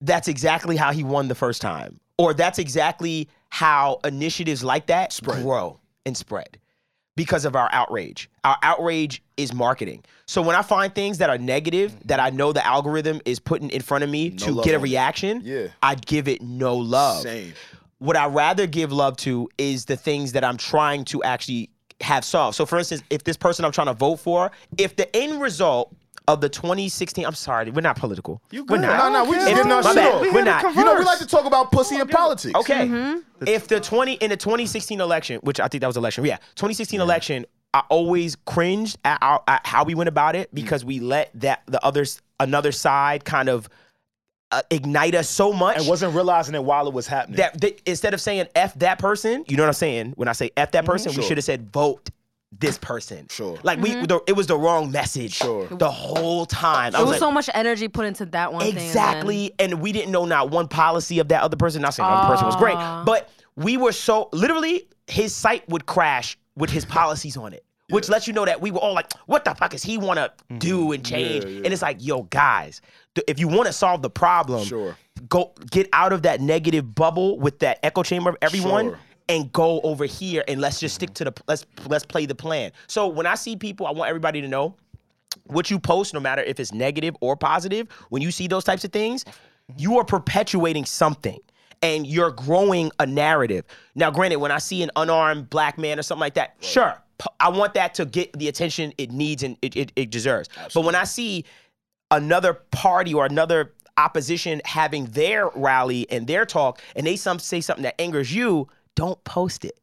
that's exactly how he won the first time, or that's exactly how initiatives like that grow and spread because of our outrage. Our outrage is marketing. So when I find things that are negative that I know the algorithm is putting in front of me to love get a on it. reaction, Yeah. I give it no love. Same. What I rather give love to is the things that I'm trying to actually have solved. So for instance, if this person I'm trying to vote for, if the end result of the 2016, I'm sorry, we're not political. You good. We're not. No, no, we just If- getting our my shit bad, off. We here We're to not. You know, we like to talk about pussy and politics. Okay. If the 20 in the 2016 election, which I think that was election, yeah, 2016 election, I always cringed at, our, at how we went about it because we let that the others another side kind of uh, ignite us so much And wasn't realizing it while it was happening. that they, instead of saying f that person, you know what I'm saying? When I say f that person, we Mm-hmm. Sure. should have said vote this person. Sure. Like we, the, it was the wrong message. Sure. The whole time, I There was was like, so much energy put into that one thing. and then- Exactly. And we didn't know not one policy of that other person. Not saying the other person was great, but we were so literally his site would crash with his policies on it. Which lets you know that we were all like, what the fuck is he wanna do and change? And it's like, yo, guys, th- if you wanna solve the problem, Sure. go get out of that negative bubble with that echo chamber of everyone Sure. and go over here and let's just stick to the let's let's play the plan. So when I see people, I want everybody to know what you post, no matter if it's negative or positive, when you see those types of things, you are perpetuating something and you're growing a narrative. Now, granted, when I see an unarmed black man or something like that, sure, p- I want that to get the attention it needs and it, it, it deserves. But when I see another party or another opposition having their rally and their talk and they some say something that angers you, don't post it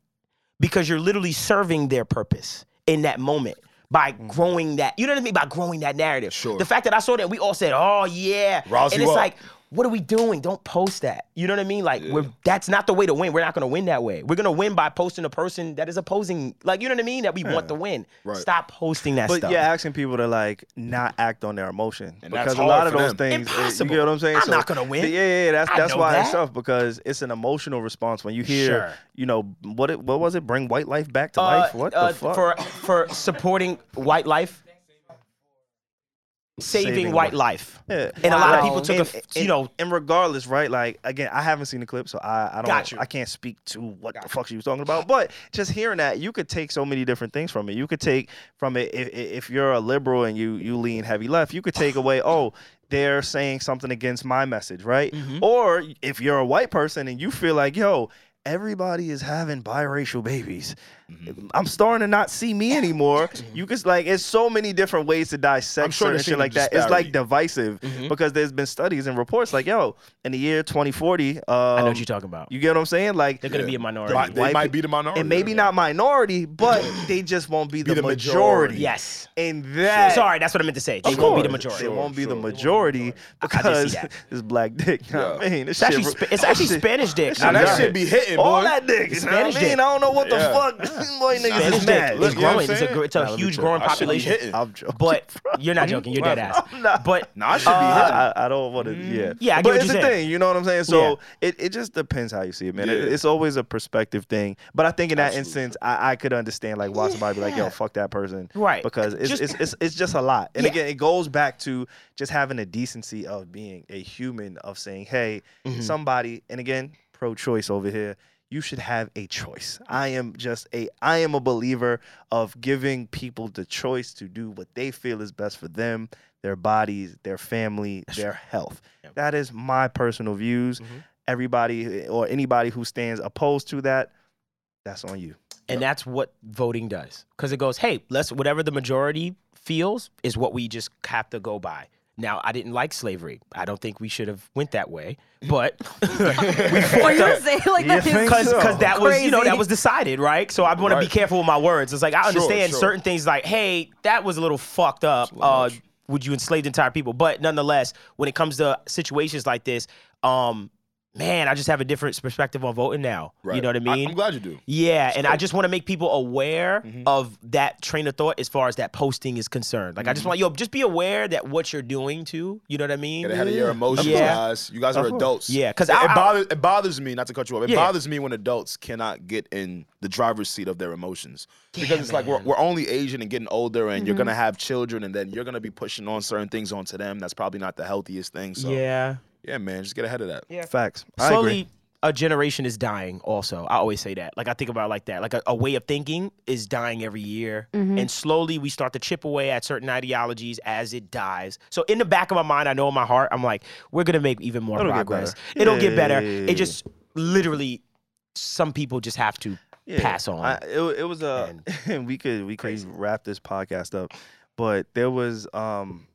because you're literally serving their purpose in that moment by growing that. You know what I mean? By growing that narrative. Mm-hmm. Sure. The fact that I saw that, we all said, "Oh yeah," Rouse and you it's up. like. What are we doing? Don't post that. You know what I mean? Like, we're, that's not the way to win. We're not going to win that way. We're going to win by posting a person that is opposing. Like, you know what I mean? That we want to win. Stop posting that But stuff. yeah, asking people to like not act on their emotion that's because a hard lot of for those them. things, uh, Impossible. you get what I'm saying? I'm not gonna win. Yeah, yeah, yeah. That's I that's know why that. it's tough because it's an emotional response when you hear, Sure. you know, what it, what was it? Bring white life back to Uh, life. What uh, the fuck? For for supporting white life, saving, Saving white white- life, Yeah. and a lot of Wow. people took and, a f- you know and regardless, right? Like again, I haven't seen the clip, so I, I don't Got you. I can't speak to what the fuck she was talking about. But just hearing that, you could take so many different things from it. You could take from it if, if you're a liberal and you you lean heavy left, you could take away oh. They're saying something against my message, right? Mm-hmm. Or if you're a white person and you feel like, yo, everybody is having biracial babies. Mm-hmm. I'm starting to not see me anymore. you just like, it's so many different ways to dissect I'm sure certain they're shit seeing like the that. It's like disparity. divisive Mm-hmm. because there's been studies and reports like, yo, in the year 2040, um, I know what you're talking about. You get what I'm saying? Like they're gonna be a minority. Right. They white might peop- be the minority, and maybe yeah. not minority, but they just won't be the, the majority. majority. Yes. and that Sorry, that's what I meant to say. They of won't be the course, majority. They won't be the majority I did see because that. it's black dick. Nah, man, this It's actually, shit- sp- it's actually this shit- Spanish dick. Now that Yeah. shit be hitting, boy. All that dick. you know what I Spanish mean? dick. I don't know what the Yeah. fuck. Boy, niggas Spanish is dick mad. is Look, you know what I'm growing. It's a, saying? gr- it's a Nah, let me huge chill. growing I should be population. hitting. I'm joking. But you're not joking. You're dead ass. Nah. But Nah, I should be Uh, hitting. Uh, I, I- I don't want to. Yeah, Yeah, I get but what it's you're the saying. thing, you know what I'm saying. So it, it just depends how you see it, man. It- Yeah. it's always a perspective thing. But I think in that instance, I, I could understand like why somebody be like, "Yo, fuck that person," Right. Because it's Just- it's, it's it's just a lot. And Yeah. again, it goes back to just having the decency of being a human, of saying, "Hey, Mm-hmm. somebody," and again, pro-choice over here. You should have a choice. I am just a I am a believer of giving people the choice to do what they feel is best for them, their bodies, their family, their health. That is my personal views. Mm-hmm. Everybody or anybody who stands opposed to that, that's on you. And that's what voting does. Because it goes, hey, let's whatever the majority feels is what we just have to go by. Now, I didn't like slavery. I don't think we should have went that way, but we Well, fucked you up. were saying like that. is- Because because that was you know Crazy. that was decided right, so I want to be Right. careful with my words. It's like I understand sure. certain things like hey that was a little fucked up. Uh, would you enslave the entire people? But nonetheless, when it comes to situations like this, um, man, I just have a different perspective on voting now. You know what I mean? am glad you do. Mm-hmm. Yeah, and I just want to make people aware of that train of thought as far as that posting is concerned. Like, I Mm-hmm. just want yo, just be aware that what you're doing too. You know what I mean? Get ahead of your emotions, Yeah. guys. You guys are adults. Yeah, 'cause it, I- it I- bothers it bothers me not to cut you off. It Yeah. bothers me when adults cannot get in the driver's seat of their emotions because it's like we're, we're only aging and getting older, and you're gonna have children, and then you're gonna be pushing on certain things onto them. That's probably not the healthiest thing. So yeah, yeah. man, just get ahead of that. Yeah. Facts. I agree. Slowly, a generation is dying. Also, I always say that. Like, I think about it like that. Like, a, a way of thinking is dying every year, Mm-hmm. and slowly we start to chip away at certain ideologies as it dies. So, in the back of my mind, I know in my heart, I'm like, we're gonna make even more It'll get progress. better. It'll get better. Yeah. It just literally, some people just have to Yeah. pass on. I, it, wa- it was a we could we could wrap this podcast up, but there was um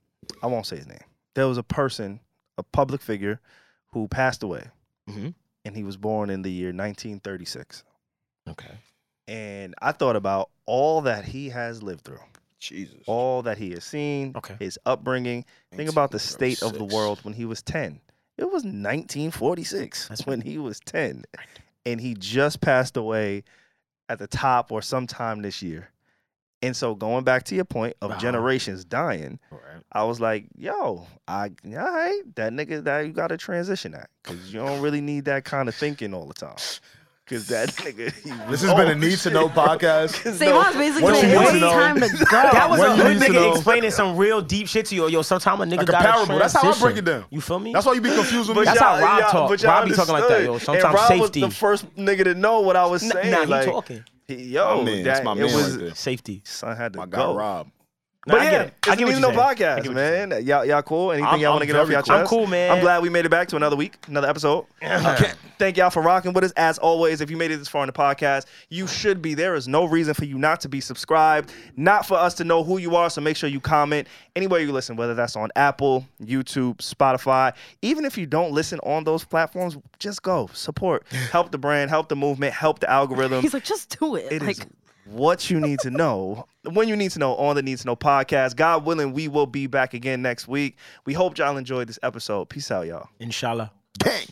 I won't say his name. There was a person, a public figure, who passed away, Mhm. and he was born in the year 1936. okay. And I thought about all that he has lived through, Jesus. all that he has seen, Okay. his upbringing. Think about the state of the world when he was 10. It was 1946 That's when he was 10. And he just passed away at the top or sometime this year. And so going back to your point of Uh-huh. Wow. generations dying, All right. I was like, yo, I all right, that nigga that you gotta transition that. Cause you don't really need that kind of thinking all the time. Cause that nigga he was This has been a old. need to know podcast. Savon's basically What you need like, "Wait, to know- time to go. That was When a you hood used to nigga know- explaining some real deep shit to you. Yo, sometime a nigga Like a got parable. That's how I break it down. You feel me? That's why you be confused with me. That's y'all- how Rob y'all- talk. but y'all Rob be talking like that, yo. understood. Sometimes and Rob safety. was the first nigga to know what I was N- saying. nah, he like, talking. he- Yo, My man, that, that's my it man was right there. safety. son had to My go. God, Rob. But I yeah, get it. I it's get an what Even you're Though saying. I get podcast, what you're man. Y'all, y'all cool? Anything I'm- y'all want to I'm get off very y'all cool. I'm chest? cool, man. I'm glad we made it back to another week, another episode. Thank y'all for rocking with us. As always, if you made it this far in the podcast, you should be. There is no reason for you not to be subscribed, not for us to know who you are. So make sure you comment anywhere you listen, whether that's on Apple, YouTube, Spotify. Even if you don't listen on those platforms, just go support, help the brand, help the movement, help the algorithm. He's like, just do it. It like, is what you need to know when you need to know on the Need to Know podcast. God willing, we will be back again next week. We hope y'all enjoyed this episode. Peace out, y'all. Inshallah. Dang.